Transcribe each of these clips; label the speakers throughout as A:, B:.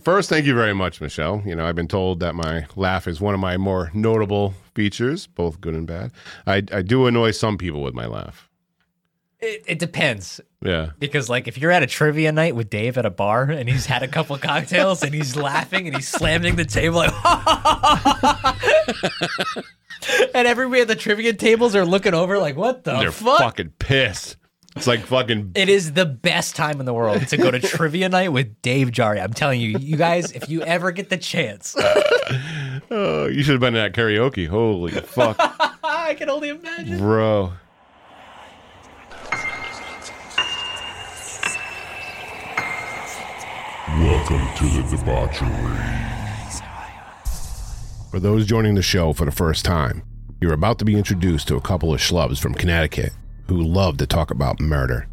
A: first, thank you very much, Michelle. You know, I've been told that my laugh is one of my more notable features, both good and bad. I, I do annoy some people with my laugh.
B: It, it depends
A: Yeah.
B: because, like, if you're at a trivia night with Dave at a bar and he's had a couple cocktails and he's laughing and he's slamming the table, like, and everybody at the trivia tables are looking over, like, what the
A: They're
B: fuck?
A: fucking pissed. It's like fucking
B: It is the best time in the world to go to trivia night with Dave Jari. I'm telling you, you guys, if you ever get the chance,
A: Oh, you should have been at karaoke. Holy fuck,
B: I can only imagine.
A: bro.
C: Welcome to the debauchery.
A: For those joining the show for the first time, you're about to be introduced to a couple of schlubs from Connecticut who love to talk about murder.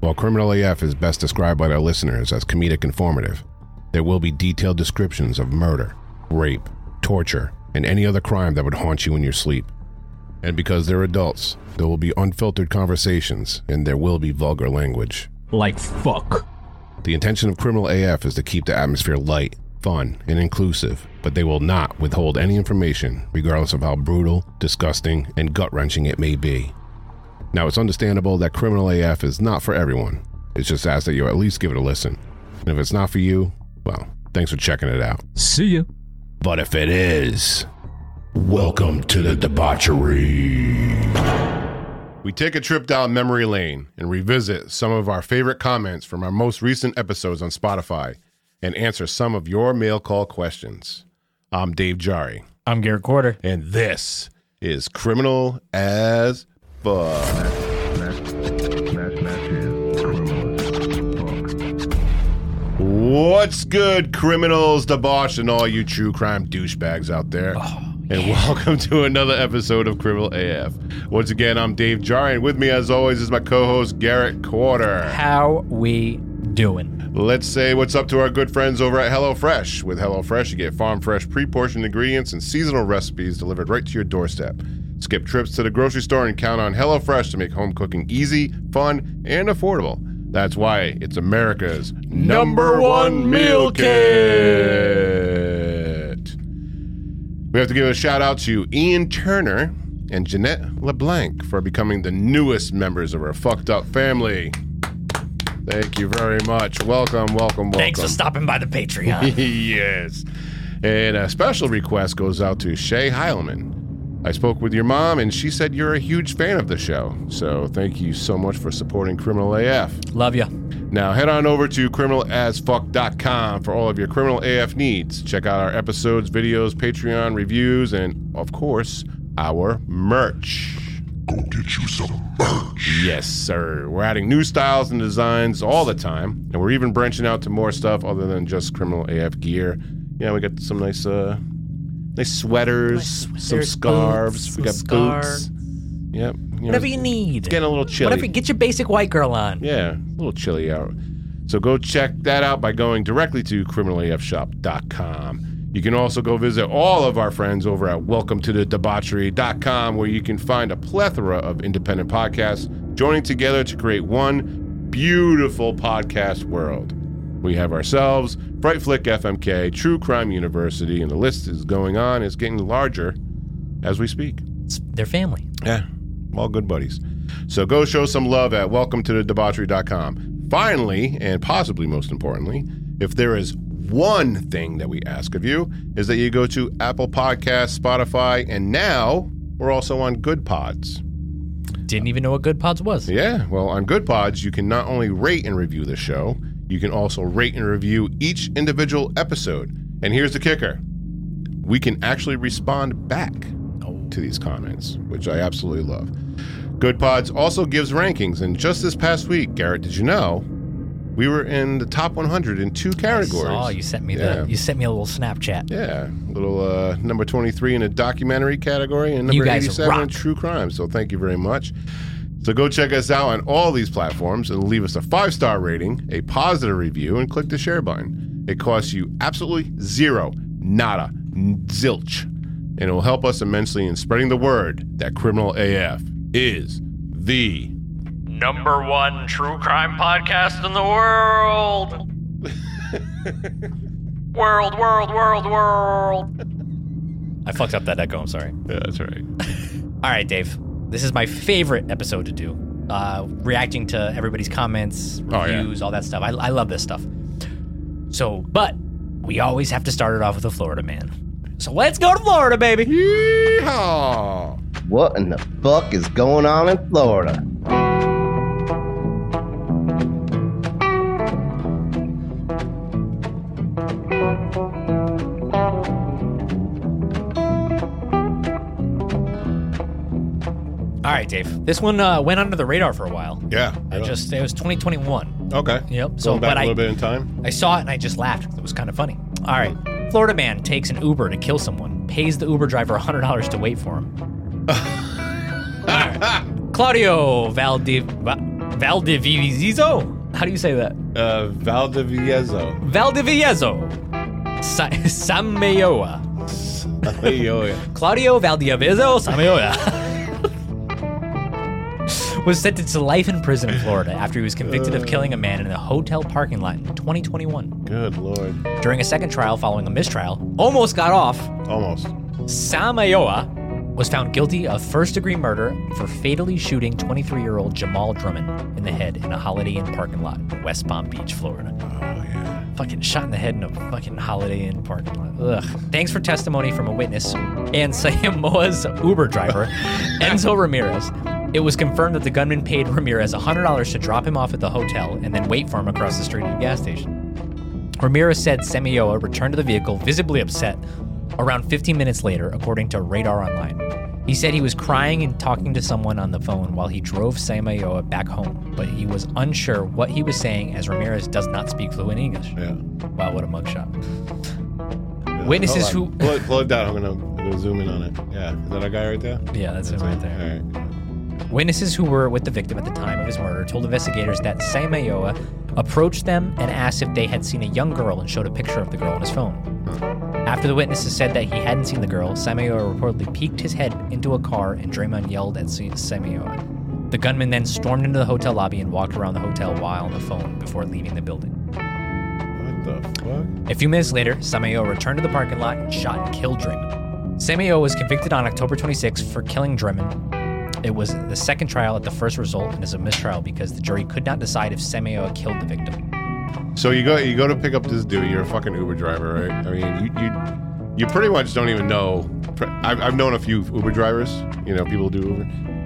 A: While Criminal AF is best described by their listeners as comedic informative, there will be detailed descriptions of murder, rape, torture, and any other crime that would haunt you in your sleep. And because they're adults, there will be unfiltered conversations and there will be vulgar language.
D: Like fuck.
A: The intention of Criminal AF is to keep the atmosphere light, fun, and inclusive, but they will not withhold any information, regardless of how brutal, disgusting, and gut wrenching it may be. Now, it's understandable that Criminal AF is not for everyone. It's just asked that you at least give it a listen. And if it's not for you, well, thanks for checking it out.
D: See ya.
A: But if it is, welcome to the debauchery. We take a trip down memory lane and revisit some of our favorite comments from our most recent episodes on Spotify and answer some of your mail call questions. I'm Dave Jari,
B: I'm Garrett Quarter.
A: and this is Criminal as Fuck. What's good, criminals, debauch, and all you true crime douchebags out there? and welcome to another episode of Criminal AF. Once again, I'm Dave Jarry, and with me, as always, is my co host, Garrett Quarter.
B: How we doing?
A: Let's say what's up to our good friends over at HelloFresh. With HelloFresh, you get farm fresh, pre portioned ingredients and seasonal recipes delivered right to your doorstep. Skip trips to the grocery store and count on HelloFresh to make home cooking easy, fun, and affordable. That's why it's America's number one meal kit. We have to give a shout out to Ian Turner and Jeanette LeBlanc for becoming the newest members of our fucked up family. Thank you very much. Welcome, welcome, welcome.
B: Thanks for stopping by the Patreon.
A: yes. And a special request goes out to Shay Heilman. I spoke with your mom, and she said you're a huge fan of the show. So thank you so much for supporting Criminal AF.
B: Love you.
A: Now head on over to criminalasfuck.com for all of your criminal AF needs. Check out our episodes, videos, Patreon reviews, and of course, our merch.
C: Go get you some merch.
A: Yes, sir. We're adding new styles and designs all the time, and we're even branching out to more stuff other than just criminal AF gear. Yeah, we got some nice, uh, nice sweaters, some
B: sweaters,
A: scarves.
B: boots,
A: we got
B: some
A: boots.
B: scarves.
A: Yep. You know,
B: Whatever
A: it's
B: you need.
A: getting a little chilly.
B: Whatever. Get your basic white girl on.
A: Yeah, a little chilly out. So go check that out by going directly to criminalafshop.com. You can also go visit all of our friends over at welcome to the debauchery.com where you can find a plethora of independent podcasts joining together to create one beautiful podcast world. We have ourselves, Fright Flick FMK, True Crime University, and the list is going on. It's getting larger as we speak.
B: It's their family.
A: Yeah, all good buddies. So go show some love at welcome to the debauchery.com. Finally, and possibly most importantly, if there is one thing that we ask of you, is that you go to Apple Podcasts, Spotify, and now we're also on Good Pods.
B: Didn't even know what Good Pods was.
A: Yeah, well, on Good Pods, you can not only rate and review the show, you can also rate and review each individual episode. And here's the kicker we can actually respond back to these comments, which I absolutely love. Good Pods also gives rankings, and just this past week, Garrett, did you know we were in the top 100 in two categories?
B: Oh, you sent me
A: Yeah.
B: the you sent me a little Snapchat.
A: Yeah, little uh, number 23 in the documentary category and number
B: You guys
A: 87 in
B: rock.
A: true crime. So thank you very much. So go check us out on all these platforms and leave us a five star rating, a positive review, and click the share button. It costs you absolutely zero, nada, n- zilch. And it will help us immensely in spreading the word that criminal AF is the
E: number one true crime podcast in the world.
D: World, world, world, world.
B: I fucked up that echo. I'm sorry.
E: Yeah, that's right.
B: All right, Dave. This is my favorite episode to do. Uh, reacting to everybody's comments,
E: Oh, yeah.
B: reviews, all that stuff. I, I love this stuff. So, but we always have to start it off with a Florida man. So let's go to Florida, baby.
E: Yeehaw!
F: What in the fuck is going on in Florida?
B: All right, Dave. This one uh, went under the radar for a while.
A: Yeah.
B: I just it was 2021.
A: okay.
B: Yep. so,
A: Going
B: but
A: back a
B: I
A: little bit in time.
B: I saw it and I just laughed. 'cause It was kind of funny. All right. Florida man takes an Uber to kill someone, pays the Uber driver $100 to wait for him. All right. Claudio Valdiv- Va- Valdivizo? How do you say that?
E: Uh, Valdeviezo.
B: Valdiviezo. Sa- Samayoa.
E: Hey, yo, yeah.
B: Claudio Valdiviezo Samayoa. was sentenced to life in prison in Florida after he was convicted of killing a man in a hotel parking lot in 2021.
E: Good lord.
B: During a second trial following a mistrial, almost got off,
A: Almost.
B: Samayoa was found guilty of first degree murder for fatally shooting 23 year old Jamal Drummond in the head in a Holiday Inn parking lot in West Palm Beach, Florida.
A: Oh, yeah.
B: Fucking shot in the head in a fucking Holiday Inn parking lot. Ugh. Thanks for testimony from a witness and Samoa's Uber driver, Enzo Ramirez. It was confirmed that the gunman paid Ramirez $100 to drop him off at the hotel and then wait for him across the street at a gas station. Ramirez said Semioa returned to the vehicle visibly upset around 15 minutes later, according to Radar Online. He said he was crying and talking to someone on the phone while he drove Semioa back home, but he was unsure what he was saying as Ramirez does not speak fluent English.
E: Yeah.
B: Wow, what a mugshot.
E: Yeah,
B: Witnesses
E: hold on.
B: who-
E: Pull it, pull it down. I'm gonna, I'm gonna zoom in on it. Yeah, is that our guy right there?
B: Yeah, that's him right there.
E: All right.
B: Witnesses who were with the victim at the time of his murder told investigators that Samayoa approached them and asked if they had seen a young girl and showed a picture of the girl on his phone. After the witnesses said that he hadn't seen the girl, Samayoa reportedly peeked his head into a car and Draymond yelled at Se- Samayoa. The gunman then stormed into the hotel lobby and walked around the hotel while on the phone before leaving the building.
E: What the fuck?
B: A few minutes later, Samayo returned to the parking lot and shot and killed Draymond. Samayo was convicted on October 26 for killing Draymond. It was the second trial at the first result and is a mistrial because the jury could not decide if Samayo killed the victim.
A: So you go you go to pick up this dude. You're a fucking Uber driver, right? I mean, you you, you pretty much don't even know. I've, I've known a few Uber drivers. You know, people do Uber,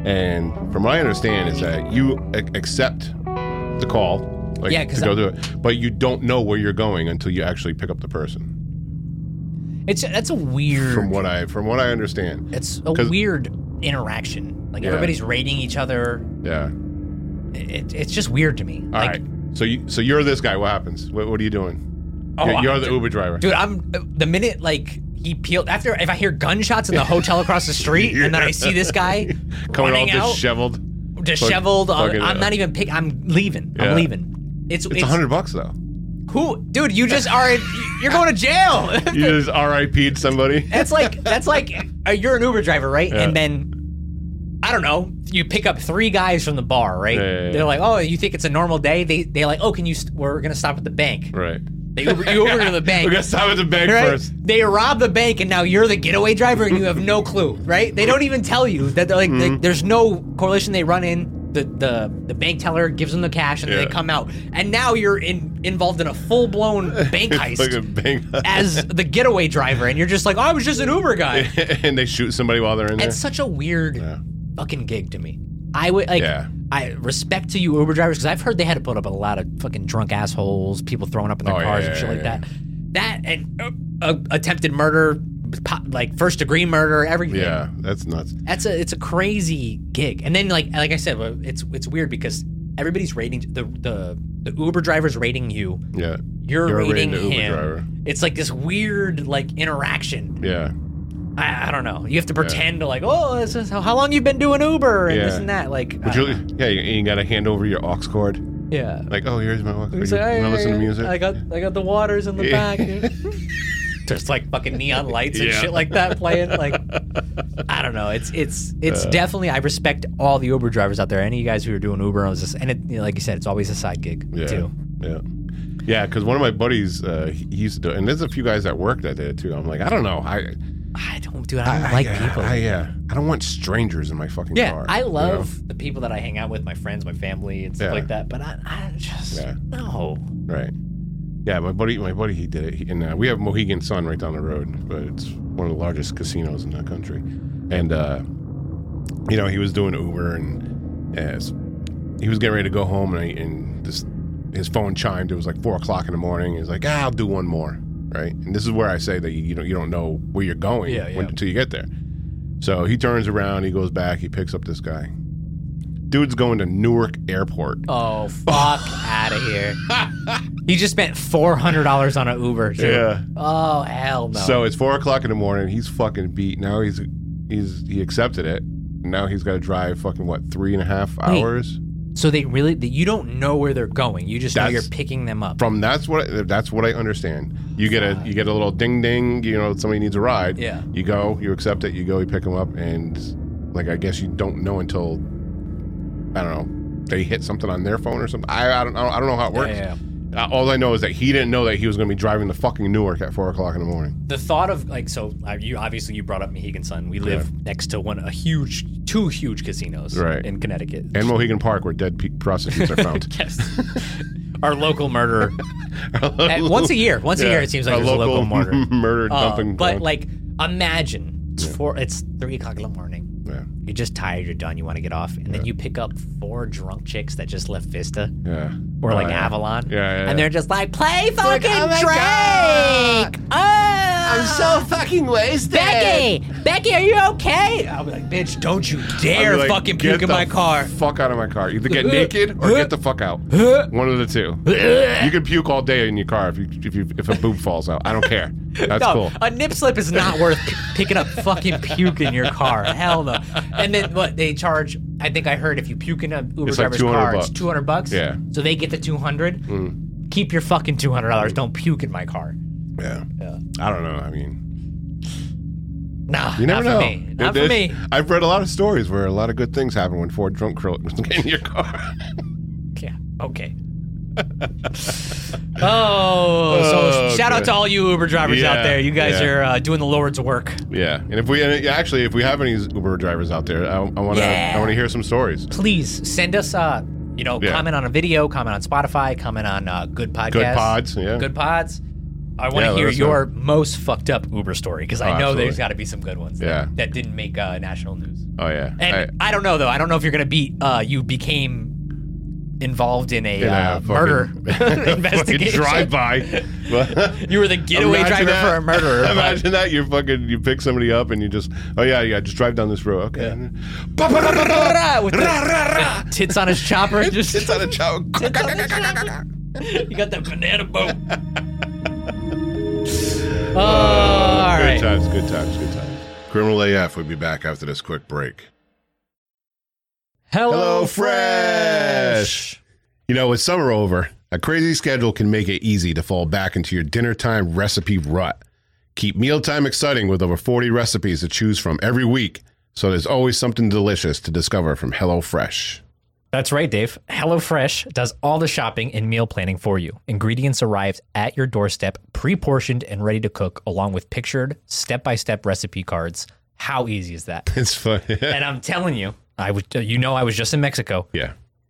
A: and from what I understand is that you ac- accept the call, like,
B: Yeah, 'cause
A: to go
B: I-
A: do it, but you don't know where you're going until you actually pick up the person.
B: It's that's a weird
A: From what I from what I understand,
B: it's a
A: 'cause-
B: weird interaction. Like
A: Yeah.
B: everybody's rating each other.
A: yeah.
B: It, it's just weird to me.
A: All
B: like,
A: right. So you so you're this guy. What happens? What, what are you doing?
B: Oh,
A: you're, you're
B: I'm-
A: the Uber driver.
B: dude, I'm the minute like he peeled after if I hear gunshots in the hotel across the street and then I see this guy
A: coming all
B: running out.
A: disheveled.
B: disheveled.
A: Fuck-
B: uh,
A: fuck it,
B: I'm
A: yeah.
B: not even pick. I'm leaving.
A: Yeah.
B: I'm leaving. It's
A: It's
B: it's,
A: a hundred bucks though.
B: who, dude. You just are. in- You're going to jail.
A: You just R.I.P.'d somebody.
B: that's like that's like uh, you're an Uber driver, right? And then I don't know. You pick up three guys from the bar, right?
A: Yeah, yeah, yeah.
B: They're like, oh, you think it's a normal day? They they like, oh, can you? St- we're gonna stop at the bank.
A: Right.
B: They Uber, you Uber to the bank.
A: We gotta stop at the bank
B: Right?
A: first.
B: They rob the bank, and now you're the getaway driver, and you have no clue, right? They don't even tell you that they're like, they-
A: Mm-hmm.
B: there's no correlation. They run in the the, the bank teller gives them the cash, and then
A: Yeah.
B: they come out, and now you're in, involved in a full blown bank
A: It's like a
B: heist
A: bank.
B: as the getaway driver, and you're just like, oh, I was just an Uber guy.
A: and they shoot somebody while they're in there.
B: It's such a weird
A: Yeah.
B: fucking gig to me. I would like.
A: Yeah.
B: I respect to you Uber drivers because I've heard they had to put up a lot of fucking drunk assholes, people throwing up in their
A: Oh, yeah,
B: cars
A: yeah,
B: and shit
A: yeah,
B: like
A: yeah.
B: that. That and uh, uh, attempted murder, po- like first degree murder, everything.
A: Yeah, that's nuts.
B: That's a it's a crazy gig. And then like like I said, well, it's it's weird because everybody's rating the the the Uber driver's rating you.
A: Yeah.
B: You're,
A: You're rating
B: rating,
A: the Uber
B: him.
A: driver.
B: It's like this weird like interaction.
A: Yeah.
B: I, I don't know. You have to pretend to like, oh, this is how, how long you been doing Uber and
A: Yeah.
B: this and that. Like, I
A: But
B: don't
A: you yeah, you, you gotta hand over your aux cord.
B: know. yeah.
A: Like, oh, here's my aux cord. You
B: He's like, "Hey,
A: wanna
B: hey,
A: listen to
B: hey,
A: music?
B: I got I got the waters in the
A: Yeah.
B: back. There's like fucking neon lights and
A: Yeah.
B: shit like that playing. Like I don't know. It's it's it's definitely I respect all the Uber drivers out there. Any of you guys who are doing Uber and it was just- and it, you know, like you said, it's always a side gig
A: yeah.
B: too.
A: Yeah.
E: Yeah, because one of my buddies, uh, he he used to do it. And there's a few guys that work that did it too. I'm like, I don't know. I,
B: I don't, dude. I don't
E: I-
B: like
E: I,
B: people.
E: I, yeah. I don't want strangers in my fucking
B: yeah,
E: car.
B: I
E: you know?
B: love the people that I hang out with, my friends, my family, and stuff
E: Yeah.
B: like that. But I, I just
E: Yeah.
B: no.
E: Right. Yeah, my buddy, my buddy, he did it, he, and uh, we have Mohegan Sun right down the road, but it's one of the largest casinos in the country, and uh, you know he was doing Uber and as he was getting ready to go home, and, I, and this his phone chimed. It was like four o'clock in the morning. He's like, ah, I'll do one more, right? And this is where I say that you, you don't you don't know where you're going
B: Yeah, yeah.
E: until you get there. So he turns around, he goes back, he picks up this guy. Dude's going to Newark Airport.
B: Oh, fuck out of here. You just spent four hundred dollars on an Uber. Too.
E: Yeah.
B: Oh hell no.
E: So it's four o'clock in the morning. He's fucking beat. Now he's he's he accepted it. Now he's got to drive fucking what three and a half hours
B: So they really, the, you don't know where they're going. You just know
E: That's-
B: you're picking them up.
E: from. That's what that's what I understand. You get a you get a little ding ding. You know somebody needs a ride.
B: Yeah.
E: You go. You accept it. You go. You pick him up. And like I guess you don't know until I don't know they hit something on their phone or something. I I don't I don't know how it works.
B: Yeah, yeah,
E: Uh, all I know is that he didn't know that he was going to be driving to fucking Newark at four o'clock in the morning.
B: The thought of like, so uh, you obviously you brought up Mohegan Sun. We live next to one a huge, two huge casinos
E: Right.
B: in Connecticut.
E: And Mohegan Park, where dead pe- prostitutes are found.
B: yes, our local murderer. Uh, once a year, once a year it seems like
E: a
B: there's
E: local,
B: a local murder.
E: murder
B: Uh,
E: dumping
B: but
E: ground.
B: like, imagine it's four, it's three o'clock in the morning.
E: yeah,
B: You're just tired. You're done. You want to get off, and then you pick up four drunk chicks that just left Vista.
E: yeah,
B: or
E: Oh,
B: like
E: yeah.
B: Avalon.
E: Yeah, yeah,
B: And
E: yeah.
B: they're just like, play fucking
F: oh my God.
B: Drake. Oh, I'm
F: fucking wasted.
B: Becky, Becky, are you okay? I'll be like, bitch, don't you
E: I'd be
B: dare
E: like,
B: fucking
E: "Get
B: puke in
E: the
B: my car.
E: Fuck out of my car. Either get naked or get the fuck out. One of the two. You can puke all day in your car if you if, you, if a boob falls out. I don't care. That's
B: no,
E: cool.
B: a nip slip is not worth p- picking up fucking puke in your car. Hell no. And then what they charge? I think I heard if you puke in an Uber
E: It's like
B: driver's
E: 200
B: car,
E: bucks.
B: it's two hundred bucks.
E: Yeah. Mm.
B: So they get the two hundred. Keep your fucking two hundred dollars. Don't puke in my car.
E: Yeah.
B: Yeah.
E: I don't know. I mean,
B: Nah,
E: you never
B: not
E: know.
B: for me. Not
E: It-
B: for
E: it-
B: me.
E: I've read a lot of stories where a lot of good things happen when four drunk girls get in your car.
B: Yeah. Okay. oh, so
E: Oh,
B: shout out
E: good.
B: to all you Uber drivers
E: Yeah,
B: out there. You guys
E: yeah.
B: are uh, doing the Lord's work.
E: yeah. And if we and actually, if we have any Uber drivers out there, I, I want to
B: Yeah.
E: I want to hear some stories.
B: Please send us, uh, you know,
E: Yeah.
B: comment on a video, comment on Spotify, comment on uh, good podcasts,
E: Good pods. Yeah.
B: good pods. I want
E: Yeah,
B: to
E: let
B: hear
E: us know.
B: your most fucked up Uber story because I
E: Oh,
B: know
E: absolutely.
B: there's got to be some good ones.
E: Yeah.
B: That, that didn't make uh, national news.
E: Oh yeah.
B: And I, don't know though. I don't know if you're gonna be. Uh, you became involved in a,
E: In a
B: uh,
E: fucking-
B: murder investigation.
E: drive by.
B: You were the getaway driver for a murderer. but-
E: Imagine that you fucking you pick somebody up and you just oh yeah yeah just drive down this road okay. Ba- ba- ba- ba- ba-
B: with the, the tits on his chopper. Just
E: It's on a choke.
B: you got that banana boat. oh, all
E: Good
B: right.
E: times, good times, good times. Criminal AF would be back after this quick break. Hello, Fresh. You know, with summer over, a crazy schedule can make it easy to fall back into your dinner time recipe rut. Keep mealtime exciting with over 40 recipes to choose from every week, so there's always something delicious to discover from HelloFresh.
B: That's right, Dave. HelloFresh does all the shopping and meal planning for you. Ingredients arrive at your doorstep, pre-portioned and ready to cook, along with pictured step-by-step recipe cards. How easy is that?
E: It's fun.
B: and I'm telling you, I would. You know, I was just in Mexico.
E: yeah.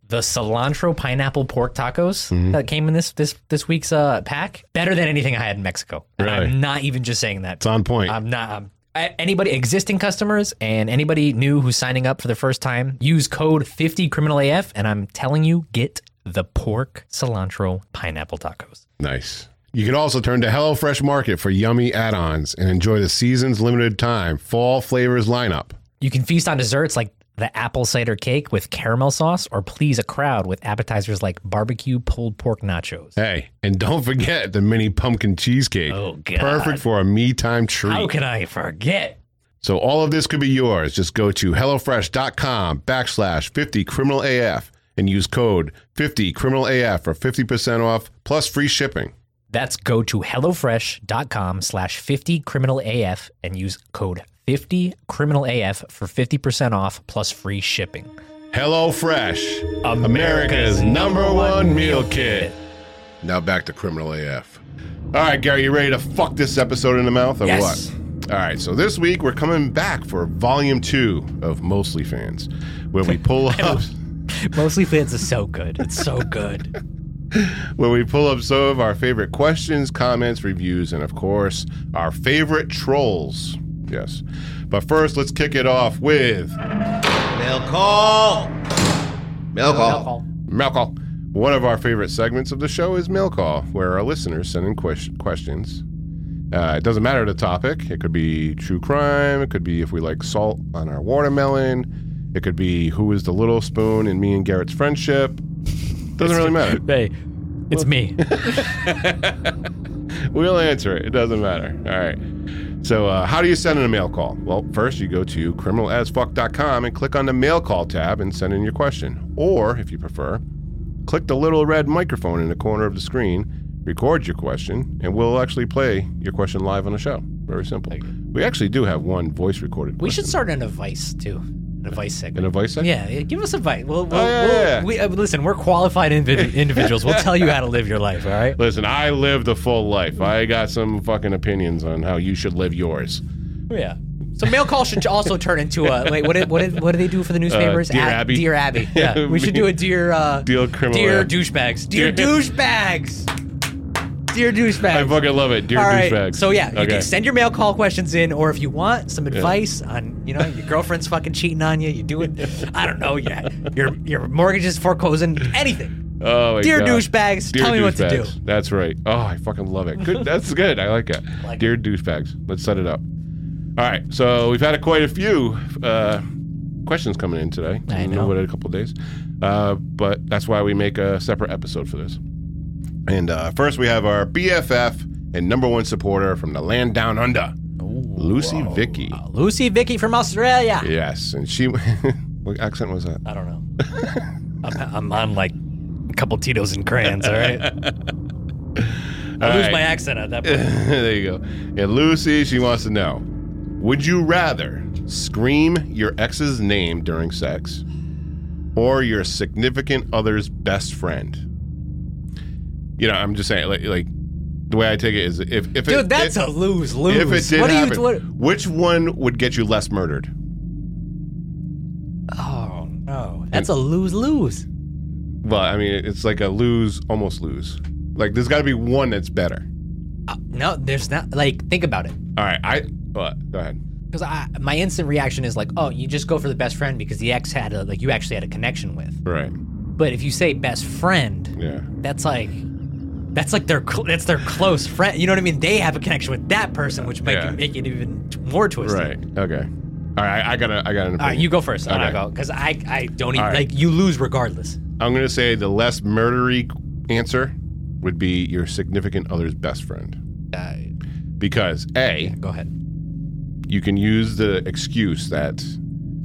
E: Mm-hmm.
B: the cilantro pineapple pork tacos that came in this this this week's uh, pack better than anything I had in Mexico. And
E: Really?
B: I'm not even just saying that.
E: It's on point.
B: I'm not. I'm, I- anybody existing customers and anybody new who's signing up for the first time use code 50 criminal AF and I'm telling you get the pork cilantro pineapple tacos.
E: Nice. You can also turn to HelloFresh Market for yummy add ons and enjoy the season's limited time fall flavors lineup.
B: You can feast on desserts like the apple cider cake with caramel sauce or please a crowd with appetizers like barbecue pulled pork nachos.
E: Hey, and don't forget the mini pumpkin cheesecake.
B: Oh, God.
E: Perfect for a me time treat.
B: How can I forget?
E: So all of this could be yours. Just go to HelloFresh.com backslash 50 criminal AF and use code 50 criminal AF for 50% off plus free shipping.
B: That's go to HelloFresh.com slash 50 criminal AF and use code 50 criminal AF for 50% off plus free shipping.
E: HelloFresh, America's number one meal kit. Now back to criminal AF. All right, Gary, you ready to fuck this episode in the mouth or
B: Yes.
E: what? All right, so this week we're coming back for volume two of Mostly Fans, where we pull up
B: Mostly fans is so good. It's so good.
E: where we pull up some of our favorite questions, comments, reviews, and of course our favorite trolls. Yes, but first let's kick it off with
F: Milk call. Milk
E: Oh.
F: call.
E: Mail Call. One of our favorite segments of the show is Mail Call, where our listeners send in ques- questions. Uh, it doesn't matter the topic. It could be true crime. It could be if we like salt on our watermelon. It could be who is the little spoon in me and Garrett's friendship. Doesn't really matter.
B: Hey, it's me.
E: We'll answer it. It doesn't matter. All right. So, uh, how do you send in a mail call? Well, first you go to criminalasfuck.com and click on the mail call tab and send in your question. Or, if you prefer, click the little red microphone in the corner of the screen, record your question, and we'll actually play your question live on the show. Very simple. We actually do have one voice recorded.
B: We should
E: question.
B: start an advice too. An advice segment.
E: in a voice segment.
B: Yeah, yeah, give us advice. We'll, we'll,
E: Oh, yeah,
B: we'll,
E: yeah.
B: We, uh, listen, we're qualified invi- individuals. We'll tell you how to live your life, all right?
E: Listen, I lived a full life. I got some fucking opinions on how you should live yours.
B: Yeah. So mail call should also turn into a wait. What did, what did, what do they do for the newspapers?
E: Uh, Dear
B: At-
E: Abby.
B: Dear Abby. Yeah. We should do a dear uh,
E: Dear criminal
B: Dear
E: Abby.
B: douchebags. Dear
E: Dear-
B: douchebags. Dear douchebags.
E: I fucking love it. Dear
B: All right.
E: douchebags.
B: So yeah, you
E: Okay.
B: can send your mail call questions in, or if you want some advice on, you know, your girlfriend's fucking cheating on you, you do it. I don't know. Yeah, your your mortgage is foreclosing. Anything.
E: Oh my
B: Dear
E: God.
B: douchebags, tell me what to do.
E: douchebags. That's right. Oh, I fucking love it. Good. That's good. I like it.
B: Like
E: Dear douchebags. Let's set it up. All right. So we've had a, quite a few uh, questions coming in today.
B: I
E: We
B: know.
E: What a couple of days. Uh, but that's why we make a separate episode for this. And uh, first we have our BFF and number one supporter from the land down under, Lucy Vicky.
B: Lucy Vicky from Australia.
E: Yes, and she. what accent was that?
B: I don't know. I'm, I'm on like a couple Tito's and crayons. All right. I lose
E: right.
B: my accent at that point.
E: there you go. And Lucy, she wants to know Would you rather scream your ex's name during sex or your significant other's best friend? You know, I'm just saying, like, like the way I take it is if, if
B: Dude,
E: it,
B: that's
E: it,
B: a lose lose.
E: if it did
B: what
E: happen,
B: do you? What,
E: which one would get you less murdered?
B: oh no, that's a lose lose.
E: Well, I mean, it's like a lose, almost lose. Like, there's got to be one that's better.
B: Uh, No, there's not. Like, think about it.
E: All right, I uh, go ahead.
B: Because I, my instant reaction is like, oh, you just go for the best friend because the ex had a like you actually had a connection with.
E: Right.
B: But if you say best friend,
E: Yeah.
B: that's like, that's like their cl- that's their close friend. You know what I mean? They have a connection with that person, which might
E: Yeah.
B: make it even t- more twisted.
E: Right. Okay. All right. I gotta. I gotta.
B: All right, you go first. and I'll
E: Okay.
B: go because I I don't even
E: All right.
B: like you lose regardless.
E: I'm gonna say the less murdery answer would be your significant other's best friend,
B: Uh,
E: because a
B: go ahead.
E: you can use the excuse that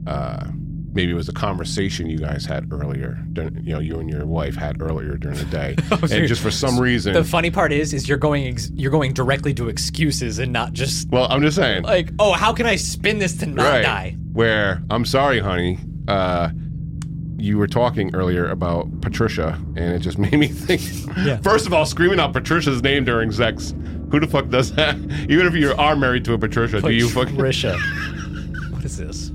E: uh, maybe it was a conversation you guys had earlier, during, you know, you and your wife had earlier during the day, and
B: dude.
E: just for some reason.
B: Oh, The funny part is, is you're going ex- you're going directly to excuses and not just
E: well, I'm just saying.
B: like, oh, how can I spin this to not
E: right.
B: die?
E: Where I'm sorry, honey. Uh, you were talking earlier about Patricia, and it just made me think.
B: Yeah.
E: First of all, screaming out Patricia's name during sex. Who the fuck does that? Even if you are married to a Patricia, do you fucking?
B: Patricia? what is this?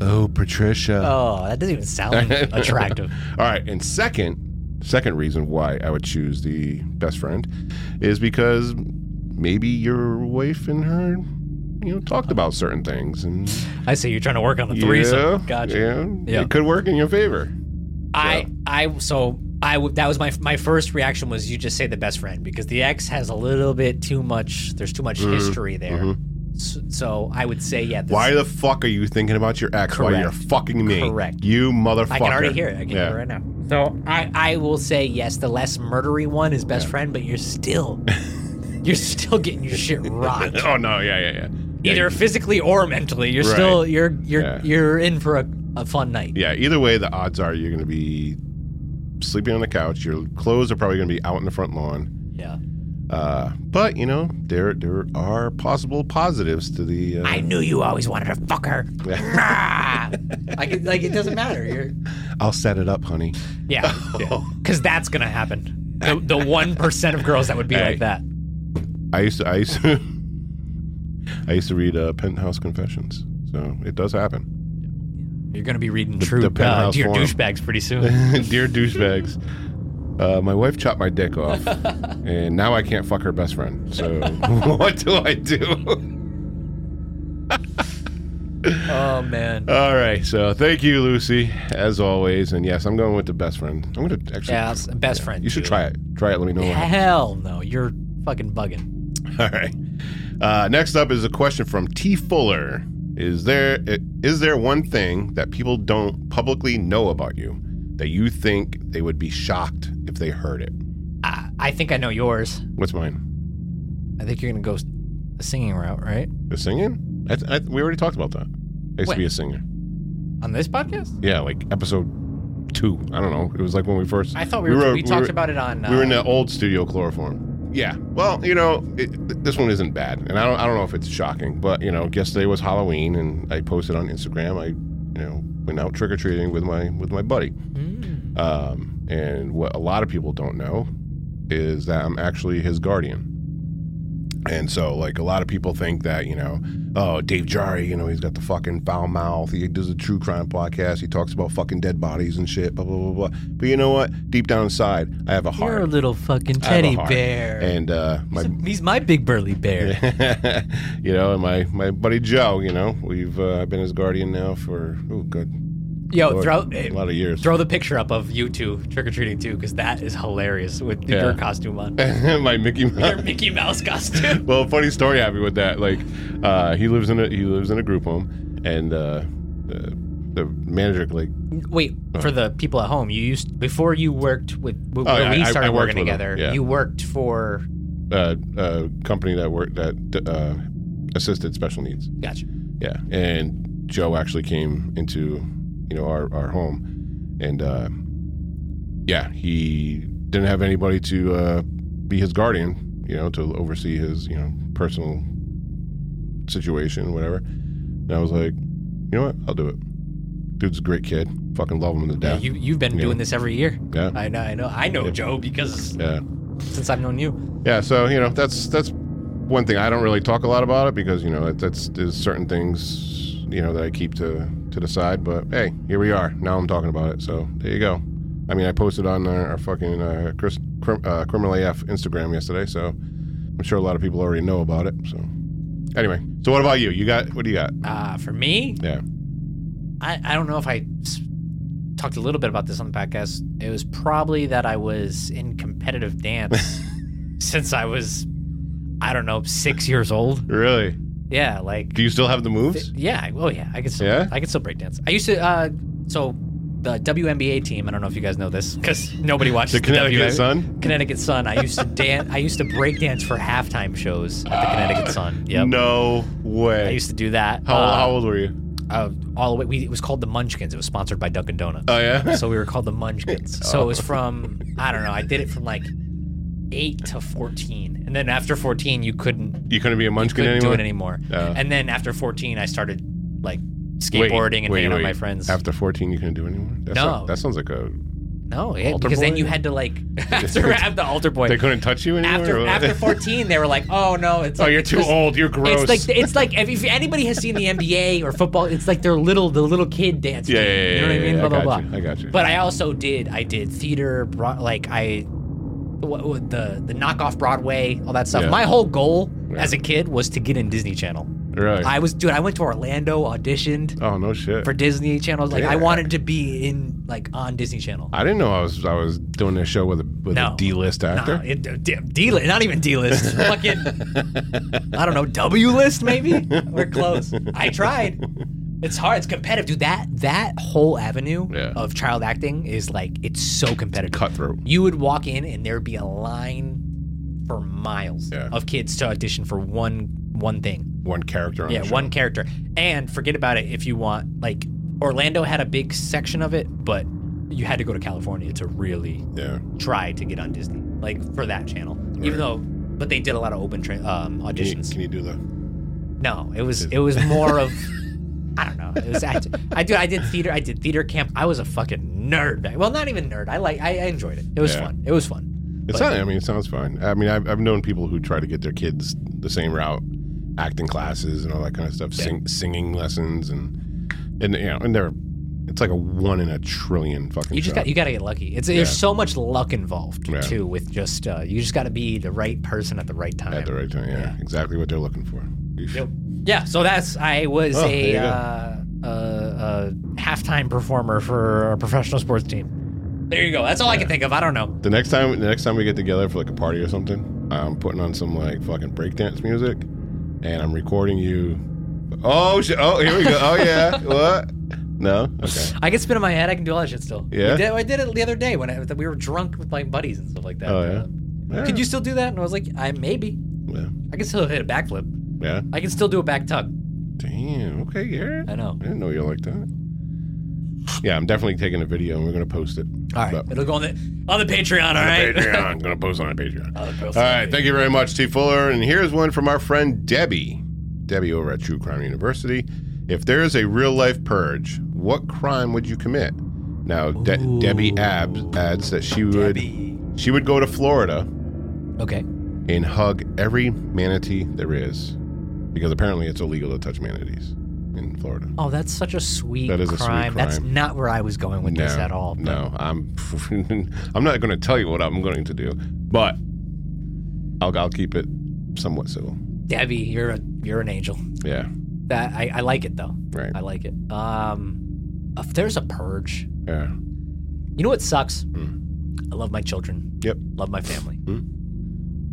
E: Oh, Patricia.
B: Oh, that doesn't even sound attractive.
E: All right, and second, second reason why I would choose the best friend is because maybe your wife and her, you know, talked about certain things, and
B: I see you're trying to work on the
E: yeah,
B: threesome. gotcha.
E: yeah,
B: Yeah.
E: it could work in your favor.
B: I, I, so I, w- that was my my first reaction was you just say the best friend because the ex has a little bit too much. There's too much history there. So, so I would say yeah. This,
E: Mm-hmm. Why the fuck are you thinking about your ex while you're
B: Correct.
E: fucking me?
B: Correct.
E: You motherfucker.
B: I can already hear it. I can hear it right now. So I, I will say yes. The less murdery one is best friend, but you're still, you're still getting your shit rocked.
E: Oh no, yeah, yeah, yeah. Yeah,
B: Either physically or mentally, you're still you're you're
E: Yeah.
B: you're in for a, a fun night.
E: Yeah, either way the odds are you're gonna be sleeping on the couch. Your clothes are probably gonna be out in the front lawn.
B: yeah.
E: Uh, but you know, there there are possible positives to the uh,
B: Ah! I knew you always wanted to fuck her. I could, like it doesn't matter. You're,
E: I'll set it up, honey.
B: Yeah. Because that's going to happen. The, the 1% of girls that would be
E: Hey.
B: like that.
E: I used to, I used to, I used to read uh, Penthouse Confessions, so it does happen.
B: You're going to be reading true
E: the
B: uh,
E: penthouse
B: Dear
E: forum.
B: Douchebags pretty soon.
E: Dear douchebags, uh, my wife chopped my dick off, and now I can't fuck her best friend. So what do I do?
B: oh, man.
E: All right, so thank you, Lucy, as always. And yes, I'm going with the best friend. I'm going to actually.
B: Yeah, it's best friend.
E: You should
B: too.
E: try it. Try it. Let me know. what happens.
B: Hell no. You're fucking bugging.
E: All right. Uh, next up is a question from T. Fuller. Is there i- is there one thing that people don't publicly know about you that you think they would be shocked if they heard it?
B: I, I think I know yours.
E: What's mine?
B: I think you're going to go s- the singing route, right?
E: The singing? I th- I th- we already talked about that. I
B: When?
E: used to be a singer.
B: On this podcast?
E: Yeah, like episode two. I don't know. It was like when we first.
B: I thought we, were, we talked about it on. Uh,
E: We were in the old studio chloroform. Um, Yeah. Well, you know, it, th- this one isn't bad, and I don't, I don't know if it's shocking, but you know, yesterday was Halloween, and I posted on Instagram. I, you know, went out trick or treating with my with my buddy.
B: Mm.
E: Um, and what a lot of people don't know is that I'm actually his guardian. And so, like, a lot of people think that, you know, oh, Dave Jari, you know, he's got the fucking foul mouth. He does a true crime podcast. He talks about fucking dead bodies and shit, blah, blah, blah, blah. But you know what? Deep down inside, I have a heart.
B: You're a little fucking
E: I have a
B: teddy
E: heart.
B: bear.
E: And, uh, my.
B: He's my big burly bear.
E: you know, and my, my buddy Joe, you know, we've uh, been his guardian now for, oh, good.
B: Yo,
E: Lord,
B: throw eh,
E: a lot of years.
B: throw the picture up of you two trick or treating too, because that is hilarious with
E: Yeah.
B: your costume on.
E: my Mickey Mouse.
B: your Mickey Mouse costume.
E: well, funny story happened with that. Like, uh, he lives in a he lives in a group home, and uh, the, the manager like
B: Wait, for the people at home, you used before you worked with when
E: Oh, yeah,
B: we
E: I- I
B: started
E: worked
B: working
E: with them,
B: together.
E: yeah.
B: You worked for
E: uh, uh, company that worked that uh, assisted special needs.
B: gotcha.
E: Yeah, and Joe actually came into you know our our home, and uh, yeah, he didn't have anybody to uh, be his guardian, you know, to oversee his you know personal situation, whatever. And I was like, you know what, I'll do it. Dude's a great kid, fucking love him to
B: Yeah,
E: death.
B: You you've been
E: Yeah.
B: doing this every year.
E: Yeah.
B: I know, I know, I know Joe because
E: yeah.
B: since I've known you,
E: yeah so you know that's that's one thing i don't really talk a lot about it because you know that, that's there's certain things you know that i keep to to the side but hey here we are now i'm talking about it so there you go i mean i posted on our, our fucking uh, Chris, Crim, uh, criminal af instagram yesterday so i'm sure a lot of people already know about it so anyway so what about you you got what do you got
B: uh, for me,
E: yeah
B: I, I don't know if I s- talked a little bit about this on the podcast. It was probably that I was in competitive dance since I was, I don't know, six years old.
E: really
B: Yeah, like
E: do you still have the moves
B: yeah. I- Oh yeah, I could still
E: Yeah?
B: I could still break dance. I used to uh so the WNBA team. I don't know if you guys know this because nobody watches
E: the connecticut
B: WNBA
E: sun
B: Connecticut Sun. I used to dance. I used to break dance for halftime shows at the Connecticut Sun. Yep.
E: no
B: I
E: way
B: used to do that.
E: how,
B: uh,
E: how old were you
B: uh, all the way. We, it was called the Munchkins. It was sponsored by Dunkin' Donuts.
E: oh yeah
B: so we were called the Munchkins. So it was from I don't know. I did it from like eight to fourteen, and then after fourteen, you couldn't
E: you couldn't be a munchkin
B: couldn't
E: anymore
B: do it anymore.
E: Oh.
B: And then after fourteen, I started like
E: Wait,
B: skateboarding and
E: wait,
B: hanging out
E: wait.
B: with my friends.
E: After 14, you couldn't do anymore? That
B: No.
E: sound- that sounds like a.
B: no, yeah,
E: Altar
B: because then
E: boy?
B: you had to like after after the altar boy.
E: They couldn't touch you anymore?
B: after
E: Or-
B: after fourteen, they were like, "Oh no, it's
E: oh,
B: like-
E: you're
B: it's
E: too
B: just-
E: old. You're gross.
B: It's like it's like if, if anybody has seen the NBA or football, it's like their little the little kid dance.
E: yeah, yeah,
B: game,
E: yeah,
B: you know what I
E: yeah,
B: mean?
E: yeah,
B: blah blah
E: I
B: blah.
E: got you, I got you.
B: But I also did. I did theater. Bro- like I, what, what, the the knockoff Broadway, all that stuff.
E: Yeah.
B: My whole goal
E: Yeah.
B: as a kid was to get in Disney Channel.
E: Right.
B: I was dude. I went to Orlando, auditioned
E: oh, no shit.
B: for Disney Channel. Like I
E: Yeah.
B: wanted to be in like on Disney Channel.
E: I didn't know I was I was doing this show with a with
B: No.
E: a D list actor.
B: Nah, it, uh, D, D list, not even D list. fucking, I don't know, W list maybe. We're close. I tried. It's hard. It's competitive, dude. That that whole avenue
E: Yeah.
B: of child acting is like it's so competitive.
E: Cutthroat.
B: You would walk in and there'd be a line for miles
E: Yeah.
B: of kids to audition for one one thing.
E: One character on
B: Yeah,
E: the show.
B: one character. And forget about it if you want. Like Orlando had a big section of it, but you had to go to California to really
E: Yeah.
B: try to get on Disney, like for that channel. Even though, but they did a lot of open tra- um,
E: Can you,
B: auditions.
E: can you do the.
B: no, it was it was more of I don't know. It was I, I do. I did theater. I did theater camp. I was a fucking nerd. back- Well, not even nerd. I like. I, I enjoyed it. It was
E: Yeah.
B: fun. It was fun.
E: It's
B: But-
E: not, I mean, it sounds fine. I mean, I've, I've known people who try to get their kids the same route, acting classes and all that kind of stuff, sing, singing lessons, and and you know, and they're it's like a one in a trillion fucking.
B: You just
E: shot.
B: got you got to get lucky. It's there's so much luck involved
E: Yeah.
B: too with just uh, you just got to be the right person at the right time.
E: at the right time. Yeah, exactly what they're looking for. Oof.
B: Yep. Yeah, so that's I was
E: Oh, there
B: a
E: you go.
B: uh, uh, uh, halftime performer for a professional sports team. There you go. That's all I can think of. I don't know.
E: The next time, the next time we get together for like a party or something, I'm putting on some like fucking breakdance music, and I'm recording you. Oh, sh- oh, here we go. Oh yeah, what? No, okay.
B: I can spin in my head. I can do all that shit still.
E: Yeah?
B: I did, I did it the other day when I, we were drunk with my buddies and stuff like that.
E: Oh, yeah?
B: Uh, Could you still do that? And I was like, I maybe.
E: Yeah,
B: I can still hit a backflip.
E: yeah.
B: I can still do a back tuck.
E: Damn. Okay, yeah.
B: I know.
E: I didn't know you like that. Yeah, I'm definitely taking a video and we're gonna post it.
B: All right,
E: But-
B: it'll go on the on the Patreon. All right.
E: Patreon. I'm gonna post on a Patreon.
B: Oh, gross.
E: All right, thank you very much, T. Fuller. And here's one from our friend Debbie. Debbie over at True Crime University. If there is a real life purge, what crime would you commit? Now, De- Debbie abs- adds that she would she would go to Florida
B: Okay.
E: and hug every manatee there is, because apparently it's illegal to touch manatees in Florida.
B: Oh, that's such a sweet,
E: That is a sweet
B: crime. That's
E: crime.
B: not where I was going with this at all.
E: No, I'm I'm not going to tell you what I'm going to do, but I'll I'll keep it somewhat civil.
B: Debbie, you're a you're an angel.
E: Yeah,
B: That I, I like it though.
E: right.
B: I like it. Um, if there's a purge,
E: Yeah.
B: you know what sucks? I love my children.
E: Hmm. Yep.
B: Love my family.
E: Mm.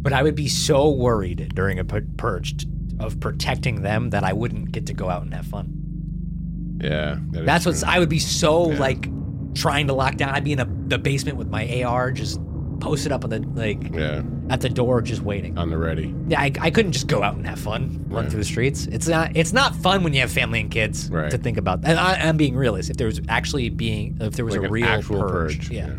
B: But I would be so worried during a pur- purge t- of protecting them that I wouldn't get to go out and have fun.
E: Yeah. that is
B: That's what's.
E: true.
B: I would be so
E: Yeah.
B: like trying to lock down. I'd be in a, the basement with my AR just posted up on the like
E: Yeah,
B: at the door just waiting.
E: on the ready.
B: Yeah, I, I couldn't just go out and have fun, run
E: Right.
B: through the streets. It's not it's not fun when you have family and kids
E: Right.
B: to think about. And I, I'm being realist. If there was actually being, if there was
E: Like
B: a
E: an
B: real
E: actual
B: purge,
E: purge.
B: yeah,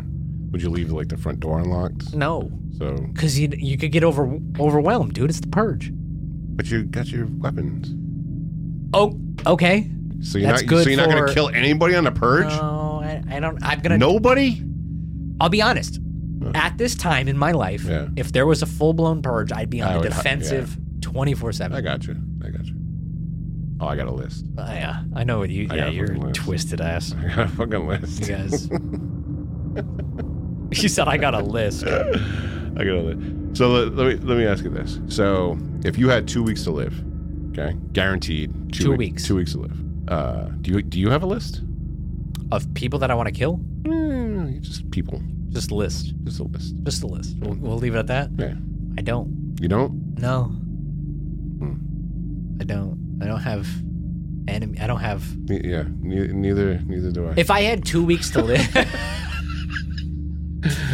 E: Would you leave like the front door unlocked?
B: no,
E: So,
B: because you you could get over overwhelmed, dude. It's the purge.
E: but you got your weapons.
B: Oh, okay.
E: So you're
B: That's
E: not
B: good
E: so you're not going
B: for- Uh,
E: to kill anybody on the purge?
B: No, I, I don't. I'm gonna.
E: Nobody?
B: I'll be honest. At this time in my life,
E: Yeah.
B: if there was a full blown purge, I'd be on
E: I
B: the
E: would- yeah.
B: defensive, twenty four
E: I
B: seven.
E: got you. I got you. Oh, I got a list.
B: Yeah, I know what you.
E: I
B: yeah,
E: got a
B: you're
E: fucking list.
B: twisted ass.
E: I got a fucking list.
B: You guys. you said I got a list.
E: I got all that. So let, let me let me ask you this. So if you had two weeks to live, okay, guaranteed
B: Two
E: wee-
B: weeks.
E: two weeks to live. Uh, do you do you have a list?
B: of people that I want to kill?
E: Mm, you just people,
B: Just list.
E: just a list.
B: Just a list. We'll, we'll leave it at that.
E: Yeah,
B: I don't.
E: you don't.
B: No.
E: Hmm.
B: I don't. I don't have enemy. I don't have.
E: Ne- yeah, ne- neither neither do I.
B: If I had two weeks to live,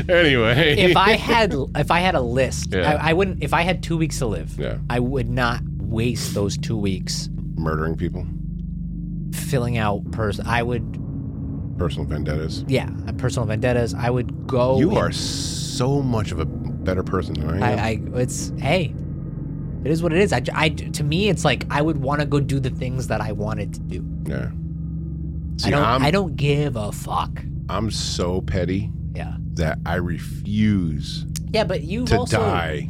E: anyway,
B: if I had, if I had a list,
E: Yeah.
B: I, I wouldn't. If I had two weeks to live,
E: Yeah.
B: I would not waste those two weeks
E: murdering people,
B: filling out person. I would,
E: personal vendettas.
B: yeah, personal vendettas. I would go.
E: you
B: and-
E: are so much of a better person than I am.
B: I, I it's hey, it is what it is. I, I to me, it's like I would want to go do the things that I wanted to do.
E: yeah. See,
B: I don't.
E: I'm
B: I don't give a fuck.
E: I'm so petty
B: Yeah.
E: that I refuse
B: Yeah, but you
E: to
B: also
E: die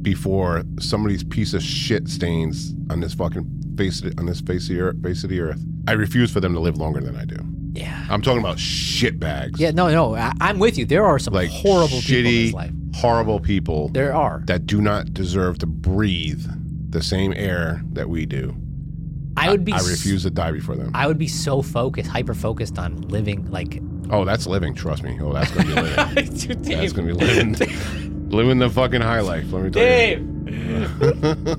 E: before somebody's piece of shit stains on this fucking face on this face of the earth, face of the earth. I refuse for them to live longer than I do.
B: Yeah.
E: I'm talking about shit bags.
B: Yeah. No. No. I, I'm with you. There are some
E: like
B: horrible
E: shitty,
B: people in this life.
E: horrible people
B: There are.
E: that do not deserve to breathe the same air that we do.
B: I would be.
E: I
B: s-
E: refuse to die before them.
B: I would be so focused, hyper focused on living. Like,
E: oh, that's living. Trust me. Oh, that's gonna be living.
B: Dude,
E: that's
B: Dave,
E: gonna be living. living the fucking high life. Let me tell
B: Dave.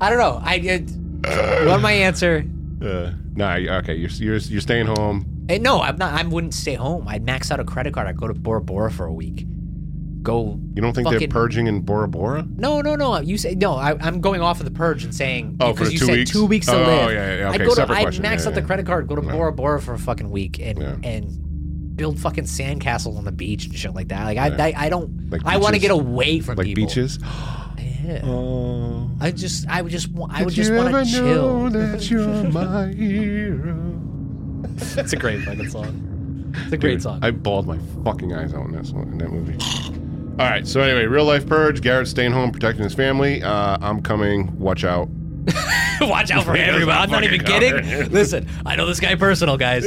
B: I don't know. I. It, what my answer?
E: you. Uh, nah. you- Okay. You're you're you're staying home.
B: Eh, no, I'm not. I wouldn't stay home. I'd max out a credit card. I'd go to Bora Bora for a week. Go.
E: You don't think they're
B: Fucking-
E: purging in Bora Bora?
B: No, no, no. You say no. I, I'm going off of the purge and saying
E: Oh, for
B: because
E: the
B: you
E: two
B: said
E: weeks?
B: two weeks to
E: Oh,
B: live.
E: yeah, yeah,
B: I'd
E: okay,
B: go to.
E: separate
B: I'd
E: question.
B: max
E: Yeah,
B: out the
E: yeah.
B: credit card. Go to Bora Bora for a fucking week and
E: Yeah.
B: and build fucking sandcastles on the beach and shit like that. Like I,
E: Right.
B: I, I don't.
E: Like
B: I want to
E: beaches?
B: get away from
E: like
B: people.
E: beaches.
B: Yeah.
E: Oh,
B: I just, I would just, wa- I
E: did
B: would just
E: you
B: want
E: ever
B: to chill.
E: know that you're my hero?
B: It's a great fucking song. It's a great
E: Dude,
B: song.
E: I bawled my fucking eyes out in this one, in that movie. All right. So anyway, real life purge. Garrett staying home protecting his family. Uh, I'm coming. Watch out.
B: Watch out for everybody. I'm not even
E: fucking
B: kidding.
E: cover.
B: Listen, I know this guy personal, guys.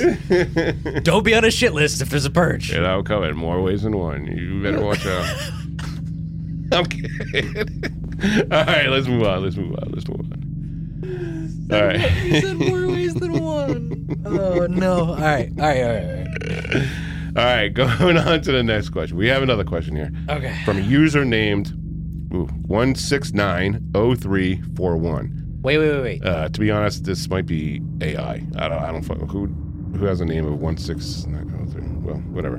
B: Don't be on a shit list if there's a purge.
E: It will come in more ways than one. You better watch out. I'm kidding. All right, let's move on. Let's move on. Let's move on. All right.
B: He said more ways than one. Oh no! All right, all right, all right, all right.
E: All right, going on to the next question. We have another question here
B: Okay.
E: from a user named ooh, 1690341.
B: Wait, wait, wait, wait.
E: Uh, to be honest, this might be AI. I don't I don't fuck who who has a name of 16903. oh, Well, whatever.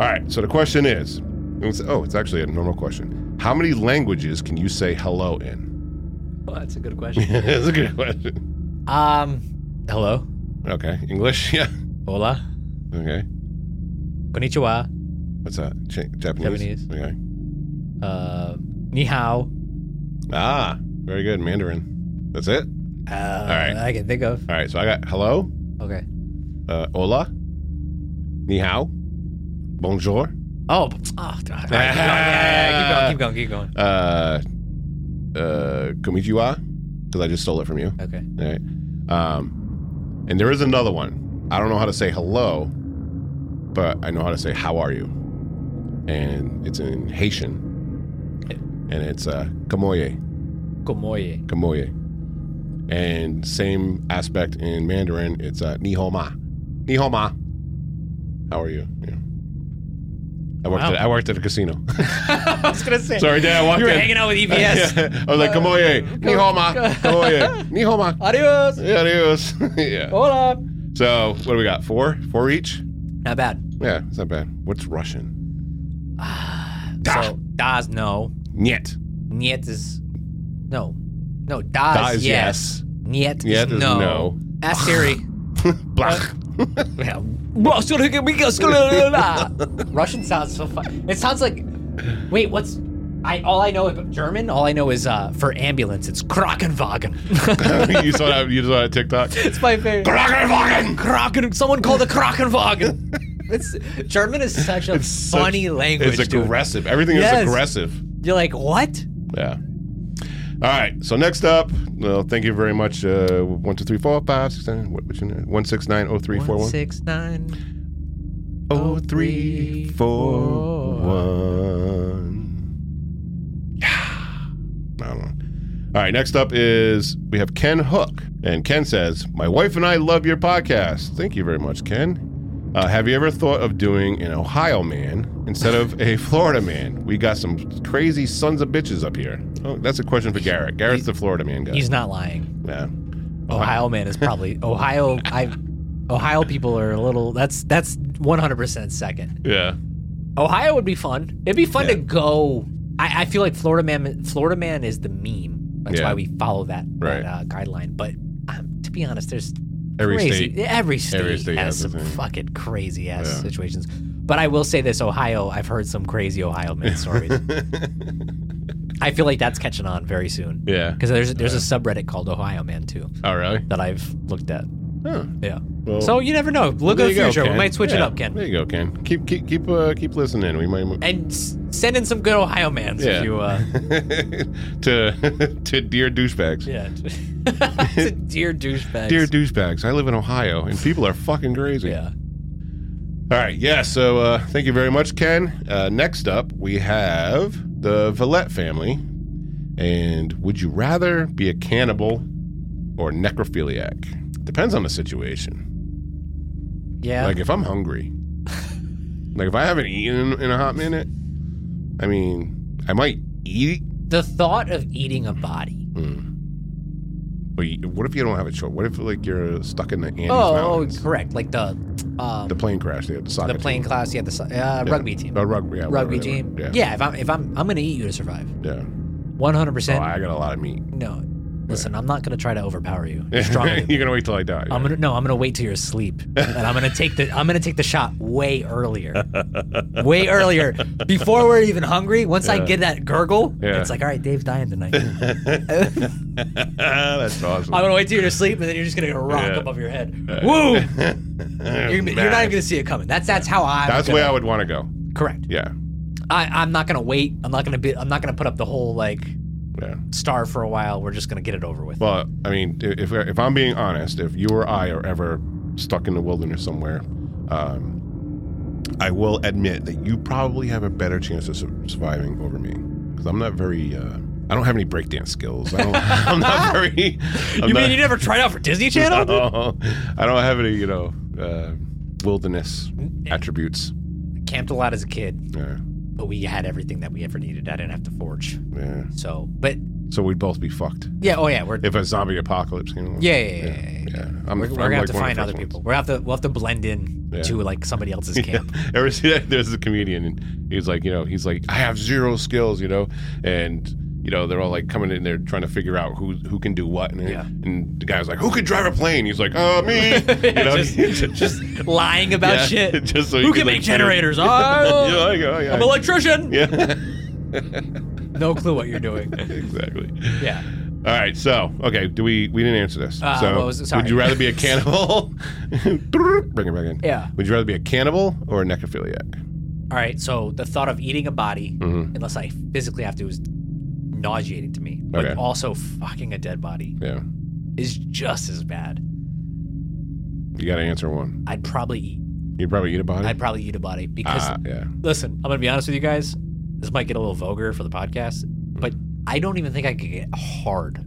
E: All right, so the question is it's- oh, it's actually a normal question. How many languages can you say hello in?
B: Oh, that's a good question.
E: That's a good question.
B: Um, hello,
E: Okay, English, yeah.
B: hola,
E: Okay.
B: konnichiwa,
E: What's that? Ch- Japanese?
B: Japanese.
E: Okay.
B: uh, ni hao.
E: Ah, very good. Mandarin. That's it?
B: Uh,
E: right.
B: I can think of.
E: All right, so I got hello,
B: Okay.
E: uh, hola, ni hao, bonjour,
B: Oh, p- oh all right, keep going, yeah, yeah, yeah, keep going, keep going, keep
E: uh, uh, konnichiwa, because I just stole it from you.
B: going. Okay.
E: All right. Um, and there is another one. I don't know how to say hello, but I know how to say how are you, and it's in Haitian, and it's uh, kamoye,
B: Komoye.
E: kamoye, and same aspect in Mandarin. It's uh, ni hao ma, ni hao ma. How are you? Yeah. I worked.
B: Wow.
E: At, I worked at a casino.
B: I was gonna say.
E: Sorry, Dad. I walked
B: You were
E: in.
B: hanging out with E EBS.
E: Yeah. I was like, kamoye, ni hao ma, kamoye, ni hao ma.
B: Adios.
E: Yeah, adios. yeah.
B: Hola.
E: So what do we got? Four? Four each?
B: Not bad.
E: Yeah, it's not bad. What's Russian?
B: So das no.
E: Нет.
B: Niet is no. No, das,
E: Da is
B: Uh, yes. Niet
E: Niet
B: is,
E: is
B: no.
E: no.
B: Ask Siri.
E: Blach.
B: Yeah. Well, so we go- we go- so- Russian sounds so fun. It sounds like wait, what's I all I know is German. All I know is uh, for ambulance, it's Krankenwagen.
E: you saw that you saw that TikTok?
B: Uh. it's my favorite.
E: Krakenwagen!
B: Kraken. Someone called the Krankenwagen. It's German is such a
E: such-
B: funny language.
E: It's
B: dude.
E: aggressive. Everything
B: Yes.
E: is aggressive.
B: You're like what?
E: Yeah. All right. So next up, well, thank you very much. Uh, one, two, three, four, five, six, seven. What, what's your name? One, six, nine, oh, three, four,
B: One,
E: one.
B: six nine.
E: Oh, three, four, one. Yeah. I don't know. All right, next up is we have Ken Hook. And Ken says, My wife and I love your podcast. Thank you very much, Ken. Uh, have you ever thought of doing an Ohio man instead of a Florida man? We got some crazy sons of bitches up here. Oh, that's a question for Garrett. Garrett's the Florida man guy.
B: He's not lying.
E: yeah.
B: Ohio man is probably Ohio. I Ohio people are a little. That's that's 100 percent second.
E: Yeah.
B: Ohio would be fun. It'd be fun to go. I, I feel like Florida man. Florida man is the meme. That's
E: Yeah.
B: why we follow that,
E: Right.
B: that uh, guideline. But um, to be honest, there's
E: Every
B: crazy.
E: state.
B: Every state,
E: Every state
B: has
E: has a
B: some
E: thing.
B: fucking crazy ass
E: Yeah.
B: situations. But I will say this, Ohio. I've heard some crazy Ohio man stories. I feel like that's catching on very soon.
E: Yeah.
B: Because there's there's a subreddit called Ohio Man too
E: Oh, really?
B: that I've looked at.
E: Huh.
B: Yeah.
E: Well-
B: so you never know. Look
E: There
B: at the
E: you go,
B: future. we
E: Ken.
B: might switch it
E: Yeah.
B: up, Ken.
E: There you go, Ken. Keep keep keep uh, keep listening. We might move
B: And s- send in some good Ohio mans
E: Yeah.
B: if you. Uh,
E: to to dear douchebags.
B: yeah. it's a dear douchebag.
E: Dear douchebags, I live in Ohio and people are fucking crazy.
B: Yeah.
E: All right, yeah. So uh, thank you very much, Ken. Uh, next up, we have the Valette family. And would you rather be a cannibal or necrophiliac? Depends on the situation.
B: Yeah.
E: Like if I'm hungry, like if I haven't eaten in, in a hot minute, I mean, I might eat
B: the thought of eating a body.
E: Hmm. But you- what if you don't have a choice? What if like you're stuck in the Andes
B: Oh,
E: Mountains?
B: correct. Like the um,
E: The plane crash. They had the soccer
B: the playing
E: team.
B: class. Yeah. The so- uh,
E: Yeah.
B: rugby team.
E: Oh, rugby. Yeah, whatever
B: rugby
E: they
B: team.
E: were.
B: Yeah.
E: Yeah.
B: If I'm if I'm I'm gonna eat you to survive.
E: yeah.
B: One hundred
E: Oh,
B: percent.
E: I got a lot of meat.
B: No. Listen, I'm not gonna try to overpower you. You're stronger than me.
E: You're gonna wait till I die.
B: I'm gonna no, I'm gonna wait till you're asleep, and I'm gonna take the I'm gonna take the shot way earlier, way earlier before we're even hungry. Once I get that gurgle,
E: Yeah.
B: it's like all right, Dave's dying tonight. I'm
E: That's awesome.
B: gonna wait till you're asleep, and then you're just gonna get a rock
E: Yeah. Oh,
B: above your head. Woo! You're, you're not even gonna see it coming. That's that's how I.
E: That's the way I would want to go.
B: Correct.
E: Yeah.
B: I I'm not gonna wait. I'm not gonna be. I'm not gonna put up the whole like
E: Yeah.
B: star for a while. We're just gonna get it over with.
E: Well, I mean, i- if if I'm being honest, if you or I are ever stuck in the wilderness somewhere, um, I will admit that you probably have a better chance of sur- surviving over me because I'm not very. Uh, I don't have any breakdance skills. I don't, I'm not very. I'm
B: you
E: not,
B: mean you never tried out for Disney Channel? dude?
E: I don't have any, you know, uh, wilderness
B: Mm-hmm.
E: attributes.
B: Camped a lot as a kid,
E: Yeah,
B: but we had everything that we ever needed. I didn't have to forge.
E: yeah.
B: So, but
E: So we'd both be fucked
B: yeah, oh yeah, we're
E: if a zombie apocalypse. You know?
B: yeah, yeah, yeah. yeah, yeah.
E: yeah. I'm,
B: We're, we're
E: I'm
B: gonna have
E: like
B: to
E: one of the
B: find other
E: first ones.
B: people. We're gonna have to we'll have to blend in
E: Yeah.
B: to like somebody else's camp.
E: Ever see that? There's a comedian, and he's like, you know, he's like, I have zero skills, you know, and you know they're all like coming in there trying to figure out who who can do what, and,
B: Yeah.
E: and the guy's like, who can drive a plane? He's like, uh, me, you know,
B: just, just lying about
E: Yeah,
B: shit.
E: just so you
B: Who
E: can,
B: can make
E: like,
B: generators? I,
E: Yeah,
B: am
E: like, oh, yeah.
B: an electrician.
E: yeah,
B: No clue what you're doing.
E: exactly.
B: Yeah.
E: All right, so okay, do we we didn't answer this?
B: Uh,
E: so
B: what was it? Sorry.
E: would you rather be a cannibal? Bring it back in.
B: Yeah.
E: Would you rather be a cannibal or a necrophiliac?
B: All right. So the thought of eating a body,
E: Mm-hmm.
B: unless I physically have to, is nauseating to me. But
E: Okay.
B: also fucking a dead body
E: Yeah,
B: is just as bad.
E: you got to answer one.
B: I'd probably eat.
E: You'd probably eat a body.
B: I'd probably eat a body because
E: Ah, yeah.
B: listen, I'm gonna be honest with you guys. This might get a little vulgar for the podcast, but I don't even think I could get hard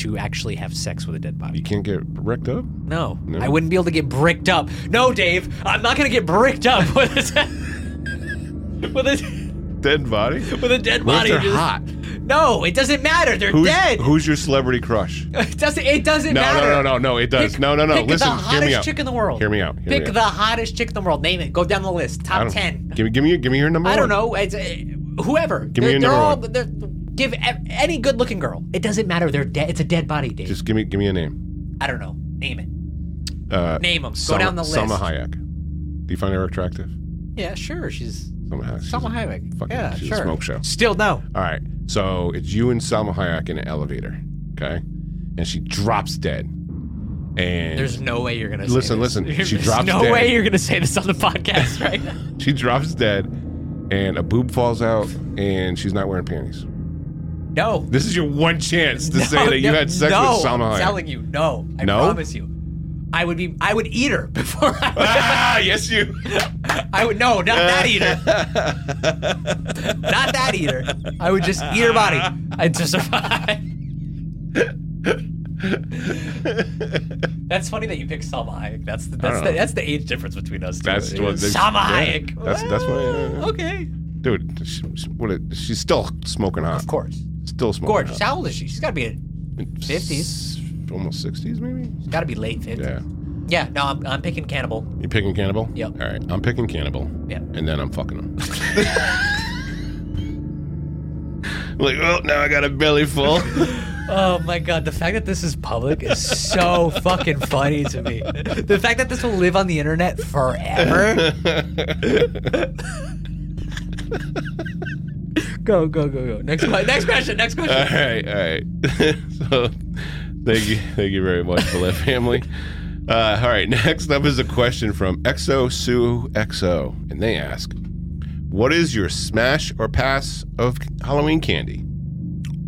B: to actually have sex with a dead
E: You
B: body.
E: can't get wrecked up?
B: No,
E: No?
B: I wouldn't be able to get bricked up. No, Dave, I'm not gonna get bricked up with a, with a,
E: Dead body?
B: with a dead
E: What
B: body.
E: if they're
B: just-
E: hot?
B: No, it doesn't matter. They're
E: Who's,
B: dead.
E: who's your celebrity crush? No,
B: It doesn't. It doesn't
E: no,
B: matter.
E: no, no, no. It does.
B: Pick-
E: no, no, no.
B: pick
E: Listen,
B: the
E: hear
B: hottest
E: me out.
B: chick in the world.
E: Hear me out. Hear
B: pick
E: me out.
B: the hottest chick in the world. Name it. Go down the list.
E: I
B: Top
E: don't-
B: ten.
E: Give me, give me, give me your number.
B: I don't
E: one.
B: know. It's, uh, whoever.
E: me
B: they're, they're
E: a number
B: all.
E: one.
B: They're, give e- any good-looking girl. It doesn't matter. They're dead. It's a dead body, Dave.
E: Just give me, give me a name.
B: I don't know. Name it.
E: Uh,
B: Name them. Go
E: Selma-
B: down the list.
E: Selma Hayek. Do you find her attractive?
B: Yeah, sure. She's
E: Selma Hayek. She's
B: Selma
E: a
B: Hayek.
E: Fucking,
B: yeah,
E: she's
B: sure.
E: a smoke show.
B: Still no.
E: All right. So it's you and Selma Hayek in an elevator. Okay. And she drops dead. And
B: There's no way you're gonna.
E: Listen,
B: say this.
E: listen,
B: There's
E: she drops
B: No
E: dead.
B: way you're gonna say this on the podcast, right?
E: She drops dead, and a boob falls out, and she's not wearing panties.
B: no.
E: This is your one chance to say
B: No,
E: that you
B: no,
E: had sex
B: no,
E: with Salma
B: I'm
E: Hayek.
B: telling you, no. I
E: No?
B: promise you. I would be. I would eat her before I would.
E: Ah, yes, you.
B: I would no, not that either. not that either. I would just eat her body. I'd just survive. that's funny that you picked Salma Hayek. That's the that's
E: don't
B: the,
E: know.
B: that's the age difference between us. Two.
E: That's what they-
B: Salma
E: yeah,
B: Hayek.
E: that's- that's what- yeah, yeah.
B: Okay.
E: Dude, she, she- what a- she's still smoking hot.
B: Of course.
E: Still smoking
B: Gorgeous.
E: hot.
B: How old is she? She's got to be in-
E: S- Almost 60s, maybe?
B: got to be late 50s.
E: Yeah.
B: Yeah, no, I'm, I'm picking cannibal.
E: You picking cannibal?
B: Yep.
E: All right. I'm picking cannibal.
B: Yeah.
E: And then I'm fucking him. like, oh, now I got a belly full.
B: Oh my god, the fact that this is public is so fucking funny to me. The fact that this will live on the internet forever. go, go, go, go. Next question. Next question. Next
E: All
B: question.
E: right, all right. so, thank you, thank you very much for that, family. Uh, all right, next up is a question from XO Sue XO, and they ask, "What is your smash or pass of Halloween candy?"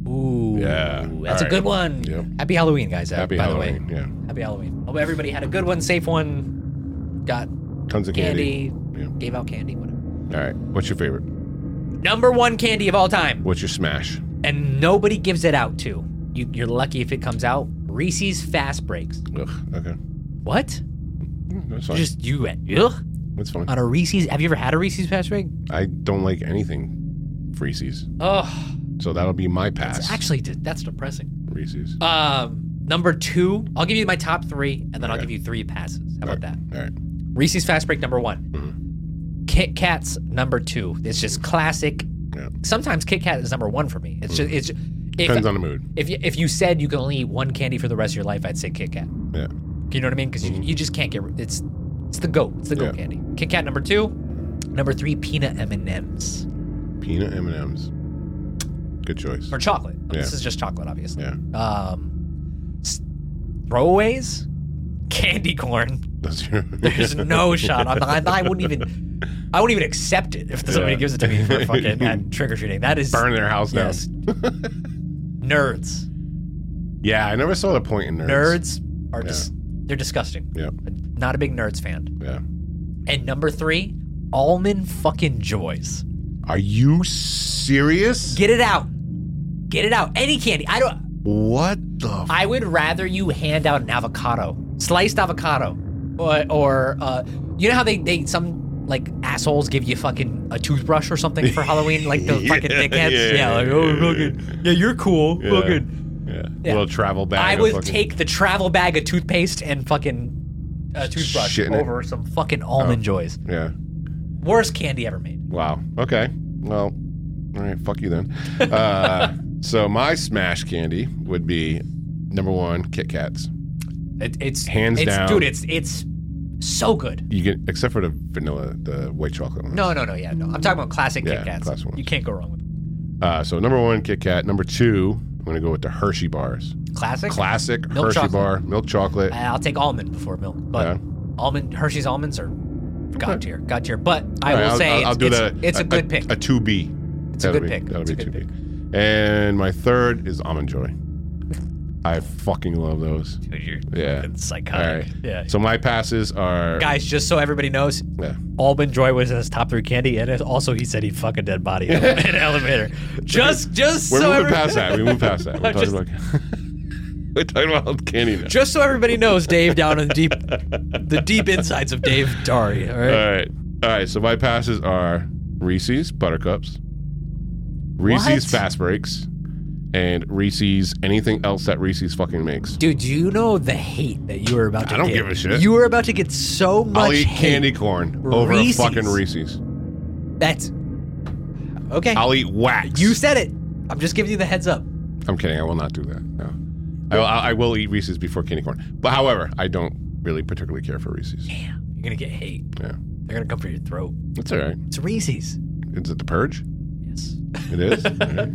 B: Ooh.
E: Yeah,
B: That's
E: all
B: a good
E: right.
B: one.
E: Yep.
B: Happy Halloween, guys. uh,
E: Happy
B: by
E: Halloween!
B: the way.
E: Yeah,
B: Happy Halloween. Hope everybody had a good one, safe one. Got
E: tons of candy.
B: candy, gave out candy, whatever.
E: All right, what's your favorite?
B: Number one candy of all time.
E: What's your smash?
B: and nobody gives it out to. You, you're lucky if it comes out. Reese's Fast Breaks.
E: Ugh, okay, Mm,
B: What?
E: that's
B: You
E: fine.
B: Just uh, you went ugh
E: that's fine.
B: on a Reese's. Have you ever had a Reese's Fast Break?
E: I don't like anything Reese's,
B: Oh,
E: so that'll be my pass.
B: actually, d- that's depressing.
E: Reese's.
B: Um, number two, I'll give you my top three, and then I'll give you three passes. How about that?
E: All right,
B: Reese's Fast Break number one.
E: Mm-hmm.
B: Kit Kat's number two. It's just classic.
E: Yeah. Mm-hmm.
B: Sometimes Kit Kat is number one for me. It's just it's
E: Depends on the mood.
B: If you, if you said you can only eat one candy for the rest of your life, I'd say Kit Kat.
E: Yeah.
B: You know what I mean? Because you, you just can't get rid- it's it's the goat. It's the goat
E: Mm-hmm. Yeah.
B: candy. Kit Kat number two, number three peanut M and M's
E: Peanut M and M's. Good choice.
B: or chocolate. This
E: Yeah.
B: is just chocolate, obviously.
E: Yeah.
B: Um, s- throwaways, candy corn.
E: That's your.
B: There's no shot. I'm, I, I wouldn't even. I wouldn't even accept it if somebody
E: Yeah.
B: gives it to me for fucking at trick or treating. That is
E: burn their house down.
B: yes. nerds.
E: Yeah, I never saw the point in nerds.
B: Nerds are just they're disgusting.
E: Yep.
B: Not a big nerds fan.
E: Yeah.
B: And number three, almond fucking joys.
E: Are you serious?
B: Get it out. Get it out. Any candy. I don't.
E: What the?
B: I would rather you hand out an avocado, sliced avocado, or, or uh, you know how they, they some like assholes give you fucking a toothbrush or something for Halloween, like the
E: Yeah,
B: fucking dickheads.
E: yeah,
B: Yeah, like oh,
E: yeah,
B: fucking, yeah, you're cool,
E: Yeah.
B: fucking.
E: yeah.
B: Yeah.
E: Little travel bag.
B: I
E: of
B: would
E: fucking-
B: take the travel bag of toothpaste and fucking uh, toothbrush
E: Shit in it. Oh.
B: over some fucking almond joys.
E: Yeah.
B: Worst candy ever made.
E: Wow. Okay. Well, all right. Fuck you then. Uh, so my smash candy would be number one Kit Kats.
B: It, it's
E: Hands
B: it's,
E: down.
B: dude. It's it's so good.
E: You get except for the vanilla, the white chocolate one.
B: No, no, no. Yeah, no. I'm talking about classic
E: Yeah,
B: Kit Kats.
E: classic ones.
B: You can't go wrong with them.
E: Uh, so number one Kit Kat. Number two, I'm gonna go with the Hershey bars.
B: classic.
E: Classic
B: Milk
E: Hershey
B: chocolate.
E: bar, milk chocolate.
B: I'll take almond before milk, but
E: Yeah.
B: almond Hershey's almonds are god tier, god tier. But I
E: All right,
B: will
E: I'll-
B: say
E: I'll,
B: it's,
E: I'll do
B: it's,
E: the,
B: it's a, good pick.
E: A two B.
B: It's a good pick.
E: That'll
B: It's
E: be
B: a
E: two
B: good
E: B. And my third is almond joy. I fucking love those.
B: Dude, you're
E: Yeah.
B: fucking
E: All
B: psychotic.
E: right.
B: Yeah.
E: So my passes are.
B: Guys, just so everybody knows,
E: Yeah.
B: Almond Joy was in his top three candy, and it- also he said he'd fuck a dead body in an elevator. Just, just
E: We're
B: so
E: moving
B: every-
E: past that. We move past that. We're
B: I'm
E: talking
B: just-
E: about. We're talking about candy now.
B: just so everybody knows, Dave down in the deep, the deep insides of Dave Dari. All right.
E: All right. All right. So my passes are Reese's Buttercups, Reese's
B: What?
E: Fast Breaks, and Reese's anything else that Reese's fucking makes.
B: Dude, do you know the hate that you were about to get?
E: I don't give a shit.
B: You were about to get so much
E: I'll eat
B: hate.
E: candy corn over a
B: Reese's.
E: fucking Reese's.
B: That's okay.
E: I'll eat wax.
B: you said it. I'm just giving you the heads up.
E: I'm kidding. I will not do that. No. I, I, I will eat Reese's before candy corn. But however, I don't really particularly care for Reese's.
B: Damn, you're gonna get hate.
E: Yeah.
B: They're gonna come for your throat.
E: That's all right.
B: It's Reese's.
E: Is it the purge?
B: Yes.
E: It is. All right.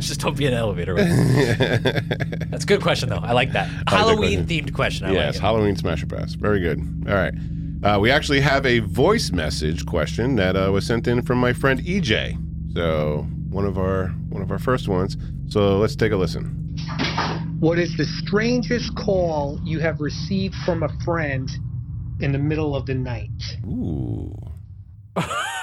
B: just don't be in an elevator. With them. That's a good question though. I like that. Halloween themed question. I
E: yes,
B: like it.
E: Halloween smash or pass. Very good. All right. Uh, we actually have a voice message question that uh, was sent in from my friend EJ. So one of our one of our first ones. So let's take a listen.
G: What is the strangest call you have received from a friend in the middle of the night?
E: Ooh.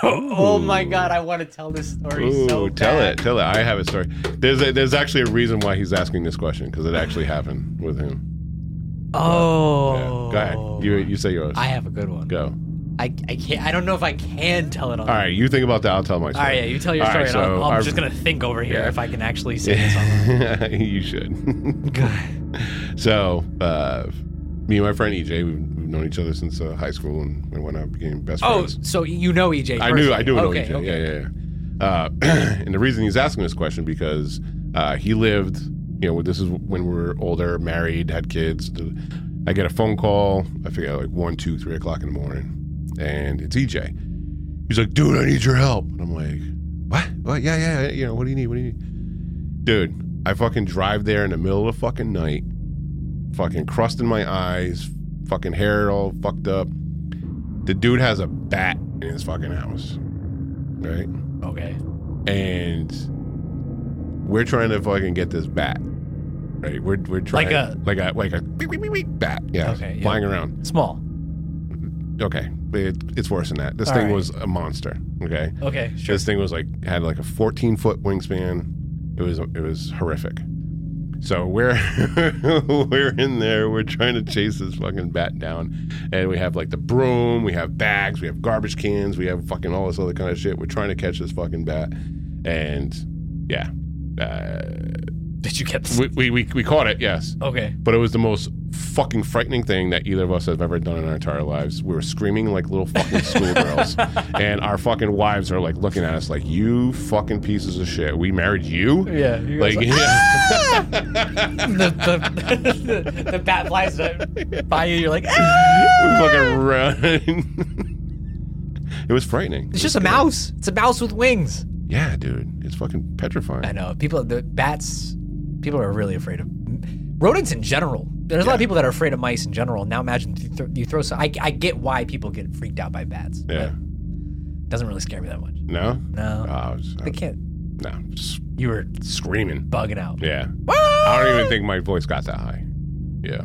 B: Oh my god, I want to tell this story
E: Ooh,
B: so
E: tell
B: bad.
E: it, tell it. I have a story. There's a, there's actually a reason why he's asking this question because it actually happened with him. Yeah.
B: Oh.
E: Go ahead. You you say yours.
B: I have a good one.
E: Go.
B: I, I can't. I don't know if I can tell it on.
E: All right. You think about that. I'll tell my
B: All
E: story.
B: right, yeah, you tell your
E: All
B: story,
E: right,
B: and
E: so
B: I'll, I'm
E: our-
B: just gonna think over here
E: Yeah.
B: if I can actually say this. On
E: you should. So, uh, me and my friend EJ, we've, we've known each other since uh, high school and, and when I became best
B: oh,
E: friends.
B: so you know EJ?
E: I knew, E
B: personally.
E: I do know
B: Okay,
E: EJ.
B: okay.
E: Yeah, yeah, yeah. Uh, and the reason he's asking this question because uh, he lived, you know, this is when we were older, married, had kids. I get a phone call, I forget, like one, two, three o'clock in the morning, and it's EJ. He's like, dude, I need your help. And I'm like, what? What? Yeah, yeah, yeah. You know, what do you need? What do you need? Dude, I fucking drive there in the middle of the fucking night, fucking crust in my eyes, fucking hair all fucked up. The dude has a bat in his fucking house, right?
B: Okay.
E: And we're trying to fucking get this bat, right? We're we're trying
B: Like a-
E: like a like a beep, beep, beep, beep, bat, yeah,
B: Okay, yeah.
E: flying around.
B: Small.
E: Okay, it, it's worse than that. This
B: All
E: thing
B: right.
E: was a monster. Okay,
B: Okay. Sure.
E: this thing was like had like a 14 foot wingspan. It was it was horrific. So we're we're in there. We're trying to chase this fucking bat down, and we have like the broom, we have bags, we have garbage cans, we have fucking all this other kind of shit. We're trying to catch this fucking bat, and yeah, uh,
B: Did you get? This?
E: we, we we we caught it. Yes,
B: Okay.
E: but it was the most fucking frightening thing that either of us have ever done in our entire lives. We were screaming like little fucking schoolgirls, and our fucking wives are like looking at us like, "You fucking pieces of shit. We married you."
B: Yeah, you guys
E: Like,
B: are-
E: yeah.
B: the, the, the bat flies by you. You're like, "Ah!"
E: we fucking run. it was frightening.
B: it's just a mouse. It's a mouse with wings.
E: Yeah, dude, it's fucking petrifying.
B: I know people. The bats. People are really afraid of rodents in general. There's a lot of people that are afraid of mice in general. Now imagine you, throw you throw some. I, I get why people get freaked out by bats. but
E: Yeah.
B: it doesn't really scare me that much.
E: No.
B: No,
E: Oh, I was, I
B: they
E: was-
B: can't.
E: no, just
B: You were
E: screaming.
B: bugging out.
E: Yeah. I don't even think my voice got that high. Yeah.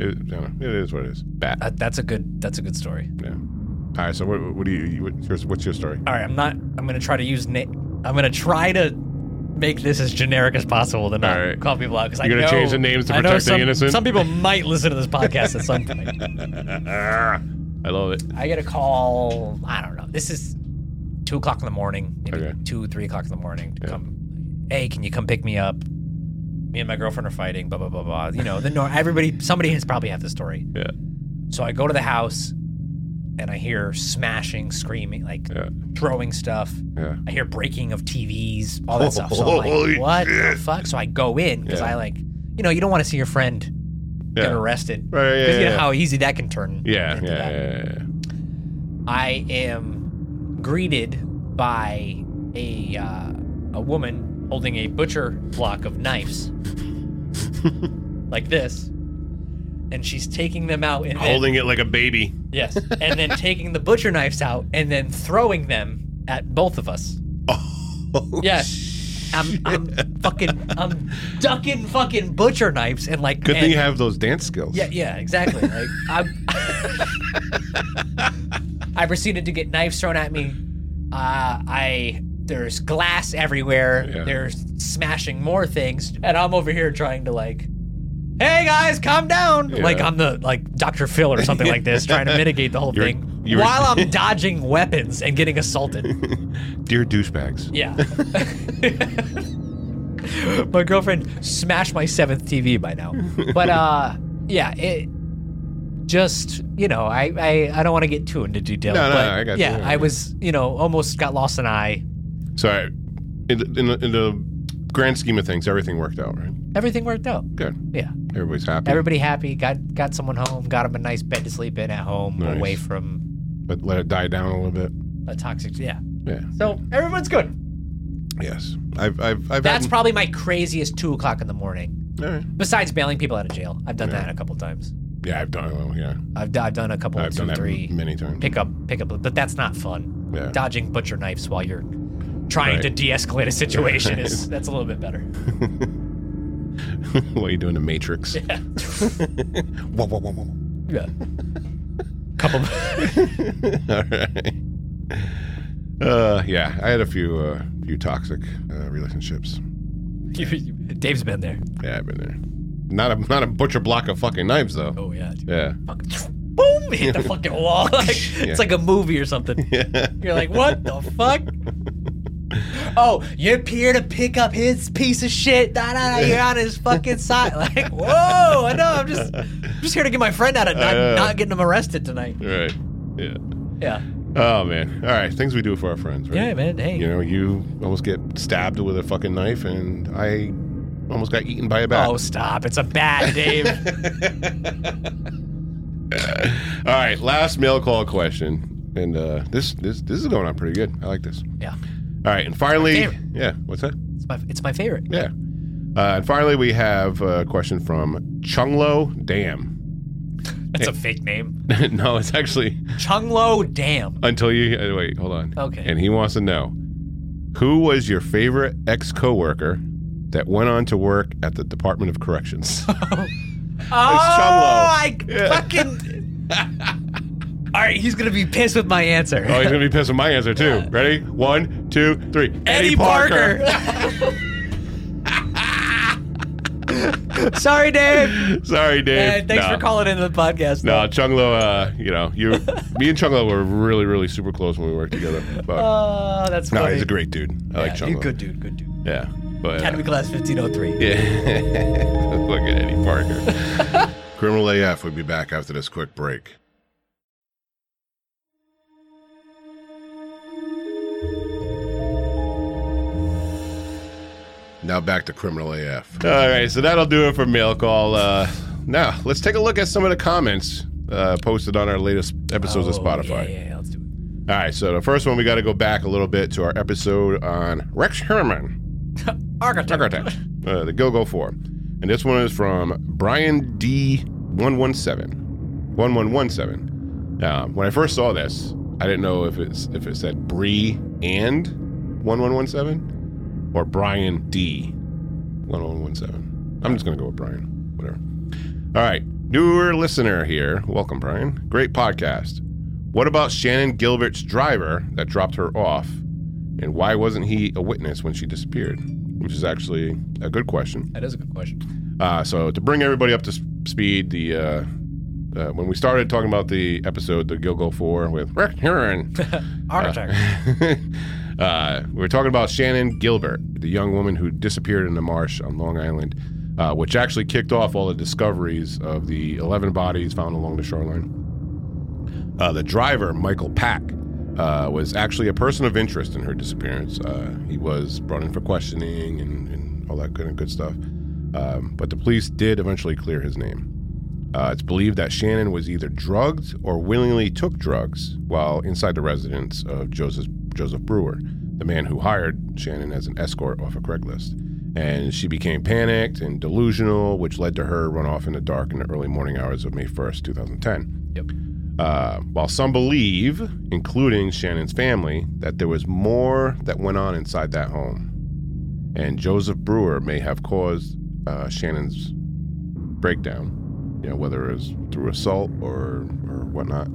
E: It, you know, it is what it is. Bat.
B: That, that's a good. That's a good story.
E: Yeah. All right. So what, what do you? you- What's your, what's your story?
B: All right, I'm not. I'm gonna try to use. Na- I'm gonna try to make this as generic as possible to not
E: All right.
B: call people out because I
E: You're
B: know.
E: gonna change the names to
B: I know
E: protect the
B: some-
E: innocent?
B: Some people might listen to this podcast at some point.
E: I love it.
B: I get a call. I don't know. This is two o'clock in the morning, maybe
E: Okay.
B: two, three o'clock in the morning. To come, hey, can you come pick me up? Me and my girlfriend are fighting. Blah blah blah blah. You know, the nor- everybody, somebody has probably had this story.
E: Yeah.
B: So I go to the house, and I hear smashing, screaming, like
E: Yeah.
B: throwing stuff.
E: Yeah.
B: I hear breaking of TVs, all that stuff. So I'm
E: Holy
B: like, what the fuck? So I go in because
E: Yeah.
B: I like, you know, you don't want to see your friend get
E: Yeah.
B: arrested.
E: Right, yeah,
B: Because you
E: yeah.
B: know how easy that can turn.
E: Yeah. Yeah.
B: into
E: Yeah.
B: that.
E: yeah, yeah.
B: I am greeted by a uh, a woman holding a butcher block of knives, like this, and she's taking them out and then-
E: Holding it like a baby.
B: yes, and then taking the butcher knives out and then throwing them at both of us.
F: Oh,
B: Yes. I'm, I'm fucking I'm ducking fucking butcher knives and like
E: Good
B: and-
E: thing you have those dance skills.
B: yeah, yeah, exactly. Like I'm, I proceeded to get knives thrown at me. Uh, I there's glass everywhere.
E: Yeah.
B: There's smashing more things, and I'm over here trying to like, hey guys, calm down. Like
E: Yeah.
B: I'm the like Dr. Phil or something like this, trying to mitigate the whole
E: You're-
B: thing
E: you're-
B: while I'm dodging weapons and getting assaulted.
E: Dear douchebags.
B: Yeah. my girlfriend smashed my seventh TV by now. But uh yeah, it just you know, I I, I don't want to get too into detail.
E: No, no,
B: but
E: I got you.
B: yeah, I was you know almost got lost an eye.
E: Sorry. In the, in, the, in the grand scheme of things, everything worked out, right?
B: Everything worked out.
E: Good.
B: Yeah,
E: Everybody's happy.
B: everybody happy. Got got someone home. Got him a nice bed to sleep in at home,
E: Nice.
B: away from
E: but let it die down a little bit.
B: a toxic. Yeah.
E: Yeah.
B: So everyone's good.
E: Yes. I've I've I've
B: That's
E: had,
B: probably my craziest two o'clock in the morning.
E: All right.
B: Besides bailing people out of jail, I've done that a couple times.
E: Yeah, I've done. Well, yeah,
B: I've, I've done a couple,
E: I've
B: two,
E: done that
B: three.
E: many times.
B: pick up pick up but that's not fun
E: Yeah.
B: dodging butcher knives while you're trying
E: Right.
B: to de-escalate a situation is that's a little bit better
E: what are you doing, The Matrix? whoa, whoa, whoa, whoa.
B: yeah couple
E: All right. Uh, yeah, I had a few uh, few toxic uh, relationships.
B: you, you- dave's been there
E: Yeah, I've been there. Not a not a butcher block of fucking knives though.
B: oh yeah dude.
E: Yeah.
B: Fuck, boom hit the fucking wall like, it's like a movie or something you're like what the fuck oh you're here to pick up his piece of shit da, da, da, you're on his fucking side like whoa i know i'm just I'm just here to get my friend out of not,
E: know.
B: not getting him arrested tonight
E: Right. Yeah.
B: yeah
E: Oh man. All right, things we do for our friends. Right?
B: yeah man hey
E: You know, you almost get stabbed with a fucking knife, and I almost got eaten by a bat.
B: Oh, stop. It's a bat, Dave.
E: All right, last mail call question, and uh, this this this is going on pretty good. I like this.
B: yeah.
E: All right, and finally,
B: favorite.
E: yeah, what's that?
B: It's my, it's my favorite.
E: Yeah, uh, and finally, we have a question from Chunglo Dam.
B: That's a fake name.
E: no, it's actually
B: Chunglo Dam.
E: until you uh, wait. Hold on.
B: Okay.
E: And he wants to know who was your favorite ex coworker that went on to work at the Department of Corrections.
B: Oh, I fucking. All right, he's going to be pissed with my answer.
E: Oh, he's gonna be pissed with my answer too. Ready? One, two, three.
B: Eddie, Parker. Sorry, Dave.
E: Sorry, Dave.
B: And thanks
E: No.
B: for calling into the podcast.
E: No, Chung Lo, uh, you know, you, me and Chung Lo were really, really super close when we worked together. But
B: Oh, that's
E: no,
B: funny.
E: he's a great dude. I like
B: Yeah,
E: Chung
B: you
E: Lo.
B: good dude, good dude.
E: Yeah, but uh,
B: oh Academy Class 1503.
E: yeah, look at Eddie Parker.
A: Criminal AF will be back after this quick break. Now back to Criminal AF.
E: All right, so that'll do it for mail call. Uh, now let's take a look at some of the comments uh, posted on our latest episodes of
B: Oh,
E: Spotify.
B: Yeah, yeah, let's do it.
E: All right, so the first one we got to go back a little bit to our episode on Rex Herman,
B: Architect.
E: architect, uh, the Go Go Four, and this one is from Brian D one one seven, one one one seven. Uh, When I first saw this, I didn't know if it's if it said Bree and one one one seven or Brian D one one one seven. I'm just gonna go with Brian, whatever. All right, newer listener here, welcome Brian. Great podcast. What about Shannon Gilbert's driver that dropped her off? And why wasn't he a witness when she disappeared? Which is actually a good question.
B: That is a good question.
E: Uh, so to bring everybody up to s- speed, the uh, uh, when we started talking about the episode, the Gilgo Four with Rick Heron,
B: Architect.
E: uh, we were talking about Shannon Gilbert, the young woman who disappeared in the marsh on Long Island, uh, which actually kicked off all the discoveries of the 11 bodies found along the shoreline. Uh, the driver, Michael Pack, uh, was actually a person of interest in her disappearance. Uh, he was brought in for questioning and, and all that good and good stuff. Um, but the police did eventually clear his name. Uh, it's believed that Shannon was either drugged or willingly took drugs while inside the residence of Joseph Joseph Brewer, the man who hired Shannon as an escort off of Craigslist. And she became panicked and delusional, which led to her run off in the dark in the early morning hours of May 1st, 2010.
B: Yep.
E: Uh, while some believe, including Shannon's family, that there was more that went on inside that home. And Joseph Brewer may have caused uh, Shannon's breakdown you know, whether it was through assault or, or whatnot.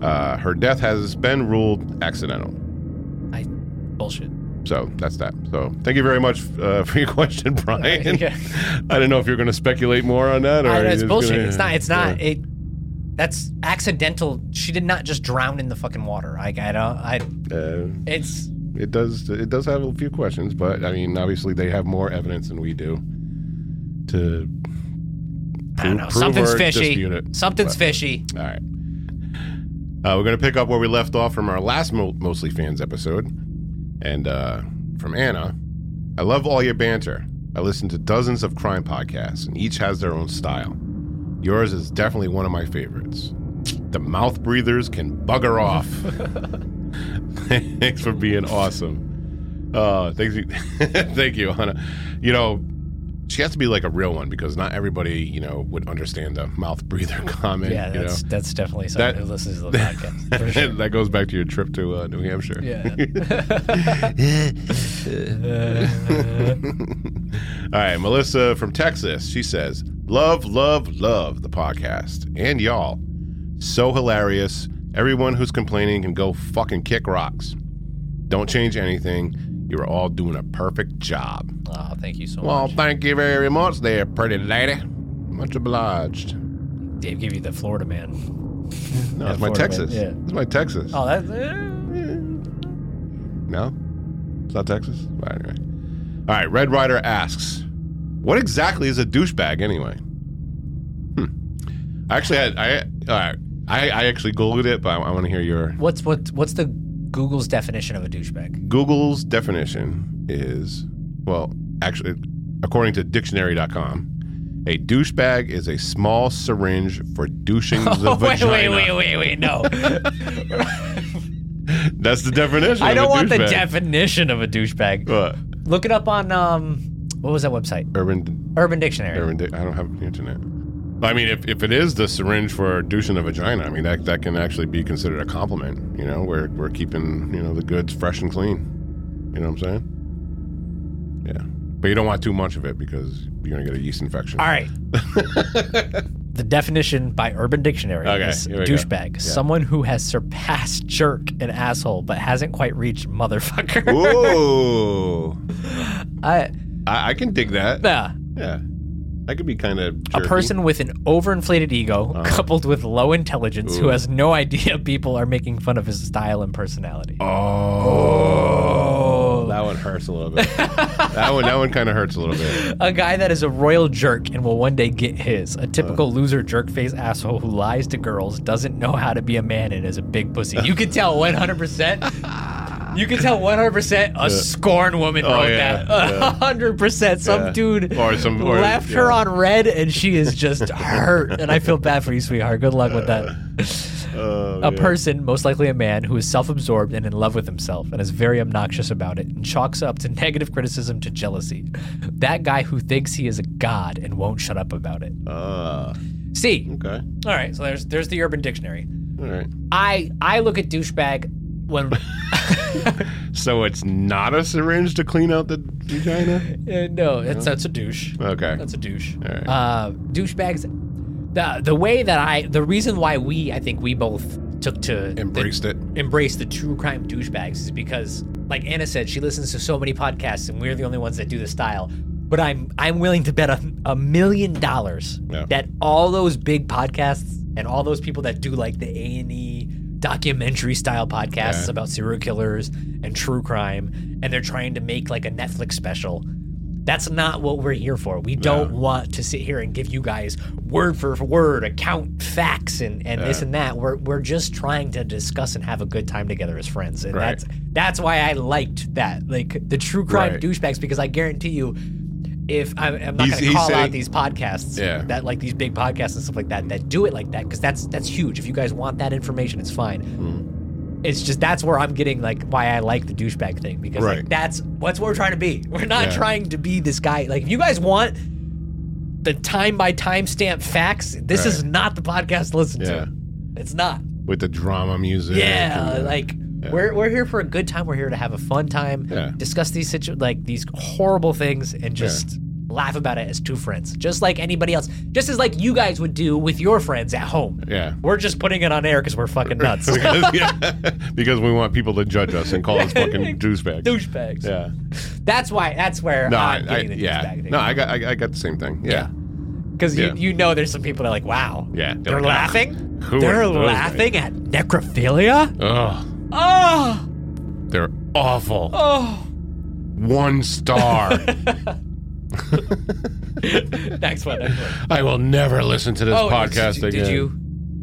E: Uh, her death has been ruled accidental.
B: I bullshit.
E: So that's that. So thank you very much uh, for your question, Brian.
B: Yeah.
E: I don't know if you're going to speculate more on that or
B: I,
E: you're
B: it's
E: just
B: bullshit.
E: gonna-
B: it's not. It's not.
E: Yeah.
B: It. That's accidental. She did not just drown in the fucking water. I, I don't. I.
E: Uh,
B: It's.
E: it does. It does have a few questions, but I mean, obviously they have more evidence than we do to
B: I don't
E: Prove-
B: know.
E: prove
B: Something's
E: or
B: fishy.
E: dispute it.
B: Something's fishy.
E: All right. Uh, we're going to pick up where we left off from our last Mo- Mostly Fans episode. And uh, from Anna I love all your banter. I listen to dozens of crime podcasts, and each has their own style. Yours is definitely one of my favorites. The mouth breathers can bugger off. Thanks for being awesome. Uh, thanks, thank you, Anna. You know, she has to be like a real one because not everybody, you know, would understand the mouth breather comment.
B: Yeah,
E: you know?
B: that's that's definitely someone
E: That-
B: who listens to the podcast. For sure.
E: that goes back to your trip to uh, New Hampshire.
B: Yeah.
E: All right, Melissa from Texas. She says, "Love, love, love the podcast and y'all. So hilarious. Everyone who's complaining can go fucking kick rocks. Don't change anything. You are all doing a perfect job."
B: Oh, thank you so
E: Well,
B: much.
E: thank you very much, there, pretty lady. Much obliged.
B: Dave gave you the Florida man. Yeah,
E: No, it's my
B: Florida,
E: Texas.
B: yeah.
E: It's my Texas.
B: Oh, that's. eh.
E: No? It's not Texas? All right, anyway. All right, Red Rider asks, what exactly is a douchebag anyway? Hmm. I actually had, I, all right. I, I actually Googled it, but I, want to hear your.
B: What's what? What's the Google's definition of a douchebag?
E: Google's definition is, well, actually, according to dictionary.com, a douchebag is a small syringe for douching the
B: Oh, wait, wait,
E: vagina.
B: wait, wait, wait. No,
E: That's the definition.
B: I
E: of a
B: don't want the
E: douchebag.
B: definition of a douchebag.
E: What?
B: Look it up on um, what was that website?
E: Urban
B: Urban Dictionary.
E: Urban Dic- I don't have the internet. I mean, if, if it is the syringe for douching a vagina, I mean that that can actually be considered a compliment. You know, we're we're keeping you know the goods fresh and clean. You know what I'm saying? Yeah, but you don't want too much of it because you're gonna get a yeast infection.
B: All right. the definition by Urban Dictionary
E: Okay,
B: is
E: here we go.
B: douchebag, someone who has surpassed jerk and asshole but hasn't quite reached motherfucker.
E: Whoa,
B: I,
E: I, I can dig that.
B: nah.
E: Yeah, I could be kind of
B: A person with an overinflated ego coupled with low intelligence who
E: Uh-huh. Ooh.
B: has no idea people are making fun of his style and personality.
E: Oh, that one one hurts a little bit. that one, that one kind of hurts a little bit.
B: A guy that is a royal jerk and will one day get his. A
E: Uh.
B: typical loser jerk face asshole who lies to girls, doesn't know how to be a man, and is a big pussy. You could tell 100%. You could tell 100% a scorn woman wrote
E: Oh, yeah,
B: that. 100%. Some
E: Yeah.
B: dude
E: Or some- or-
B: left her
E: yeah.
B: on red and she is just hurt. And I feel bad for you, sweetheart. Good luck with that.
E: Oh,
B: A
E: yeah.
B: person, most likely a man, who is self absorbed and in love with himself and is very obnoxious about it and chalks up to negative criticism to jealousy. That guy who thinks he is a god and won't shut up about it.
E: Uh,
B: See,
E: okay.
B: all right, so there's there's the urban dictionary.
E: All right.
B: I I look at douchebag when
E: So it's not a syringe to clean out the vagina.
B: Uh, no, that's that's a douche.
E: Okay.
B: That's a douche.
E: All right.
B: Uh, douchebags. The the way that I the reason why we I think we both took to
A: Embraced it.
B: embrace the true crime douchebags is because, like Anna said, she listens to so many podcasts, and we're the only ones that do the style. But I'm I'm willing to bet a, a million dollars
E: Yeah.
B: that all those big podcasts and all those people that do like the A and E documentary style podcasts
E: Yeah.
B: about serial killers and true crime, and they're trying to make like a Netflix special. That's not what we're here for. We don't want to sit here and give you guys word for word, account facts, and, and this and that. We're we're just trying to discuss and have a good time together as friends, and
E: Right.
B: that's that's why I liked that, like the true crime
E: Right.
B: douchebags, because I guarantee you, if I, I'm not going
E: He's-
B: to
E: he's
B: call out
E: saying-
B: these podcasts,
E: Yeah.
B: that like these big podcasts and stuff like that, that do it like that, because that's that's huge. If you guys want that information, it's fine it's just that's where I'm getting like why I like the douchebag thing because like,
E: Right.
B: that's what's what we're trying to be. We're not
E: Yeah.
B: trying to be this guy. Like if you guys want the time by time stamp facts, this is not the podcast to listen
E: Yeah.
B: to. It's not.
E: With the drama music.
B: Yeah,
E: and the-
B: like we're we're here for a good time. We're here to have a fun time,
E: Yeah.
B: discuss these situ- like these horrible things, and just laugh about it as two friends, just like anybody else, just as like you guys would do with your friends at home.
E: Yeah.
B: We're just putting it on air because we're fucking nuts,
E: because, yeah, because we want people to judge us and call us fucking douchebags.
B: douchebags.
E: Yeah.
B: That's why. That's where
E: No, I,
B: I'm
E: I-
B: getting the
E: yeah.
B: douchebag
E: No, I got, I, I got the same thing. Yeah.
B: because
E: yeah.
B: you, you know there's some people that are like, wow,
E: Yeah,
B: they're,
E: they're like,
B: laughing.
E: who
B: they're
E: are those
B: laughing at necrophilia.
E: Ugh, Uh.
B: Oh,
E: they're awful.
B: oh.
E: One star.
B: next one. Next one.
E: I will never listen to this
B: Oh,
E: podcast
B: did, you-
E: again.
B: did you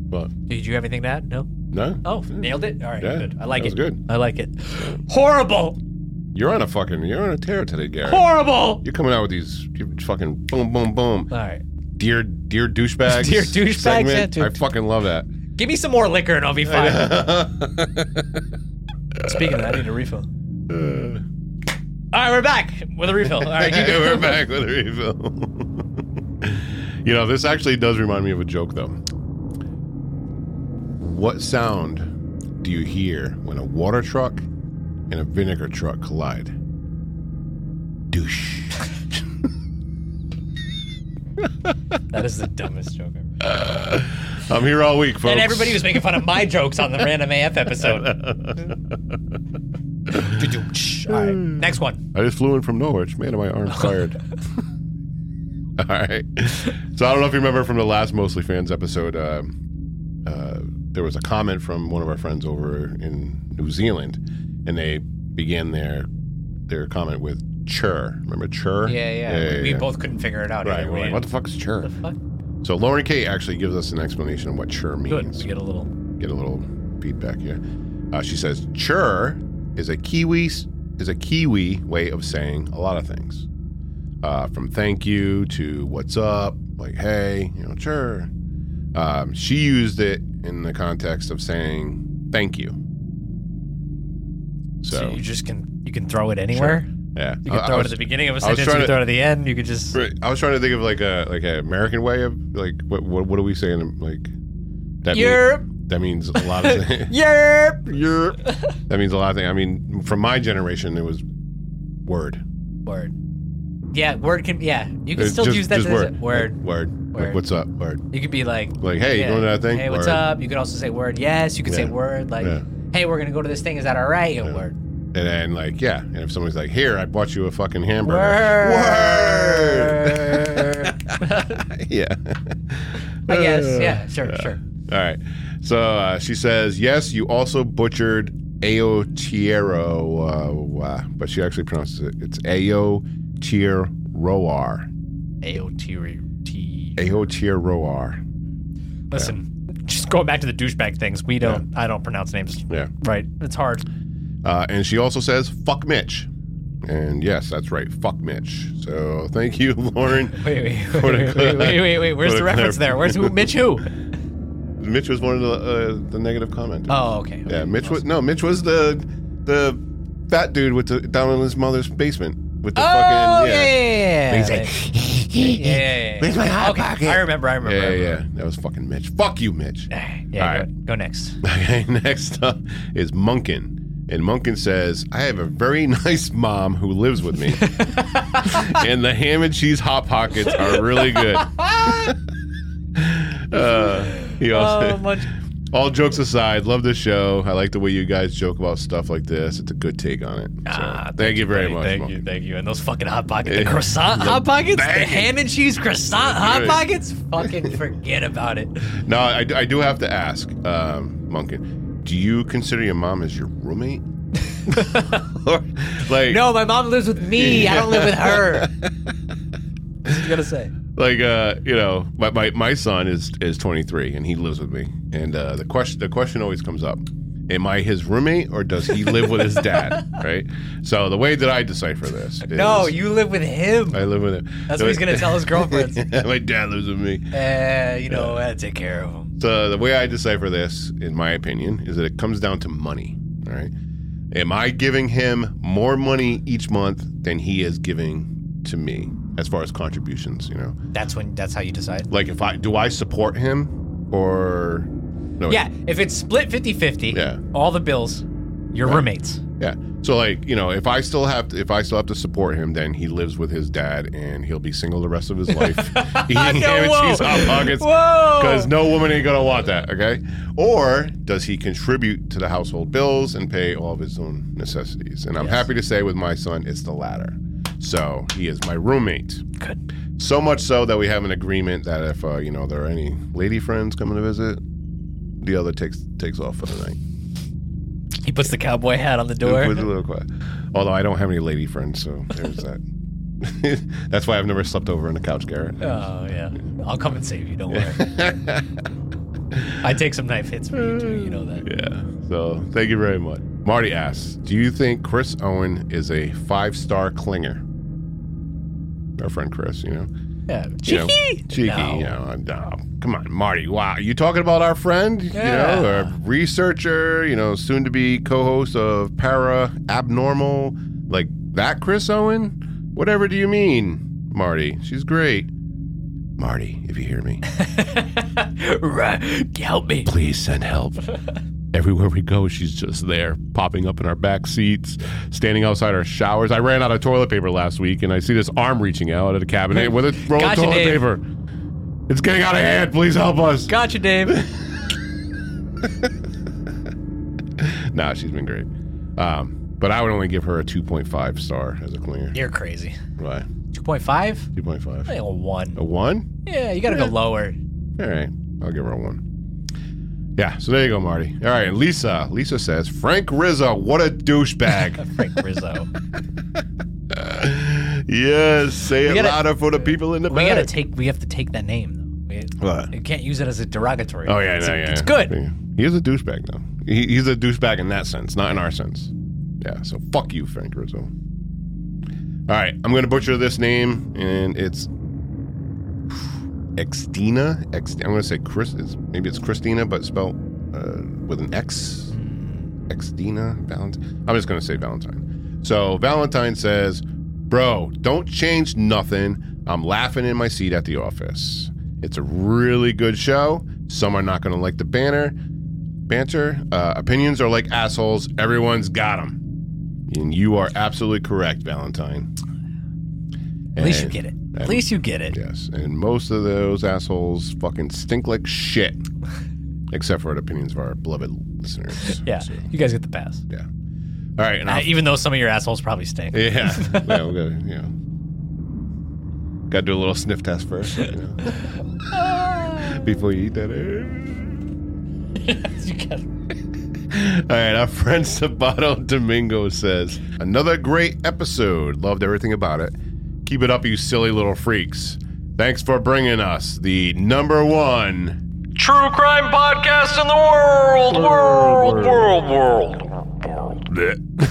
E: But,
B: did you have anything to add? No.
E: no.
B: Oh, nailed it. All right,
E: Mm-hmm. Yeah,
B: good. I like
E: that was
B: it.
E: good.
B: I like it. Horrible,
E: You're on a fucking. You're on a tear today, Gary.
B: horrible.
E: You're coming out with these you fucking boom, boom, boom.
B: All right,
E: Dear, dear douchebags.
B: Dear douchebags,
E: segment.
B: yeah, dude.
E: I fucking love that.
B: give me some more liquor and I'll be fine. Speaking of that, I need a refill.
E: Uh.
B: All right, we're back with a refill. All right, keep
E: We're
B: going.
E: back with a refill. you know, this actually does remind me of a joke, though. What sound do you hear when a water truck and a vinegar truck collide? Douche.
B: that is the dumbest joke ever.
E: I'm here all week, folks.
B: And everybody was making fun of my jokes on the random AF episode. All right, next one.
E: I just flew in from Norwich. Man, are my arms tired. All right. So I don't know if you remember from the last Mostly Fans episode, uh, uh, there was a comment from one of our friends over in New Zealand, and they began their their comment with "chur." Remember "chur"?
B: Yeah, yeah. we, we
E: yeah.
B: both couldn't figure it out.
E: Right.
B: either
E: We're
B: way.
E: like, what the fuck is "chur"?
B: fuck?
E: So Lauren Kate actually gives us an explanation of what "chur"
B: Good.
E: means
B: We get a little.
E: get a little feedback here. Uh, she says, "Chur is a Kiwi is a Kiwi way of saying a lot of things, uh, from thank you to what's up, like hey, you know, chur." Um, she used it in the context of saying thank you. So,
B: So, you just can you can throw it anywhere.
E: yeah,
B: You can
E: I- I
B: throw it
E: was-
B: at the beginning of a
E: I was
B: sentence. You can
E: trying to-
B: throw it at the end. You could just.
E: Right. I was trying to think of like a like an American way of like what what, what do we say in like that mean-
B: Yerp.
E: that means a lot of things.
B: Yerp.
E: Yerp. that means a lot of things. I mean, from my generation, it was word.
B: Word. Yeah, word can. Yeah, you can
E: It's
B: still
E: just-
B: use that
E: just
B: as a-
E: word.
B: word.
E: Like, word. Like,
B: Word.
E: what's up? Word.
B: You could be like,
E: Like, hey,
B: yeah,
E: you going to that thing?
B: Hey, what's
E: Word.
B: up? You could also say word. Yes, you could say
E: Yeah.
B: word. Like,
E: Yeah.
B: hey, we're gonna go to this thing. Is that all right? Yeah, Word.
E: And then, like, yeah. And if somebody's like, here, I bought you a fucking hamburger.
B: Word.
E: Word. yeah.
B: I guess. Yeah. Sure. Sure.
E: All right. So uh, she says, yes, you also butchered Aotearoa, uh, but she actually pronounces it. It's Aotearoa.
B: AOT.
E: Aotearoa.
B: Listen, just going back to the douchebag things, we don't, I don't pronounce names
E: Yeah.
B: right. It's hard.
E: Uh, and she also says, fuck Mitch. And yes, that's right. Fuck Mitch. So thank you, Lauren.
B: Wait, wait,
E: What a
B: wait, wait, wait, wait, wait. Where's
E: what a
B: the reference
E: clar-
B: there? Where's who, Mitch who?
E: Mitch was one of the, uh, the negative commenters.
B: Oh, okay.
E: Yeah, Mitch was no, Mitch was the the fat dude with the down in his mother's basement with the
B: Oh,
E: fucking
B: yeah, yeah, yeah, yeah. yeah, yeah, yeah.
E: Where's my hot
B: okay.
E: pocket?
B: I remember, I remember. I
E: yeah, yeah,
B: remember.
E: yeah. That was fucking Mitch. Fuck you, Mitch.
B: Yeah,
E: All
B: go,
E: right.
B: go next.
E: Okay, next up is Munkin. And Munkin says, I have a very nice mom who lives with me. and the ham and cheese hot pockets are really good. uh, he also,
B: Oh, much.
E: all jokes aside, love the show. I like the way you guys joke about stuff like this. It's a good take on it. So,
B: Ah,
E: thank, you very
B: buddy.
E: much.
B: Thank
E: Munkin.
B: you, thank you. And those fucking hot pockets, the
E: Yeah.
B: croissant hot pockets, the
E: banging.
B: ham and cheese croissant hot
E: Good.
B: pockets. Fucking forget about it.
E: No, I, I do have to ask, um, Munkin, do you consider your mom as your roommate? Or, like,
B: No, my mom lives with me. I don't live with her. That's what you gotta say.
E: like uh, you know, my, my, my son is is 23 and he lives with me, and uh, the question the question always comes up: Am I his roommate or does he live with his dad? Right. So the way that I decipher this, is
B: No, you live with him.
E: I live with him.
B: That's what he's gonna tell his girlfriends.
E: my dad lives with me.
B: Eh, you know, I take care of him.
E: So the way I decipher this, in my opinion, is that it comes down to money. All right. Am I giving him more money each month than he is giving to me as far as contributions? You know,
B: That's when. That's how you decide.
E: like if I do I support him or no?
B: Yeah, if it's split 50-50,
E: Oh, Yeah.
B: all the bills, your roommates.
E: yeah. So like you know, if I still have to, if I still have to support him, then he lives with his dad and he'll be single the rest of his life, eating ham and
B: whoa.
E: cheese hot pockets.
B: Whoa.
E: Because no woman ain't gonna want that, okay? Or does he contribute to the household bills and pay all of his own necessities? And I'm happy to say with my son, it's the latter. So he is my roommate.
B: Good.
E: So much so that we have an agreement that if uh, you know there are any lady friends coming to visit, the other takes takes off for the night.
B: He puts the cowboy hat on the door.
E: With a little quiet. Although I don't have any lady friends, so there's that. That's why I've never slept over on the couch, Garrett.
B: Oh yeah, I'll come and save you. Don't worry. I take some knife hits for you too. You know that.
E: Yeah. So thank you very much. Marty asks, do you think Chris Owen is a five star clinger? Our friend Chris, you know.
B: Yeah.
E: You know,
B: Cheeky.
E: cheeky.
B: No.
E: You know, no. Come on, Marty. Wow. You talking about our friend? You know,
B: Yeah.
E: a researcher, you know, soon to be co host of Para Abnormal. Like that, Chris Owen? Whatever do you mean, Marty? She's great. Marty, if you hear me,
B: Right. Help me.
E: please send help. Everywhere we go, she's just there, popping up in our back seats, standing outside our showers. I ran out of toilet paper last week, and I see this arm reaching out at a cabinet with a roll
B: Gotcha,
E: of toilet
B: Dave.
E: paper. It's getting out of hand. Please help us.
B: Gotcha, Dave.
E: Nah, she's been great. Um, but I would only give her a 2.5 star as a clinger.
B: You're crazy.
E: Why?
B: Two point five.
E: 2.5.
B: A one.
E: A one?
B: Yeah, you gotta go lower.
E: All right. I'll give her a one. Yeah, so there you go, Marty. All right, Lisa. Lisa says, Frank Rizzo, what a douchebag.
B: Frank Rizzo.
E: yes, say it
B: gotta-
E: louder for the people in the
B: we
E: back.
B: gotta take. We have to take that name though. We,
E: What?
B: you can't use it as a derogatory.
E: Oh yeah,
B: it's,
E: no, yeah.
B: It's good.
E: He is a douchebag though. He, he's a douchebag in that sense, not in our sense. Yeah. So fuck you, Frank Rizzo. All right, I'm gonna butcher this name, and it's Extina. Ex, I'm gonna say Chris. It's, maybe it's Christina, but spelled uh, with an X.
B: Hmm.
E: Extina Valentine. I'm just gonna say Valentine. So Valentine says, "Bro, don't change nothing. I'm laughing in my seat at the office. It's a really good show. Some are not gonna like the banner banter. Uh, opinions are like assholes. Everyone's got them." And you are absolutely correct, Valentine.
B: At least you get it. At least you get it.
E: Yes, and most of those assholes fucking stink like shit, except for the opinions of our beloved listeners.
B: Yeah. You guys get the pass.
E: Yeah. All right, and
B: Uh,
E: I'll,
B: even though some of your assholes probably stink.
E: yeah, yeah, we gotta, you know, gotta do a little sniff test first, you know, before you eat that.
B: You gotta-
E: All right, our friend Sabato Domingo says, Another great episode. Loved everything about it. Keep it up, you silly little freaks. Thanks for bringing us the number one.
D: True crime podcast in the world. World, world, world.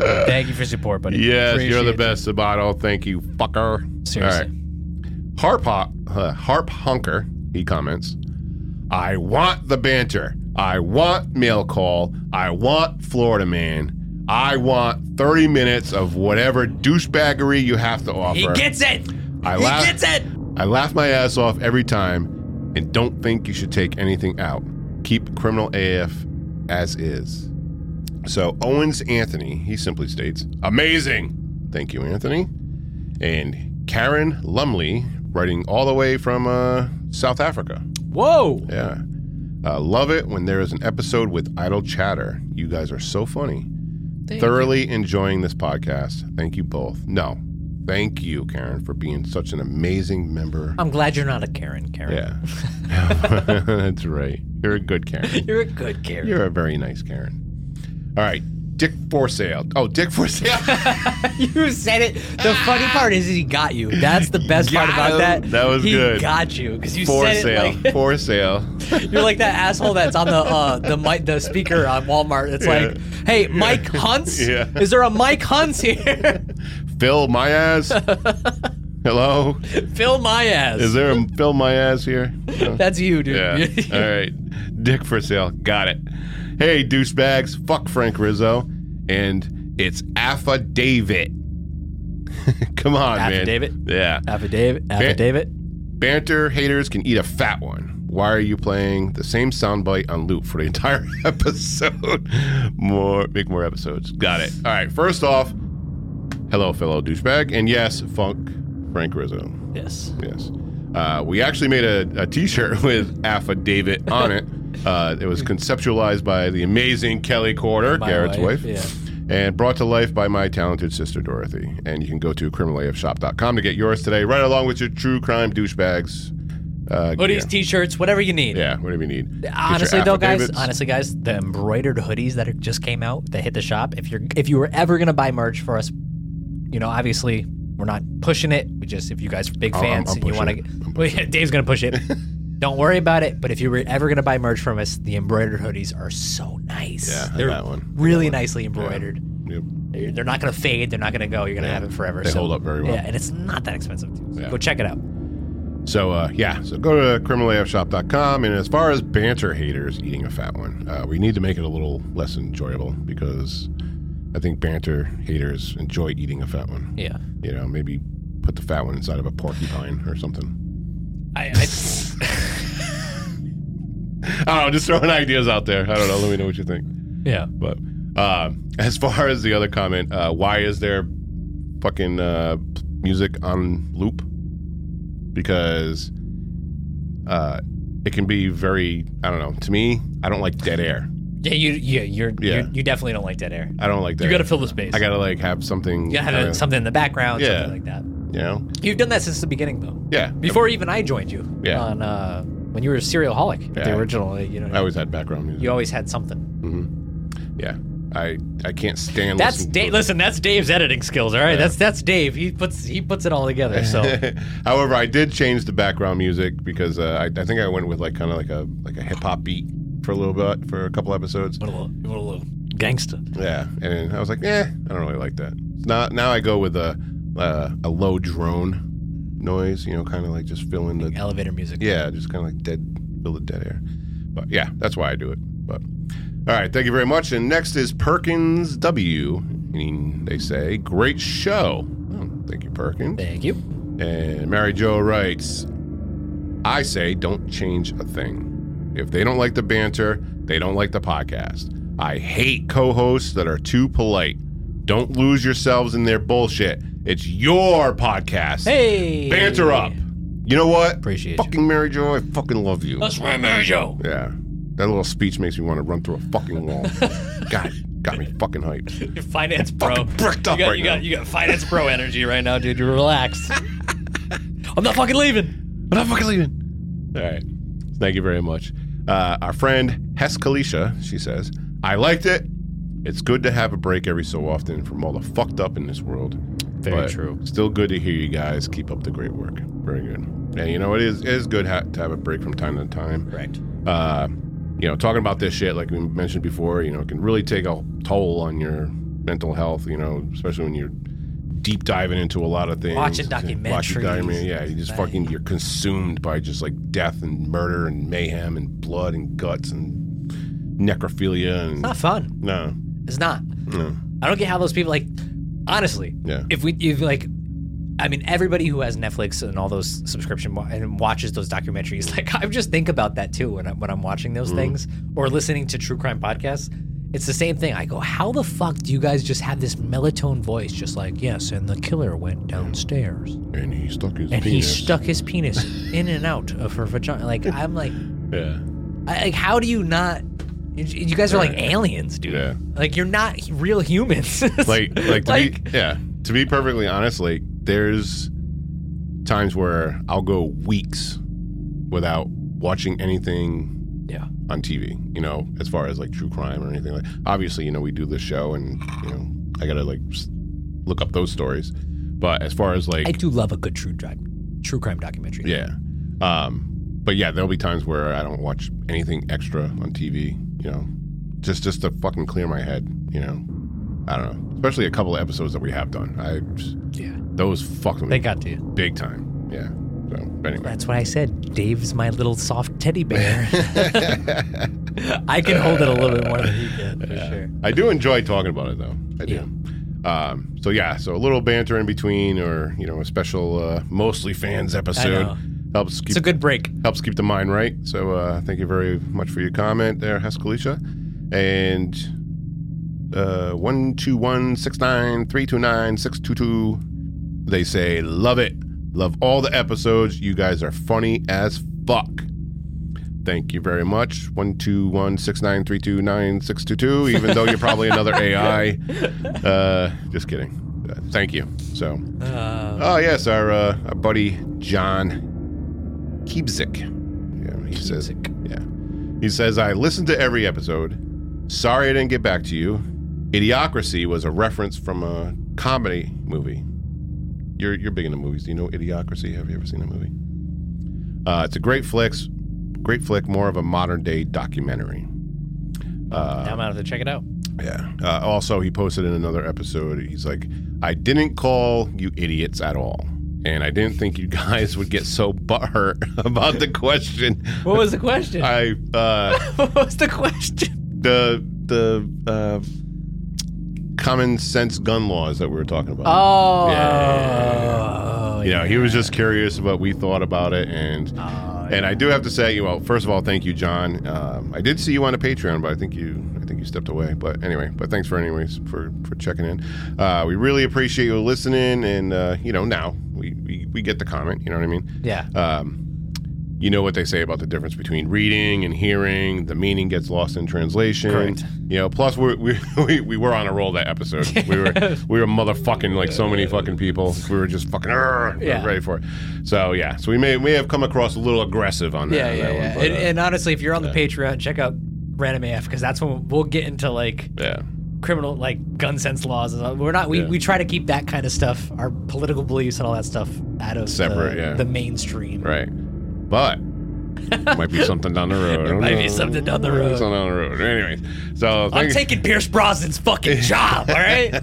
B: Thank you for support, buddy.
E: Yes, you're the
B: Appreciate
E: best, Sabato. Thank you, fucker.
B: it. Seriously.
E: Harp, Ho- uh, Harp Hunker, he comments, I want the banter. I want mail call. I want Florida man. I want 30 minutes of whatever douchebaggery you have to offer.
B: He gets it.
E: I
B: he
E: laugh-
B: gets it.
E: I laugh my ass off every time and don't think you should take anything out. Keep criminal AF as is. So Owens Anthony, he simply states, amazing. Thank you, Anthony. And Karen Lumley, writing all the way from uh, South Africa.
B: Whoa.
E: Yeah. Uh, love it when there is an episode with idle chatter. You guys are so funny. Thoroughly enjoying this podcast. Thank you both. No, thank you, Karen, for being such an amazing member
B: I'm glad you're not a Karen, Karen.
E: yeah. That's right. You're a good Karen.
B: You're a good Karen.
E: You're a very nice Karen. All right. Dick Forsale. Oh, Dick Forsale.
B: you said it. The funny part is he got you. That's the best part
E: Got
B: about
E: him.
B: that.
E: That was
B: he
E: good.
B: got you because you said
E: Forsale.
B: it like
E: Forsale.
B: you're like that asshole that's on the uh, the mic, the speaker on Walmart. It's like, hey, Mike Hunts.
E: Yeah.
B: Is there a Mike Hunts here?
E: Phil my ass. Hello.
B: Fill my ass.
E: Is there a Phil my ass here? No?
B: That's you, dude.
E: Yeah. All right. Dick for sale. Got it. Hey, douchebags. Fuck Frank Rizzo. And it's affidavit. Come on,
B: Affidavit?
E: man. Yeah.
B: Affidavit. Affidavit.
E: Banter haters can eat a fat one. Why are you playing the same soundbite on loop for the entire episode? more, make more episodes. Got it. All right. First off, hello, fellow douchebag, and yes, Funk Frank Rizzo.
B: Yes.
E: Yes. Uh, we actually made a, a T-shirt with affidavit on it. Uh, it was conceptualized by the amazing Kelly Corder,
B: My
E: Garrett's
B: wife,
E: wife, and brought to life by my talented sister Dorothy. And you can go to criminalafshop.com to get yours today, right along with your true crime douchebags. Uh,
B: Hoodies,
E: gear.
B: t-shirts, whatever you need.
E: yeah, whatever you need. Get your
B: Honestly though, guys,
E: affidavits.
B: honestly guys, the embroidered hoodies that are, just came out that hit the shop. If you're if you were ever gonna buy merch for us, you know, obviously we're not pushing it. We just if you guys are big
E: Oh, I'm-
B: fans
E: I'm
B: and you
E: pushing
B: want
E: it.
B: to, well, yeah, Dave's gonna push it. Don't worry about it. But if you were ever gonna buy merch from us, the embroidered hoodies are so nice.
E: Yeah, I
B: they're
E: got one. I
B: really nicely embroidered.
E: Yep.
B: They're- They're not gonna fade. They're not gonna go. You're gonna have it forever.
E: They
B: so-
E: hold up very well.
B: Yeah, and it's not that expensive. Too, so
E: Yeah.
B: Go check it out.
E: So uh, yeah, so go to criminalafshop.com. And as far as banter haters eating a fat one, uh, we need to make it a little less enjoyable because I think banter haters enjoy eating a fat one.
B: Yeah.
E: You know, maybe put the fat one inside of a porcupine or something.
B: I, I
E: I don't know, just throwing ideas out there. I don't know. Let me know what you think.
B: yeah.
E: But uh, as far as the other comment, uh, why is there fucking uh, music on loop? Because uh, it can be very, I don't know. To me, I don't like dead air.
B: Yeah, you yeah, you're,
E: Yeah.
B: you you definitely don't like dead air.
E: I don't like dead
B: You got to
E: air.
B: fill the space.
E: I gotta like have something.
B: you gotta have
E: kinda-
B: something in the background,
E: Yeah.
B: something like that.
E: You know?
B: You've done that since the beginning, though.
E: Yeah.
B: Before even I joined you
E: Yeah.
B: on uh, when you were a serial holic,
E: Yeah.
B: the original. You know,
E: I always had background music.
B: you always had something.
E: yeah. I I can't stand
B: That's
E: listening
B: Dave.
E: to it.
B: Listen, that's Dave's editing skills. All right, that's that's Dave. He puts he puts it all together. So
E: However, I did change the background music because uh, I, I think I went with like kind of like a like a hip hop beat for a little bit for a couple episodes.
B: what a little, what a little gangster.
E: Yeah, and I was like, eh, I don't really like that. It's not now. I go with a uh, a low drone noise, you know, kind of like just fill in the
B: Elevator music.
E: yeah, just kind of like dead fill the dead air. But yeah, that's why I do it. But all right, thank you very much. And next is Perkins W. And they say great show. Oh, thank you, Perkins.
B: Thank you.
E: And Mary Jo writes, I say don't change a thing. If they don't like the banter, they don't like the podcast. I hate co hosts that are too polite. Don't lose yourselves in their bullshit. It's your podcast.
B: Hey,
E: Banter up. You know what?
B: Appreciate you.
E: Fucking Mary Jo, I fucking love you.
B: That's right, Mary Jo.
E: Yeah. That little speech makes me want to run through a fucking wall. God, got me fucking hyped.
B: Your finance bro.
E: fucking bricked up
B: you got,
E: right
B: you
E: now.
B: Got, you got finance bro energy right now, dude. You're relaxed. I'm not fucking leaving.
E: But I'm fucking leaving. All right. Thank you very much. Uh, our friend Hess Kalisha, she says, I liked it. It's good to have a break every so often from all the fucked up in this world.
H: Very
E: But
H: true.
E: Still good to hear you guys. Keep up the great work. Very good. And you know, it is, it is good ha- to have a break from time to time.
H: Correct.
E: Uh, you know, talking about this shit, like we mentioned before, you know, it can really take a toll on your mental health, you know, especially when you're deep diving into a lot of things.
B: Watching
E: Watching
B: documentaries.
E: document- Yeah, you just fucking, you're consumed by just like death and murder and mayhem and blood and guts and necrophilia and.
B: Not fun.
E: No,
B: It's not.
E: no,
B: I don't get how those people like. Honestly,
E: yeah.
B: if we if like I mean everybody who has Netflix and all those subscription wa- and watches those documentaries like I just think about that too when I, when I'm watching
E: Mm-hmm.
B: those things or listening to true crime podcasts it's the same thing I go how the fuck do you guys just have this melatonin voice just like yes and the killer went downstairs
E: And he stuck his
B: and he
E: penis.
B: stuck his penis in and out of her vagina like I'm like
E: Yeah.
B: I, like how do you not you, you guys are like aliens dude
E: Yeah.
B: like you're not real humans
E: like like, to
B: like
E: be, yeah to be perfectly honest like there's times where i'll go weeks without watching anything
B: Yeah.
E: on tv you know as far as like true crime or anything like obviously you know we do this show and you know i gotta like s- look up those stories but as far as like
B: I do love a good true crime, true crime documentary.
E: yeah um but yeah there'll be times where i don't watch anything extra on tv you know just just to fucking clear my head you know i don't know especially a couple of episodes that we have done i just
B: yeah.
E: Those fucked with
B: They
E: me
B: got to you.
E: big time. Yeah. So, but anyway.
B: That's what I said. Dave's my little soft teddy bear. I can hold it a little bit more than he can, for sure.
E: I do enjoy talking about it, though. I do.
B: Yeah.
E: Um, so, yeah. So, a little banter in between or, you know, a special uh, mostly fans
B: know.
E: episode helps keep,
B: It's a good break.
E: helps keep the mind right. So, uh, thank you very much for your comment there, Haskalisha. And uh, 121-69329-622. They say, love it. Love all the episodes. You guys are funny as fuck. Thank you very much. One two one six nine three two nine six two two. Even though you're probably another AI, uh, just kidding. Uh, thank you. So, oh yes, our, uh, our buddy John Keebzik. Yeah, he says. Yeah, he says I listened to every episode. Sorry I didn't get back to you. Idiocracy was a reference from a comedy movie. You're you're big into movies. Do you know Idiocracy? Have you ever seen that movie? Uh, it's a great flick, great flick, more of a modern day documentary. Uh,
B: I'm out of there. Check it out.
E: Yeah. Uh, also, he posted in another episode. He's like, "I didn't call you idiots at all, and I didn't think you guys would get so butthurt about the question."
B: What was the question?
E: I uh,
B: what was the question?
E: the the uh, common sense gun laws that we were talking about.
B: Oh.
E: Yeah. you know, he was just curious what we thought about it, and and I do have to say, well, first of all, thank you, John. Um, I did see you on a Patreon, but I think you I think you stepped away. But anyway, but thanks for anyways for for checking in. Uh, we really appreciate you listening, and uh, you know now we, we we get the comment. You know what I mean?
B: Yeah.
E: Um, you know what they say about the difference between reading and hearing. The meaning gets lost in translation.
B: Correct.
E: You know. Plus, we we, we we were on a roll that episode. We were we were motherfucking like so many fucking people. We were just fucking "Arr,"
B: Yeah.
E: ready for it. So yeah. So we may may have come across a little aggressive on that.
B: Yeah,
E: on
B: yeah,
E: that
B: yeah.
E: One, but,
B: and,
E: uh,
B: and honestly, if you're on the Patreon, check out Random AF because that's when we'll get into like
E: yeah.
B: criminal like gun sense laws and all. we're not we,
E: Yeah.
B: we try to keep that kind of stuff our political beliefs and all that stuff out of
E: Separate,
B: the,
E: yeah.
B: the mainstream
E: Right. But might be something down the road. I don't
B: might be
E: know.
B: something down the road.
E: Something down the road. Anyways. So
B: i'm
E: thank-
B: taking pierce brosnan's fucking job all right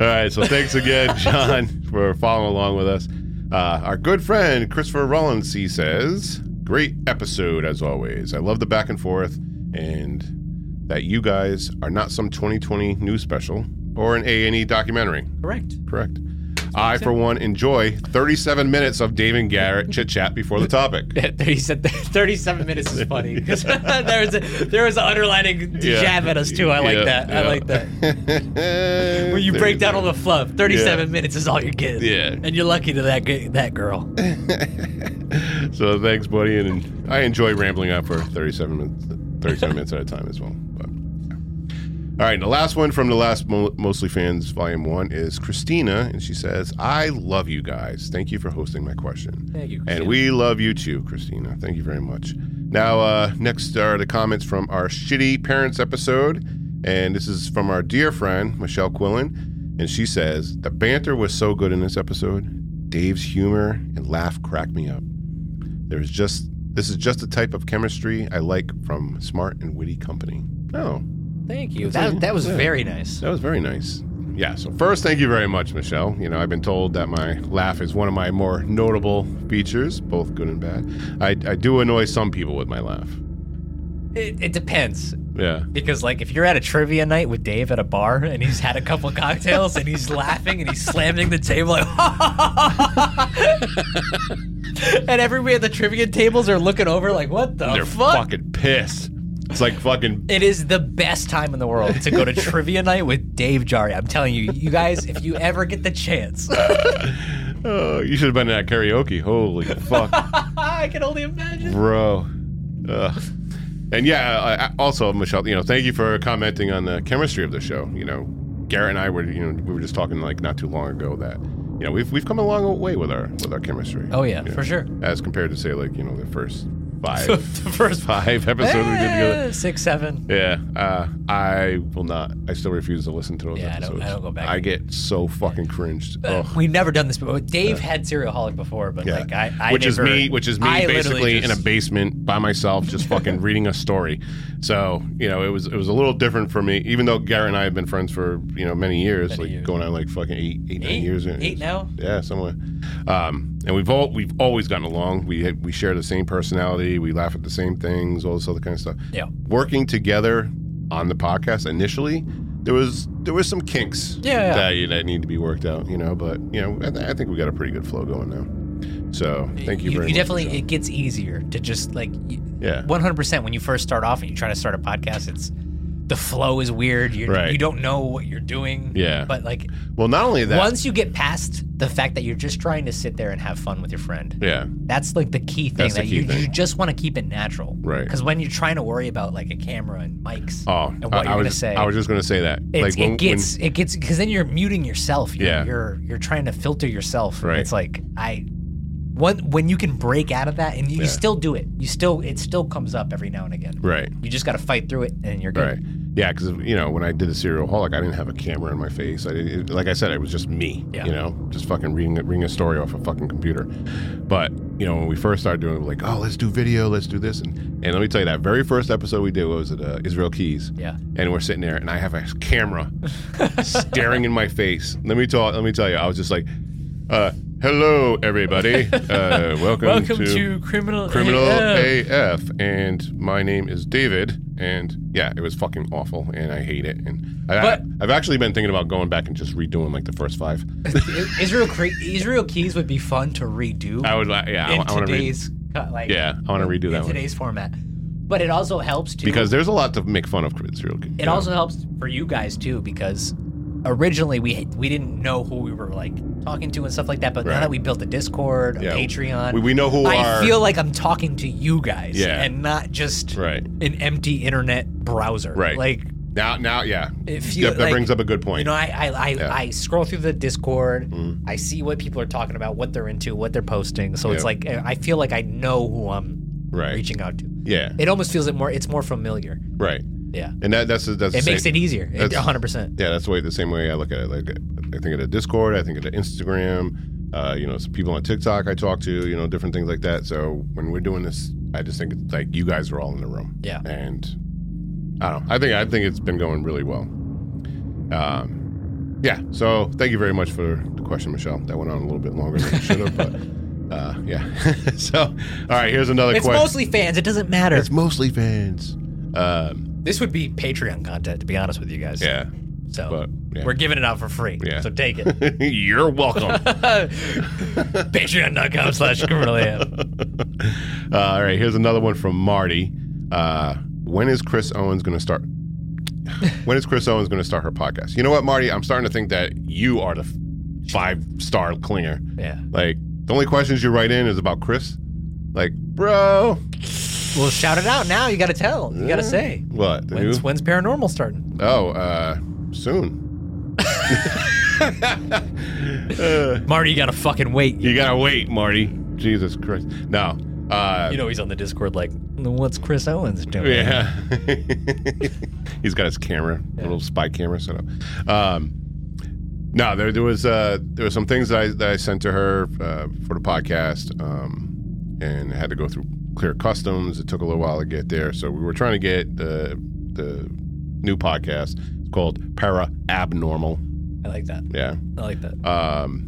E: All right, so thanks again, John, for following along with us. Uh, our good friend Christopher Rollins he says, "Great episode as always. I love the back and forth, and that you guys are not some 2020 news special or an A and E documentary.
B: correct
E: Correct. I, for one, enjoy 37 minutes of Dave and Garrett chit chat before the topic.
B: he said that 37 minutes is funny because there was a, there was an underlining
E: Yeah.
B: jab at us too i like
E: Yeah,
B: that i
E: yeah.
B: like that
E: Where
B: when you break down all the fluff 37 minutes is all you're getting
E: Yeah.
B: and you're lucky to that g- that girl
E: So thanks, buddy, and I enjoy rambling on for 37 minutes, 37 minutes at a time as well. But. All right, and the last one from the last Mo- Mostly Fans Volume 1 is Christina, and she says, I love you guys. Thank you for hosting my question.
B: Thank you,
E: And we love you too, Christina. Thank you very much. Now, uh, next are the comments from our shitty parents episode. And this is from our dear friend, Michelle Quillen. And she says, The banter was so good in this episode. Dave's humor and laugh cracked me up. There is just, this is just the type of chemistry I like from smart and witty company. Oh,
B: Thank you.
E: That's
B: That,
E: it.
B: that was
E: Yeah.
B: very nice.
E: that was very nice. Yeah. So first, thank you very much, Michelle. You know, I've been told that my laugh is one of my more notable features, both good and bad. I, I do annoy some people with my laugh.
B: It, it depends.
E: Yeah.
B: Because like if you're at a trivia night with Dave at a bar and he's had a couple cocktails and he's laughing and he's slamming the table like And everybody at the trivia tables are looking over like what the
E: They're
B: fuck?
E: fucking pissed. It's like fucking.
B: It is the best time in the world to go to trivia night with Dave Jari. I'm telling you, you guys, if you ever get the chance,
E: Oh, you should have been at karaoke. Holy fuck,
B: I can only imagine.
E: bro. Ugh. And yeah, I- I- also Michelle, you know, thank you for commenting on the chemistry of the show. You know, Garrett and I were, you know, we were just talking like not too long ago that, you know, we've we've come a long way with our with our chemistry.
B: Oh yeah,
E: You know,
B: for sure.
E: As compared to say like you know the first
B: the
E: five
B: first
E: five episodes we did together.
B: Eh, six, seven.
E: Yeah, uh, I will not. I still refuse to listen to those
B: Yeah, I don't-
E: episodes.
B: I don't go back.
E: I get so fucking cringed.
B: Uh,
E: Ugh.
B: We've never done this before. Dave had Serialholic before, but
E: Yeah.
B: like I, I
E: which
B: never-
E: is me, which is me,
B: I literally
E: basically in
B: just-
E: a basement by myself, just fucking reading a story. So you know, it was it was a little different for me, even though Garrett and I have been friends for you know many years,
B: Many
E: like
B: years.
E: going on like fucking eight, eight, nine
B: Eight?
E: years,
B: Eight now?
E: yeah, somewhere. Um, and we've all we've always gotten along. We had, we share the same personality, we laugh at the same things, all this other kind of stuff.
B: Yeah.
E: working together on the podcast initially. There was there was some kinks
B: Yeah, yeah.
E: that that need to be worked out, you know. But you know, I, th- I think we got a pretty good flow going now. So thank you,
B: you
E: very much.
B: definitely
E: Michelle.
B: it gets easier to just like
E: yeah.
B: 100% when you first start off and you try to start a podcast it's the flow is weird you
E: Right.
B: you don't know what you're doing
E: Yeah.
B: but like
E: Well, not only that.
B: once you get past the fact that you're just trying to sit there and have fun with your friend
E: yeah.
B: That's like the key thing
E: That's the
B: that
E: key
B: you,
E: thing.
B: you just want to keep it natural.
E: Right.
B: Because when you're trying to worry about like a camera and mics
E: Oh,
B: and what
E: I, I
B: you're
E: was
B: gonna say,
E: I was just gonna say that.
B: it's,
E: when-
B: it gets it gets because then you're muting yourself. You're,
E: Yeah.
B: You're you're trying to filter yourself.
E: Right.
B: It's like I. When, when you can break out of that and you, you
E: Yeah.
B: still do it you still it still comes up every now and again
E: when- right.
B: you just got to fight through it and you're good
E: Right. Yeah, because you know when I did the serial holic, I didn't have a camera in my face. I didn't, it- like I said, it was just me.
B: Yeah.
E: You know, just fucking reading a- reading a story off a fucking computer. But you know when we first started doing, it, we were like, oh, let's do video, let's do this, and and let me tell you that very first episode we did what was it uh, Israel Keys.
B: Yeah.
E: And we're sitting there, and I have a camera staring in my face. Let me tell let me tell you, I was just like, uh, hello everybody, uh, welcome
B: criminal
E: Criminal AF, and my name is David. And yeah, it was fucking awful, and I hate it. And I,
B: But-
E: I've actually been thinking about going back and just redoing like the first five.
B: Israel Cre- Israel Keys would be fun to redo
E: I would, like, yeah, I,
B: in
E: want to read.
B: today's cut like
E: Yeah, I want to redo
B: in
E: that one
B: today's format. But it also helps too.
E: because there's a lot to make fun of. Israel. Keys,
B: it
E: you know?
B: also helps for you guys too because originally we we didn't know who we were like talking to and stuff like that. But now
E: Right.
B: that we built the Discord, a
E: Yeah.
B: Patreon,
E: We- we know who
B: I
E: our-
B: feel like I'm talking to you guys,
E: Yeah.
B: and not just
E: right.
B: an empty internet browser,
E: Right.
B: Like.
E: Now, now, yeah,
B: It feel-
E: Yep, that
B: like,
E: brings up a good point.
B: You know, I I, I,
E: Yeah.
B: I scroll through the Discord.
E: Mhm.
B: I see what people are talking about, what they're into, what they're posting. So it's
E: Yep.
B: like I feel like I know who I'm
E: right?
B: reaching out to.
E: yeah,
B: It almost feels it more. It's more familiar.
E: right.
B: Yeah.
E: And that that's that's
B: It
E: the
B: makes
E: same-
B: it easier. It-
E: that's-
B: 100%.
E: yeah, that's the way the same way I look at it. Like I think of the Discord, I think of the Instagram, uh, you know, some people on TikTok I talk to, you know, different things like that. So when we're doing this, I just think it's like you guys are all in the room.
B: Yeah.
E: And I don't know. I think I think it's been going really well. Um yeah, so thank you very much for the question, Michelle. That went on a little bit longer than it should have, but uh, yeah. so, all right, here's another
B: It's
E: question.
B: mostly fans. It doesn't matter.
E: it's mostly fans. Um,
B: this would be Patreon content, to be honest with you guys.
E: yeah,
B: So
E: but yeah.
B: we're giving it out for free.
E: Yeah.
B: So take it.
E: You're welcome.
B: Patreon.com slash criminal AM.
E: Uh, all right, here's another one from Marty. Uh, when is Chris Owens going to start? when is Chris Owens going to start her podcast? You know what, Marty? I'm starting to think that you are the f- five star clinger.
B: Yeah.
E: Like the only questions you write in is about Chris. Like, bro,
B: Well, shout it out now. You got to tell. You got to say.
E: what? The
B: When's,
E: new-
B: when's paranormal starting?
E: Oh, uh, soon.
B: Marty, you got to fucking wait.
E: You gotta wait, Marty. Jesus Christ. No. Uh,
B: You know he's on the Discord like, what's Chris Owens doing?
E: Yeah. He's got his camera, little spy camera set up. Um, no, there, there was uh, there was some things that I, that I sent to her uh, for the podcast, um, and had to go through clear customs. It took a little while to get there, so we were trying to get the the new podcast. It's called Para Abnormal.
B: I like that.
E: Yeah.
B: I like that.
E: Um,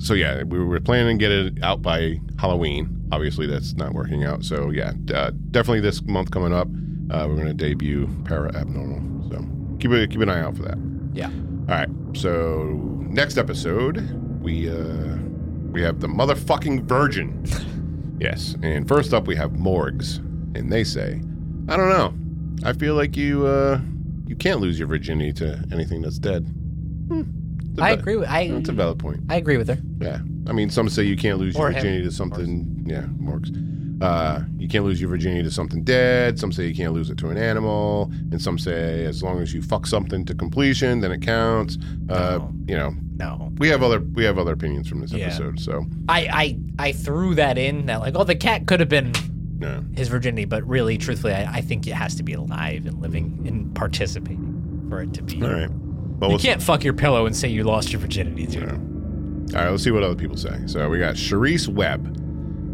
E: so yeah, we were planning to get it out by Halloween. Obviously, that's not working out. So yeah, d- uh, definitely this month coming up, uh, we're going to debut Para Abnormal. So keep a, keep an eye out for that.
B: Yeah.
E: All right. So next episode, we uh, we have the motherfucking virgin. yes. And first up, we have Morgs, and they say, I don't know. I feel like you uh, you can't lose your virginity to anything that's dead. Hmm. It's a
B: I
E: va-
B: agree with I
E: It's a valid point.
B: I agree with her.
E: Yeah. I mean, some say you can't lose
B: Or
E: your
B: him.
E: virginity to something. Yeah, Morgs. Uh, you can't lose your virginity to something dead. Some say you can't lose it to an animal, and some say as long as you fuck something to completion, then it counts. Uh,
B: No.
E: You know,
B: No.
E: we have other we have other opinions from this
B: Uh-huh. Yeah.
E: episode. So,
B: I, I I threw that in that like, oh the cat could have been
E: yeah.
B: his virginity, but really truthfully I, I think it has to be alive and living and participating for it to be
E: All right. Well,
B: You
E: we'll see.
B: can't fuck your pillow and say you lost your virginity, dude.
E: All right, let's see what other people say. So we got Charisse Webb.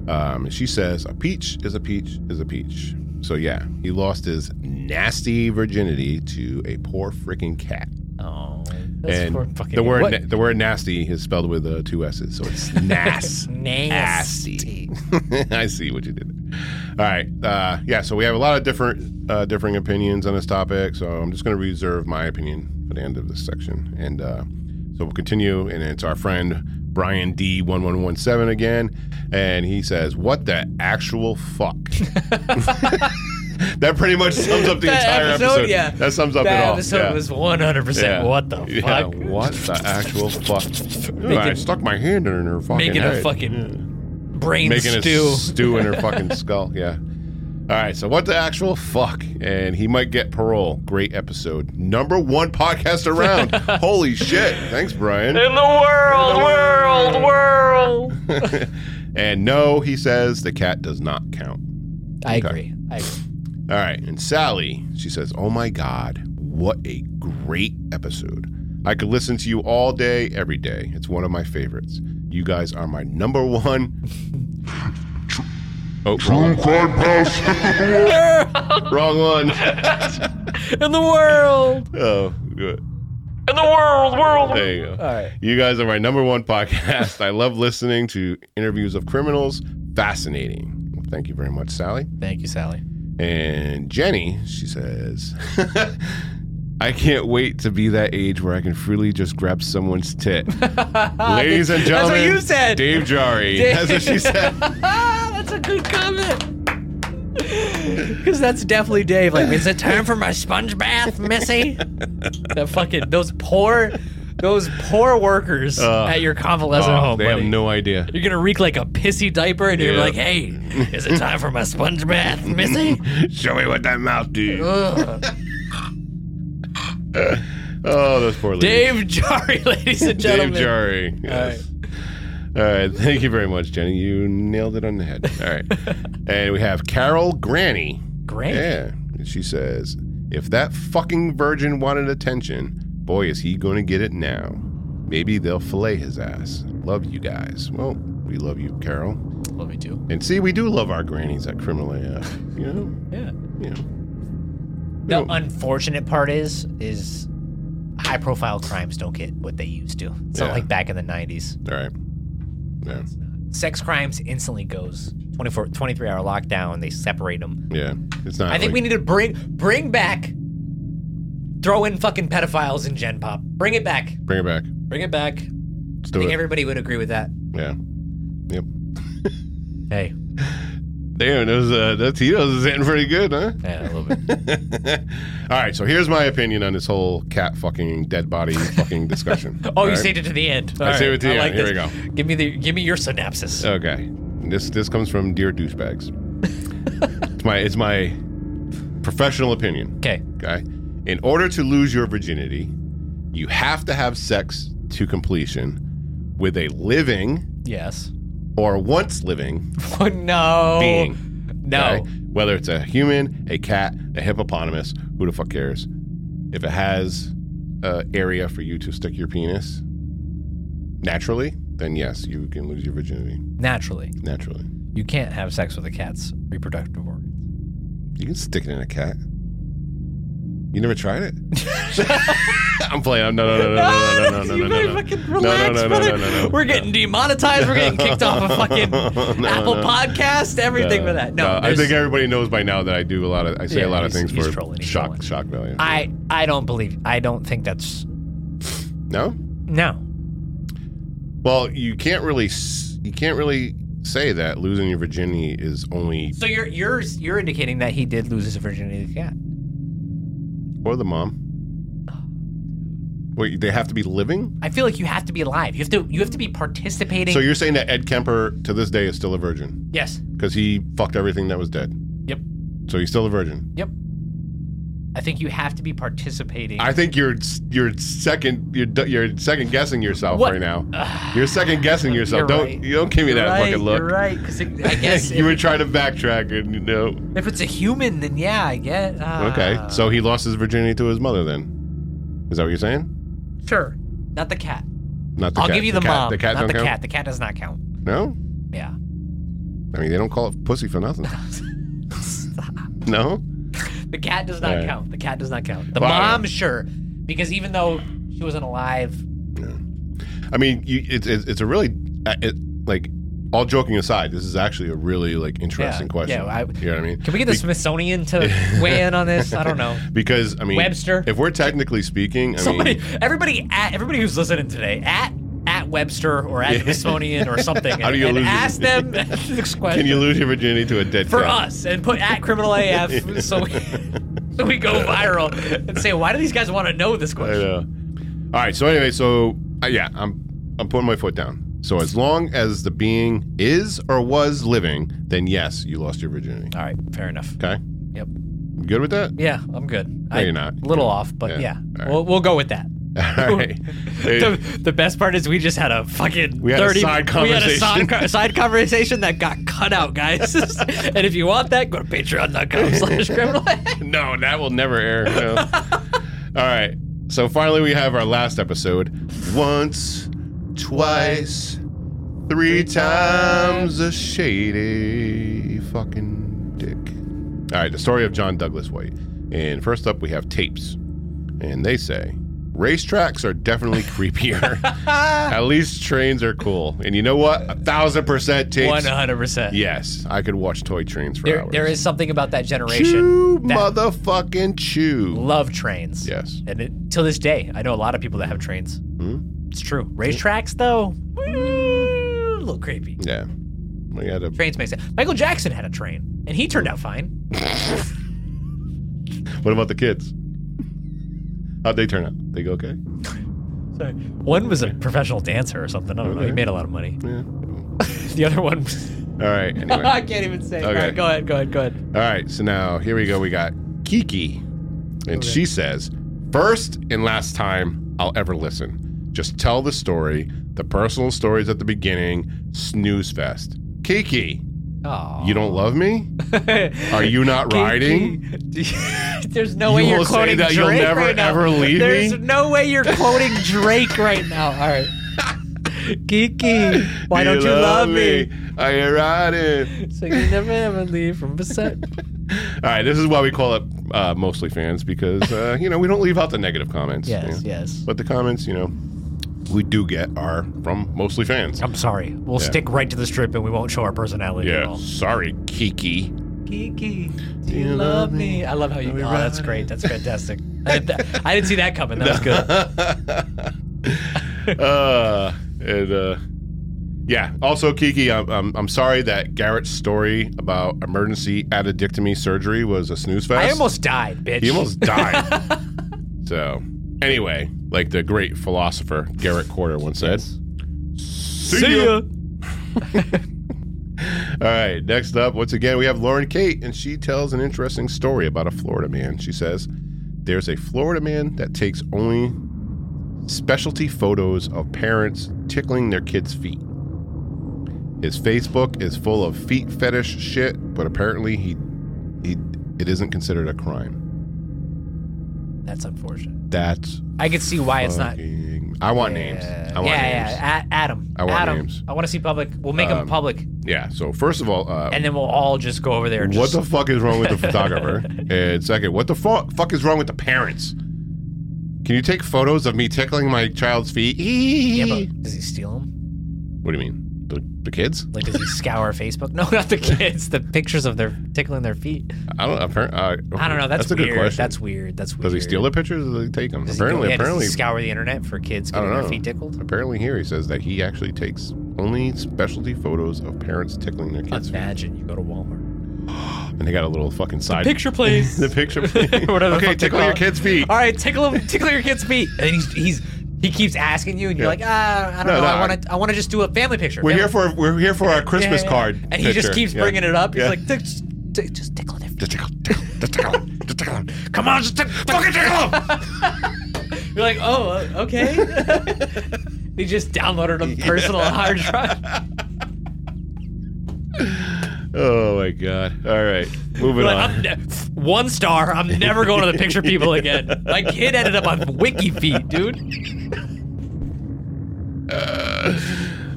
E: Um, she says, A peach is a peach is a peach. So yeah, he lost his nasty virginity to a poor freaking cat.
B: Oh, that's for
E: and
B: fucking
E: the word
B: what?
E: na- the word nasty is spelled with uh, two s's, so it's nas.
B: nasty.
E: I see what you did. there. All right, uh, yeah. So we have a lot of different uh, differing opinions on this topic. So I'm just going to reserve my opinion for the end of this section, and uh, so we'll continue. And it's our friend Brian D one one one seven again, and he says, "What the actual fuck." That pretty much sums up the
B: That
E: entire
B: episode,
E: episode.
B: yeah.
E: That sums up it
B: That
E: all.
B: episode
E: yeah.
B: was 100% what the fuck.
E: Yeah, what the actual fuck? Ooh, I
B: Making-
E: stuck my hand in her fucking
B: Making
E: head.
B: a fucking brain
E: making
B: stew.
E: a stew in her fucking skull. Yeah. All right, so what the actual fuck? And he might get parole. Great episode, number one podcast around. Holy shit! Thanks, Brian.
D: In the world, world, world.
E: and no, he says the cat does not count.
B: I agree. I agree.
E: All right. And Sally, she says, Oh my God, what a great episode. I could listen to you all day, every day. It's one of my favorites. You guys are my number one. Oh,
C: True
E: wrong,
C: crime house.
E: wrong one.
B: In the world.
E: Oh, good.
D: In the world, world.
E: There you go.
B: All right.
E: You guys are my number one podcast. I love listening to interviews of criminals. Fascinating. Well, thank you very much, Sally.
B: Thank you, Sally.
E: And Jenny, she says, I can't wait to be that age where I can freely just grab someone's tit. Ladies and gentlemen,
B: That's what you said.
E: Dave Jari. That's what she said.
B: Ah, that's a good comment. Because that's definitely Dave. Like, is it time for my sponge bath, Missy? that fucking those poor, those poor workers at your convalescent
E: Oh,
B: home.
E: they
B: buddy.
E: have no idea.
B: You're gonna reek like a pissy diaper, and you're
E: Yeah.
B: like, "Hey, is it time for my sponge bath, Missy?"
E: Show me what that mouth do.
B: Ugh.
E: Oh, those poor ladies.
B: Dave Jari, ladies and gentlemen.
E: Dave Jari. Yes. All right. Thank you very much, Jenny. You nailed it on the head. All right. and we have Carol Granny.
B: Great.
E: Yeah. And she says, if that fucking virgin wanted attention, boy, is he going to get it now. Maybe they'll fillet his ass. Love you guys. Well, we love you, Carol.
B: Love you too.
E: And see, we do love our grannies at Criminal AF. You know?
B: Yeah.
E: You know.
B: The
E: No.
B: unfortunate part is, is high profile crimes don't get what they used to. It's
E: Yeah.
B: not like back in the '90s.
E: All right. Yeah.
B: Sex crimes instantly goes 24, 23 hour lockdown. They separate them.
E: Yeah. It's not.
B: I think we need to bring bring back. Throw in fucking pedophiles in Gen Pop. Bring it back.
E: bring it back.
B: Bring it back.
E: Let's
B: I
E: do
B: think
E: it.
B: everybody would agree with that.
E: yeah. Yep.
B: Hey,
E: Damn, those uh, that Tito's is hitting pretty good, huh?
B: yeah, a little bit.
E: All right, so here's my opinion on this whole cat fucking dead body fucking discussion.
B: Oh,
E: All
B: you
E: right?
B: saved it to the end.
E: I
B: All
E: saved it to the
B: like
E: end. Here
B: this.
E: we
B: Give me the give me your synopsis.
E: Okay. This this comes from dear douchebags. it's my it's my professional opinion.
B: okay.
E: Okay. In order to lose your virginity, you have to have sex to completion with a living
B: Yes. Oh,
E: or once living
B: no.
E: being.
B: No.
E: okay? Whether it's a human, a cat, a hippopotamus, who the fuck cares? If it has uh, area for you to stick your penis naturally, then yes, you can lose your virginity
B: Naturally,
E: naturally.
B: you can't have sex with a cat's reproductive organs.
E: You can stick it in a cat. You never tried it? I'm playing. I'm- No, no, no, no, no, no, no, no, no,
B: you better
E: no, no.
B: fucking relax,
E: no, no,
B: brother.
E: no, no, no.
B: We're getting demonetized. We're getting kicked off a fucking
E: No, no.
B: Apple Podcast. Everything for that. No,
E: I
B: there's-
E: think everybody knows by now that I do a lot of. I say
B: Yeah,
E: a lot of
B: he's-
E: things
B: he's
E: for
B: trolling, he's
E: shock,
B: trolling.
E: shock value.
B: I I don't believe. I don't think that's
E: no.
B: no.
E: Well, you can't really. s- You can't really say that losing your virginity is only
B: So you're you're you're indicating that he did lose his virginity to the cat.
E: or the mom. Wait, they have to be living.
B: I feel like you have to be alive. You have to you have to be participating.
E: So you're saying that Ed Kemper to this day is still a virgin
B: yes.
E: because he fucked everything that was dead.
B: Yep.
E: So he's still a virgin.
B: Yep. I think you have to be participating.
E: I think you're you're second you're du- you're second guessing yourself
B: What?
E: right now. You're second guessing yourself.
B: You're
E: don't
B: right.
E: you don't give me that
B: right,
E: fucking look.
B: You're right. Because I guess
E: you
B: if,
E: were trying to backtrack and you know.
B: if it's a human, then yeah, I get. Uh,
E: Okay, so he lost his virginity to his mother. Then is that what you're saying?
B: sure, not the cat.
E: Not the
B: I'll
E: cat.
B: give you the,
E: cat,
B: mom,
E: The cat
B: not
E: don't
B: the
E: count?
B: cat. The cat does not count.
E: No,
B: Yeah.
E: I mean they don't call it pussy for nothing. no,
B: The cat does not
E: Alright.
B: count. The cat does not count. The
E: Well, I don't-
B: mom, sure, because even though she wasn't alive,
E: I mean you, it's it's it's a really uh, it, like all joking aside, this is actually a really like interesting
B: Yeah,
E: question.
B: yeah, I-
E: you know what I mean?
B: can we get the Smithsonian to weigh in on this? I don't know.
E: Because I mean,
B: Webster?
E: If we're technically speaking, I
B: Somebody,
E: mean,
B: everybody, at everybody who's listening today, at at Webster or at the Smithsonian or something,
E: How do you
B: and, and
E: lose it?
B: ask them this question
E: can you lose your virginity to a dead
B: for
E: cat?
B: us and put at criminal AF so we, so we go viral and say why do these guys want to know this
E: I
B: question?
E: know. All right. So anyway, so uh, yeah, I'm I'm putting my foot down. So as long as the being is or was living, then yes, you lost your virginity.
B: All right, fair enough.
E: Okay.
B: Yep.
E: You good with that?
B: Yeah, I'm good.
E: No, you're not.
B: A little off, but
E: Yeah.
B: yeah,
E: All right.
B: we'll, we'll go with that.
E: All right.
B: the, the best part is we just had a fucking
E: We had a
B: 30 We
E: side
B: had a
E: conversation.
B: side, co- side conversation that got cut out, guys. and if you want that, go to patreon.com slash criminal.
E: no, that will never air. no. All right. So finally, we have our last episode. Once, twice, three times a shady fucking dick. All right. The story of John Douglas White. And first up, we have tapes. And they say racetracks are definitely creepier. At least trains are cool. And you know what? A thousand percent tapes.
B: 100%.
E: Yes, I could watch toy trains for
B: There,
E: hours.
B: there is something about that
E: Chew,
B: generation that
E: motherfucking chew.
B: love trains.
E: Yes.
B: And it, till this day, I know a lot of people that have trains.
E: Hmm?
B: It's true. Racetracks, though, a little creepy.
E: Yeah. We had a,
B: Trains make sense. Michael Jackson had a train, and he turned out fine.
E: what about the kids? How'd they turn out? They go okay?
B: So one was a professional dancer or something. I don't know. He made a lot of money.
E: Yeah.
B: The other one was.
E: All right. Anyway.
B: I can't even say.
E: Okay.
B: All right, go ahead, go ahead, go ahead.
E: All right. So now here we go. We got Kiki. And she says, first and last time I'll ever listen. Just tell the story. The personal stories at the beginning. Snooze fest. Kiki,
B: Oh.
E: you don't love me? Are you not riding?
B: There's no way
E: You
B: you're
E: will say
B: quoting
E: that
B: Drake
E: you'll never,
B: right now.
E: ever leave
B: There's
E: me?
B: no way you're quoting Drake right now. All right. Kiki, why
E: Do
B: don't you love me?
E: Are you riding?
B: So you never ever leave from beside.
E: All right, this is why we call it uh, mostly fans because uh, you know we don't leave out the negative comments.
B: Yes,
E: you know.
B: yes.
E: But the comments, you know, we do get are from mostly fans.
B: I'm sorry. We'll
E: Yeah.
B: stick right to the strip and we won't show our personality at
E: Yeah.
B: all.
E: Sorry, Kiki.
B: Kiki, do
E: you
B: you
E: love
B: love me? I love how you. Oh, that's great. That's fantastic. I didn't, I didn't see that coming. That was good.
E: Uh, and uh, yeah. Also, Kiki, I'm, I'm I'm sorry that Garrett's story about emergency addictomy surgery was a snooze fest.
B: I almost died, bitch.
E: He almost died. so, anyway, like the great philosopher Garrett Corder once said, "See, ya." All right, next up, once again, we have Lauren Kate, and she tells an interesting story about a Florida man. She says, There's a Florida man that takes only specialty photos of parents tickling their kids' feet. His Facebook is full of feet fetish shit, but apparently he he it isn't considered a crime.
B: That's unfortunate.
E: That's
B: I could see why it's not.
E: fucking- I want names. I want
B: yeah,
E: names.
B: yeah. A- Adam.
E: I want
B: Adam.
E: names.
B: I want to see public. We'll make them
E: Um,
B: public,
E: Yeah. So first of all, uh,
B: and then we'll all just go over there. and Just,
E: what the fuck is wrong with the photographer? and second, what the fu- fuck is wrong with the parents? Can you take photos of me tickling my child's feet?
B: Yeah, but does he steal them?
E: what do you mean? The, the kids?
B: Like, does he scour Facebook? No, not the kids. The pictures of their tickling their feet.
E: I don't. Apparently, uh,
B: I don't know. That's,
E: a
B: weird.
E: good question.
B: That's weird. That's weird.
E: does he steal the pictures or does he take them?
B: Does he go-
E: apparently,
B: yeah, does he
E: apparently,
B: scour the internet for kids
E: I don't
B: getting their
E: know.
B: feet tickled.
E: apparently here he says that he actually takes only specialty photos of parents tickling their kids' feet,
B: Imagine you go to Walmart.
E: and they got a little fucking side
B: Picture, please.
E: the picture.
B: Whatever the
E: okay,
B: fuck they
E: tickle
B: call
E: your
B: it.
E: kids' feet.
B: All right, tickle him, tickle your kid's feet. And he's he's he keeps asking you, and you're
E: Yeah.
B: like, ah, I don't
E: No,
B: know.
E: no,
B: I
E: I-
B: want to I want to just do a family picture.
E: We're
B: family-
E: here for we're here for our
B: Yeah,
E: Christmas
B: yeah, yeah.
E: card.
B: And he just
E: picture.
B: keeps
E: Yeah.
B: bringing it up. He's
E: Yeah.
B: like, just, just tickle their feet.
E: Just tickle, tickle, just tickle, just tickle. Come on, just tickle, fucking tickle him.
B: You're like, oh, uh, okay. he just downloaded a personal hard drive.
E: Oh my god! All right, moving
B: You're like,
E: on.
B: I'm ne- one star. I'm never going to the picture people again. My kid ended up on WikiFeed, dude.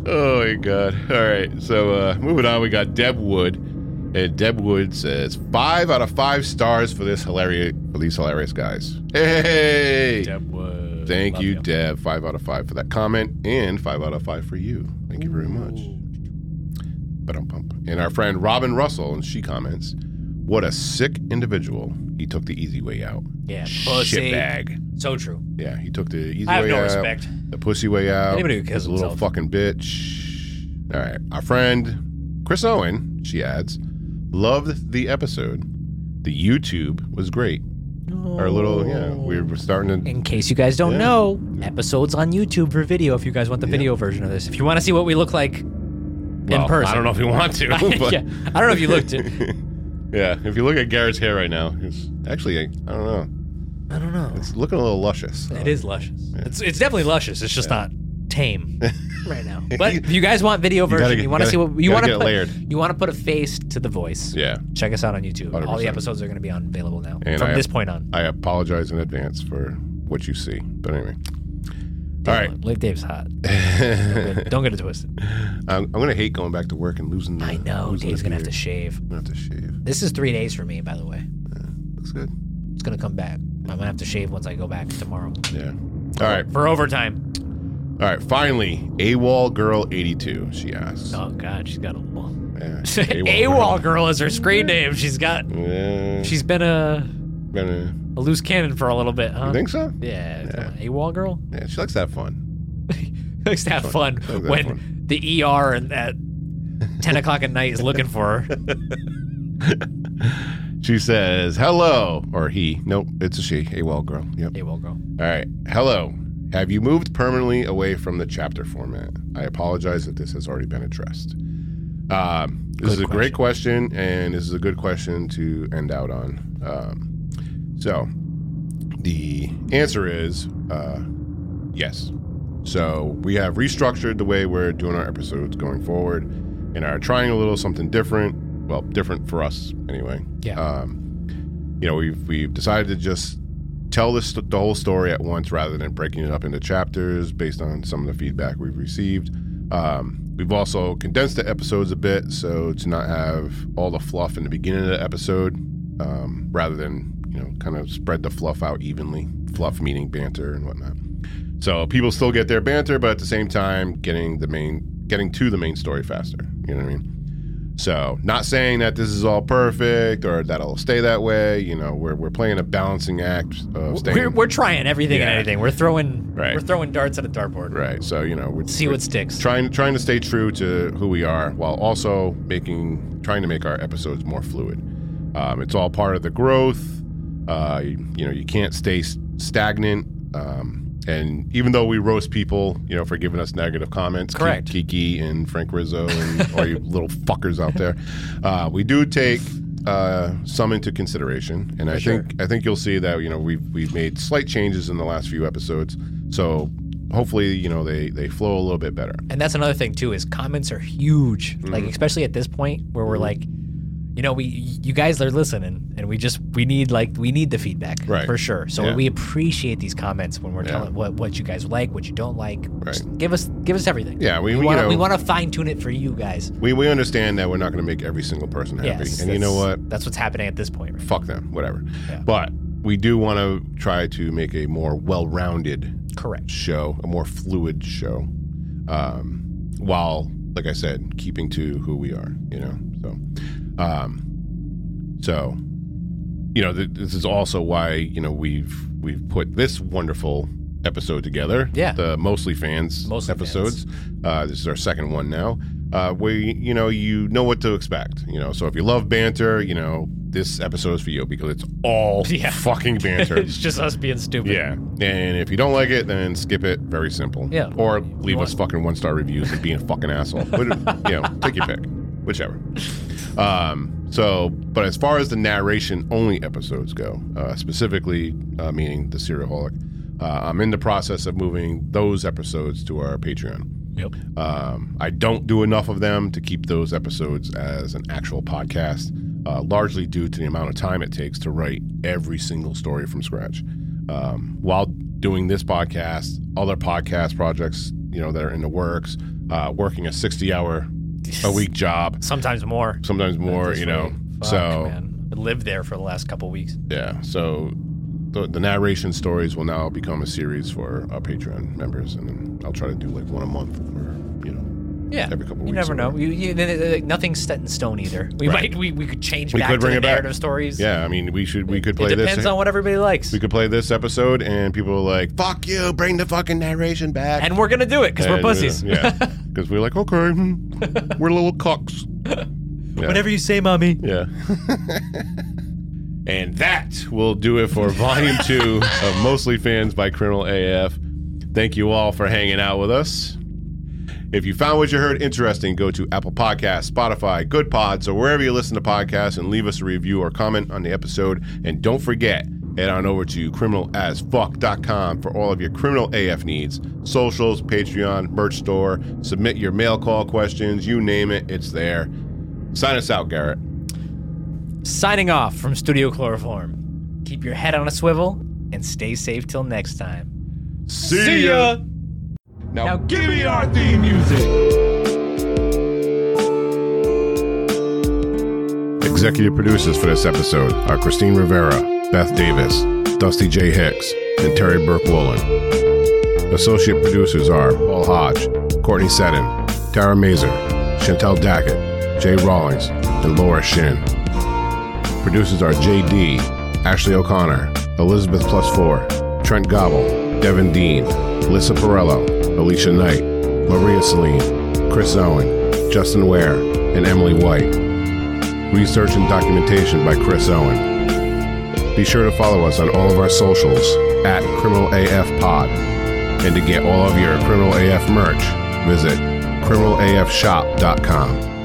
E: Oh my god! All right, so uh, moving on, we got Deb Wood, and Deb Wood says five out of five stars for this hilarious for these hilarious guys. Hey, thank you, Deb. Five out of five for that comment, and five out of five for you. Thank you very much. Ba-dum-bum. And our friend Robin Russell, and she comments, "What a sick individual! He took the easy way out.
B: Yeah,
E: Shit
B: pussy.
E: bag. uh,
B: So true.
E: Yeah, he took the easy
B: I have
E: way
B: no
E: out.
B: respect.
E: The pussy way out.
B: Anybody who kills
E: He's a little
B: himself.
E: fucking bitch. All right, our friend Chris Owen. She adds, loved the episode. The YouTube was great. Our little yeah,
B: Oh.
E: we were starting to
B: In case you guys don't
E: Yeah.
B: know, episodes on YouTube for video if you guys want the video version of this. If you want to see what we look like in person.
E: I don't know if you want to, but
B: yeah,
E: yeah.
B: I don't know if you looked at
E: If you look at Garrett's hair right now, it's actually I don't know.
B: I don't know.
E: It's looking a little luscious.
B: It is luscious. It's it's definitely luscious. It's just not tame right now. But if you guys want video
E: gotta
B: version,
E: get-
B: you want to
E: gotta-
B: see what you
E: gotta
B: want
E: get
B: to
E: it
B: put,
E: layered.
B: You want to put a face to the voice.
E: Yeah.
B: Check us out on YouTube. All
E: 100%.
B: the episodes are going to be on available now
E: And
B: from
E: I-
B: this point on.
E: I apologize in advance for what you see, but anyway. All right.
B: Live Dave's hot. Don't get- don't get it twisted.
E: I'm, I'm gonna hate going back to work and losing. The,
B: I know
E: losing
B: Dave's
E: the
B: going to have to
E: beard.
B: shave.
E: I'm gonna have to shave.
B: This is three days for me, by the way.
E: Looks good.
B: It's gonna come back. I'm gonna have to shave once I go back tomorrow
E: Yeah. All right.
B: for overtime.
E: All right. Finally, AWOL girl 82. She asks.
B: Oh God, she's got a wall.
E: Yeah,
B: AWOL girl is her screen name. She's got.
E: girl. Yeah.
B: She's been a,
E: gonna-
B: a loose cannon for a little bit, huh?
E: you think so?
B: Yeah, come on. AWOL girl
E: Yeah. She likes to have fun.
B: likes to have fun
E: She likes to have
B: when
E: fun.
B: the ER and at ten o'clock at night is looking for her.
E: She says hello, or he. Nope. It's a she. AWOL girl. Yep.
B: AWOL girl.
E: All right. Hello. Have you moved permanently away from the chapter format? I apologize if this has already been addressed. Um, this is a great question, and this is a good question to end out on. Um, so, the answer is uh, yes. So, we have restructured the way we're doing our episodes going forward and are trying a little something different. Well, different for us, anyway
B: Yeah.
E: um, you know we've we've decided to just tell this the whole story at once rather than breaking it up into chapters based on some of the feedback we've received um, we've also condensed the episodes a bit so to not have all the fluff in the beginning of the episode um, rather than you know kind of spread the fluff out evenly fluff meaning banter and whatnot so people still get their banter but at the same time getting the main getting to the main story faster you know what i mean so, not saying that this is all perfect or that'll stay that way. You know, we're, we're playing a balancing act of staying
B: we're, we're trying everything and
E: Yeah.
B: anything. We're throwing
E: Right.
B: we're throwing darts at a dartboard.
E: right. So, you know, we're
B: See what sticks.
E: trying trying to stay true to who we are while also making trying to make our episodes more fluid. Um, it's all part of the growth. Uh, you, you know, you can't stay s- stagnant. Um, and even though we roast people, you know, for giving us negative comments, Ki-
B: Correct.
E: Kiki and Frank Rizzo and all you little fuckers out there, uh, we do take uh, some into consideration, and I think I think you'll see that you know we've we've made slight changes in the last few episodes. So hopefully, you know, they they flow a little bit better.
B: And that's another thing too is comments are huge. Like
E: Mm-hmm.
B: especially at this point where we're like, you know, we you guys are listening, and we just we need like we need the feedback
E: Right.
B: for sure. So
E: Yeah.
B: we appreciate these comments when we're
E: Yeah.
B: telling what what you guys like, what you don't like.
E: Right.
B: Just give us give us everything.
E: Yeah, we-
B: we
E: we,
B: want
E: you
B: to we
E: know-
B: want to fine tune it for you guys.
E: We we understand that we're not going to make every single person happy,
B: Yes,
E: and you know
B: that's-
E: what?
B: That's what's happening at this point. Right?
E: Fuck them, whatever.
B: Yeah.
E: But we do want to try to make a more well-rounded
B: Correct.
E: show, a more fluid show, um, while, like I said, keeping to who we are. You know, so, um, so, you know, th- this is also why you know we've we've put this wonderful episode together.
B: Yeah.
E: the mostly fans
B: Mostly
E: episodes. Uh, this is our second one now. Uh, where you you know you know what to expect. You know, so if you love banter, you know this episode is for you because it's all
B: Yeah.
E: fucking banter.
B: it's just us being stupid.
E: Yeah. And if you don't like it, then skip it. Very simple.
B: Yeah.
E: Or leave
B: You
E: us fucking one star reviews and be a fucking asshole. But, you know, take your pick, whichever. Um, so, but as far as the narration only episodes go, uh, specifically uh, meaning the Serialholic, uh, I'm in the process of moving those episodes to our Patreon.
B: Yep.
E: Um, I don't do enough of them to keep those episodes as an actual podcast, uh, largely due to the amount of time it takes to write every single story from scratch. Um, while doing this podcast, other podcast projects, you know, that are in the works, uh, working a 60 hour a week job,
B: Sometimes more.
E: sometimes more,
B: This
E: you know.
B: way. Fuck,
E: so,
B: man. I lived there for the last couple weeks.
E: yeah. So the, the narration stories will now become a series for our Patreon members. And then I'll try to do like one a month or, you know,
B: Yeah.
E: Every couple
B: you
E: weeks
B: never
E: or
B: know.
E: whatever.
B: You, you, th- th- nothing's set in stone either. We
E: Right.
B: might we, we could change
E: We
B: back
E: could
B: to
E: bring
B: the
E: it back.
B: narrative stories.
E: Yeah, I mean, we should we could play
B: it
E: this.
B: depends on what everybody likes.
E: we could play this episode, and people are like, "Fuck you! Bring the fucking narration back."
B: and we're gonna do it because we're
E: And, uh,
B: pussies.
E: yeah, because we're like, okay, hmm, we're little cocks.
B: Whatever you say, mommy.
E: Yeah. and that will do it for volume two of Mostly Fans by Criminal AF. Thank you all for hanging out with us. If you found what you heard interesting, go to Apple Podcasts, Spotify, Good Pods, or wherever you listen to podcasts and leave us a review or comment on the episode. And don't forget, head on over to criminalasfuck.com for all of your criminal AF needs socials, Patreon, merch store, submit your mail call questions, you name it, it's there. Sign us out, Garrett.
B: Signing off from Studio Chloroform. Keep your head on a swivel and stay safe till next time.
E: See, ya. Now,
B: Now
E: give me our theme music. Executive producers for this episode are Christine Rivera, Beth Davis, Dusty J. Hicks, and Terry Burke Woolen. Associate producers are Paul Hodge, Courtney Seddon, Tara Mazer, Chantel Dackett, Jay Rawlings, and Laura Shin. Producers are JD, Ashley O'Connor, Elizabeth Plus Four, Trent Gobble, Devin Dean, Alyssa Perello, Alicia Knight, Maria Celine, Chris Owen, Justin Ware, and Emily White. Research and documentation by Chris Owen. Be sure to follow us on all of our socials at Criminal AF Pod. And to get all of your Criminal AF merch, visit criminalafshop.com.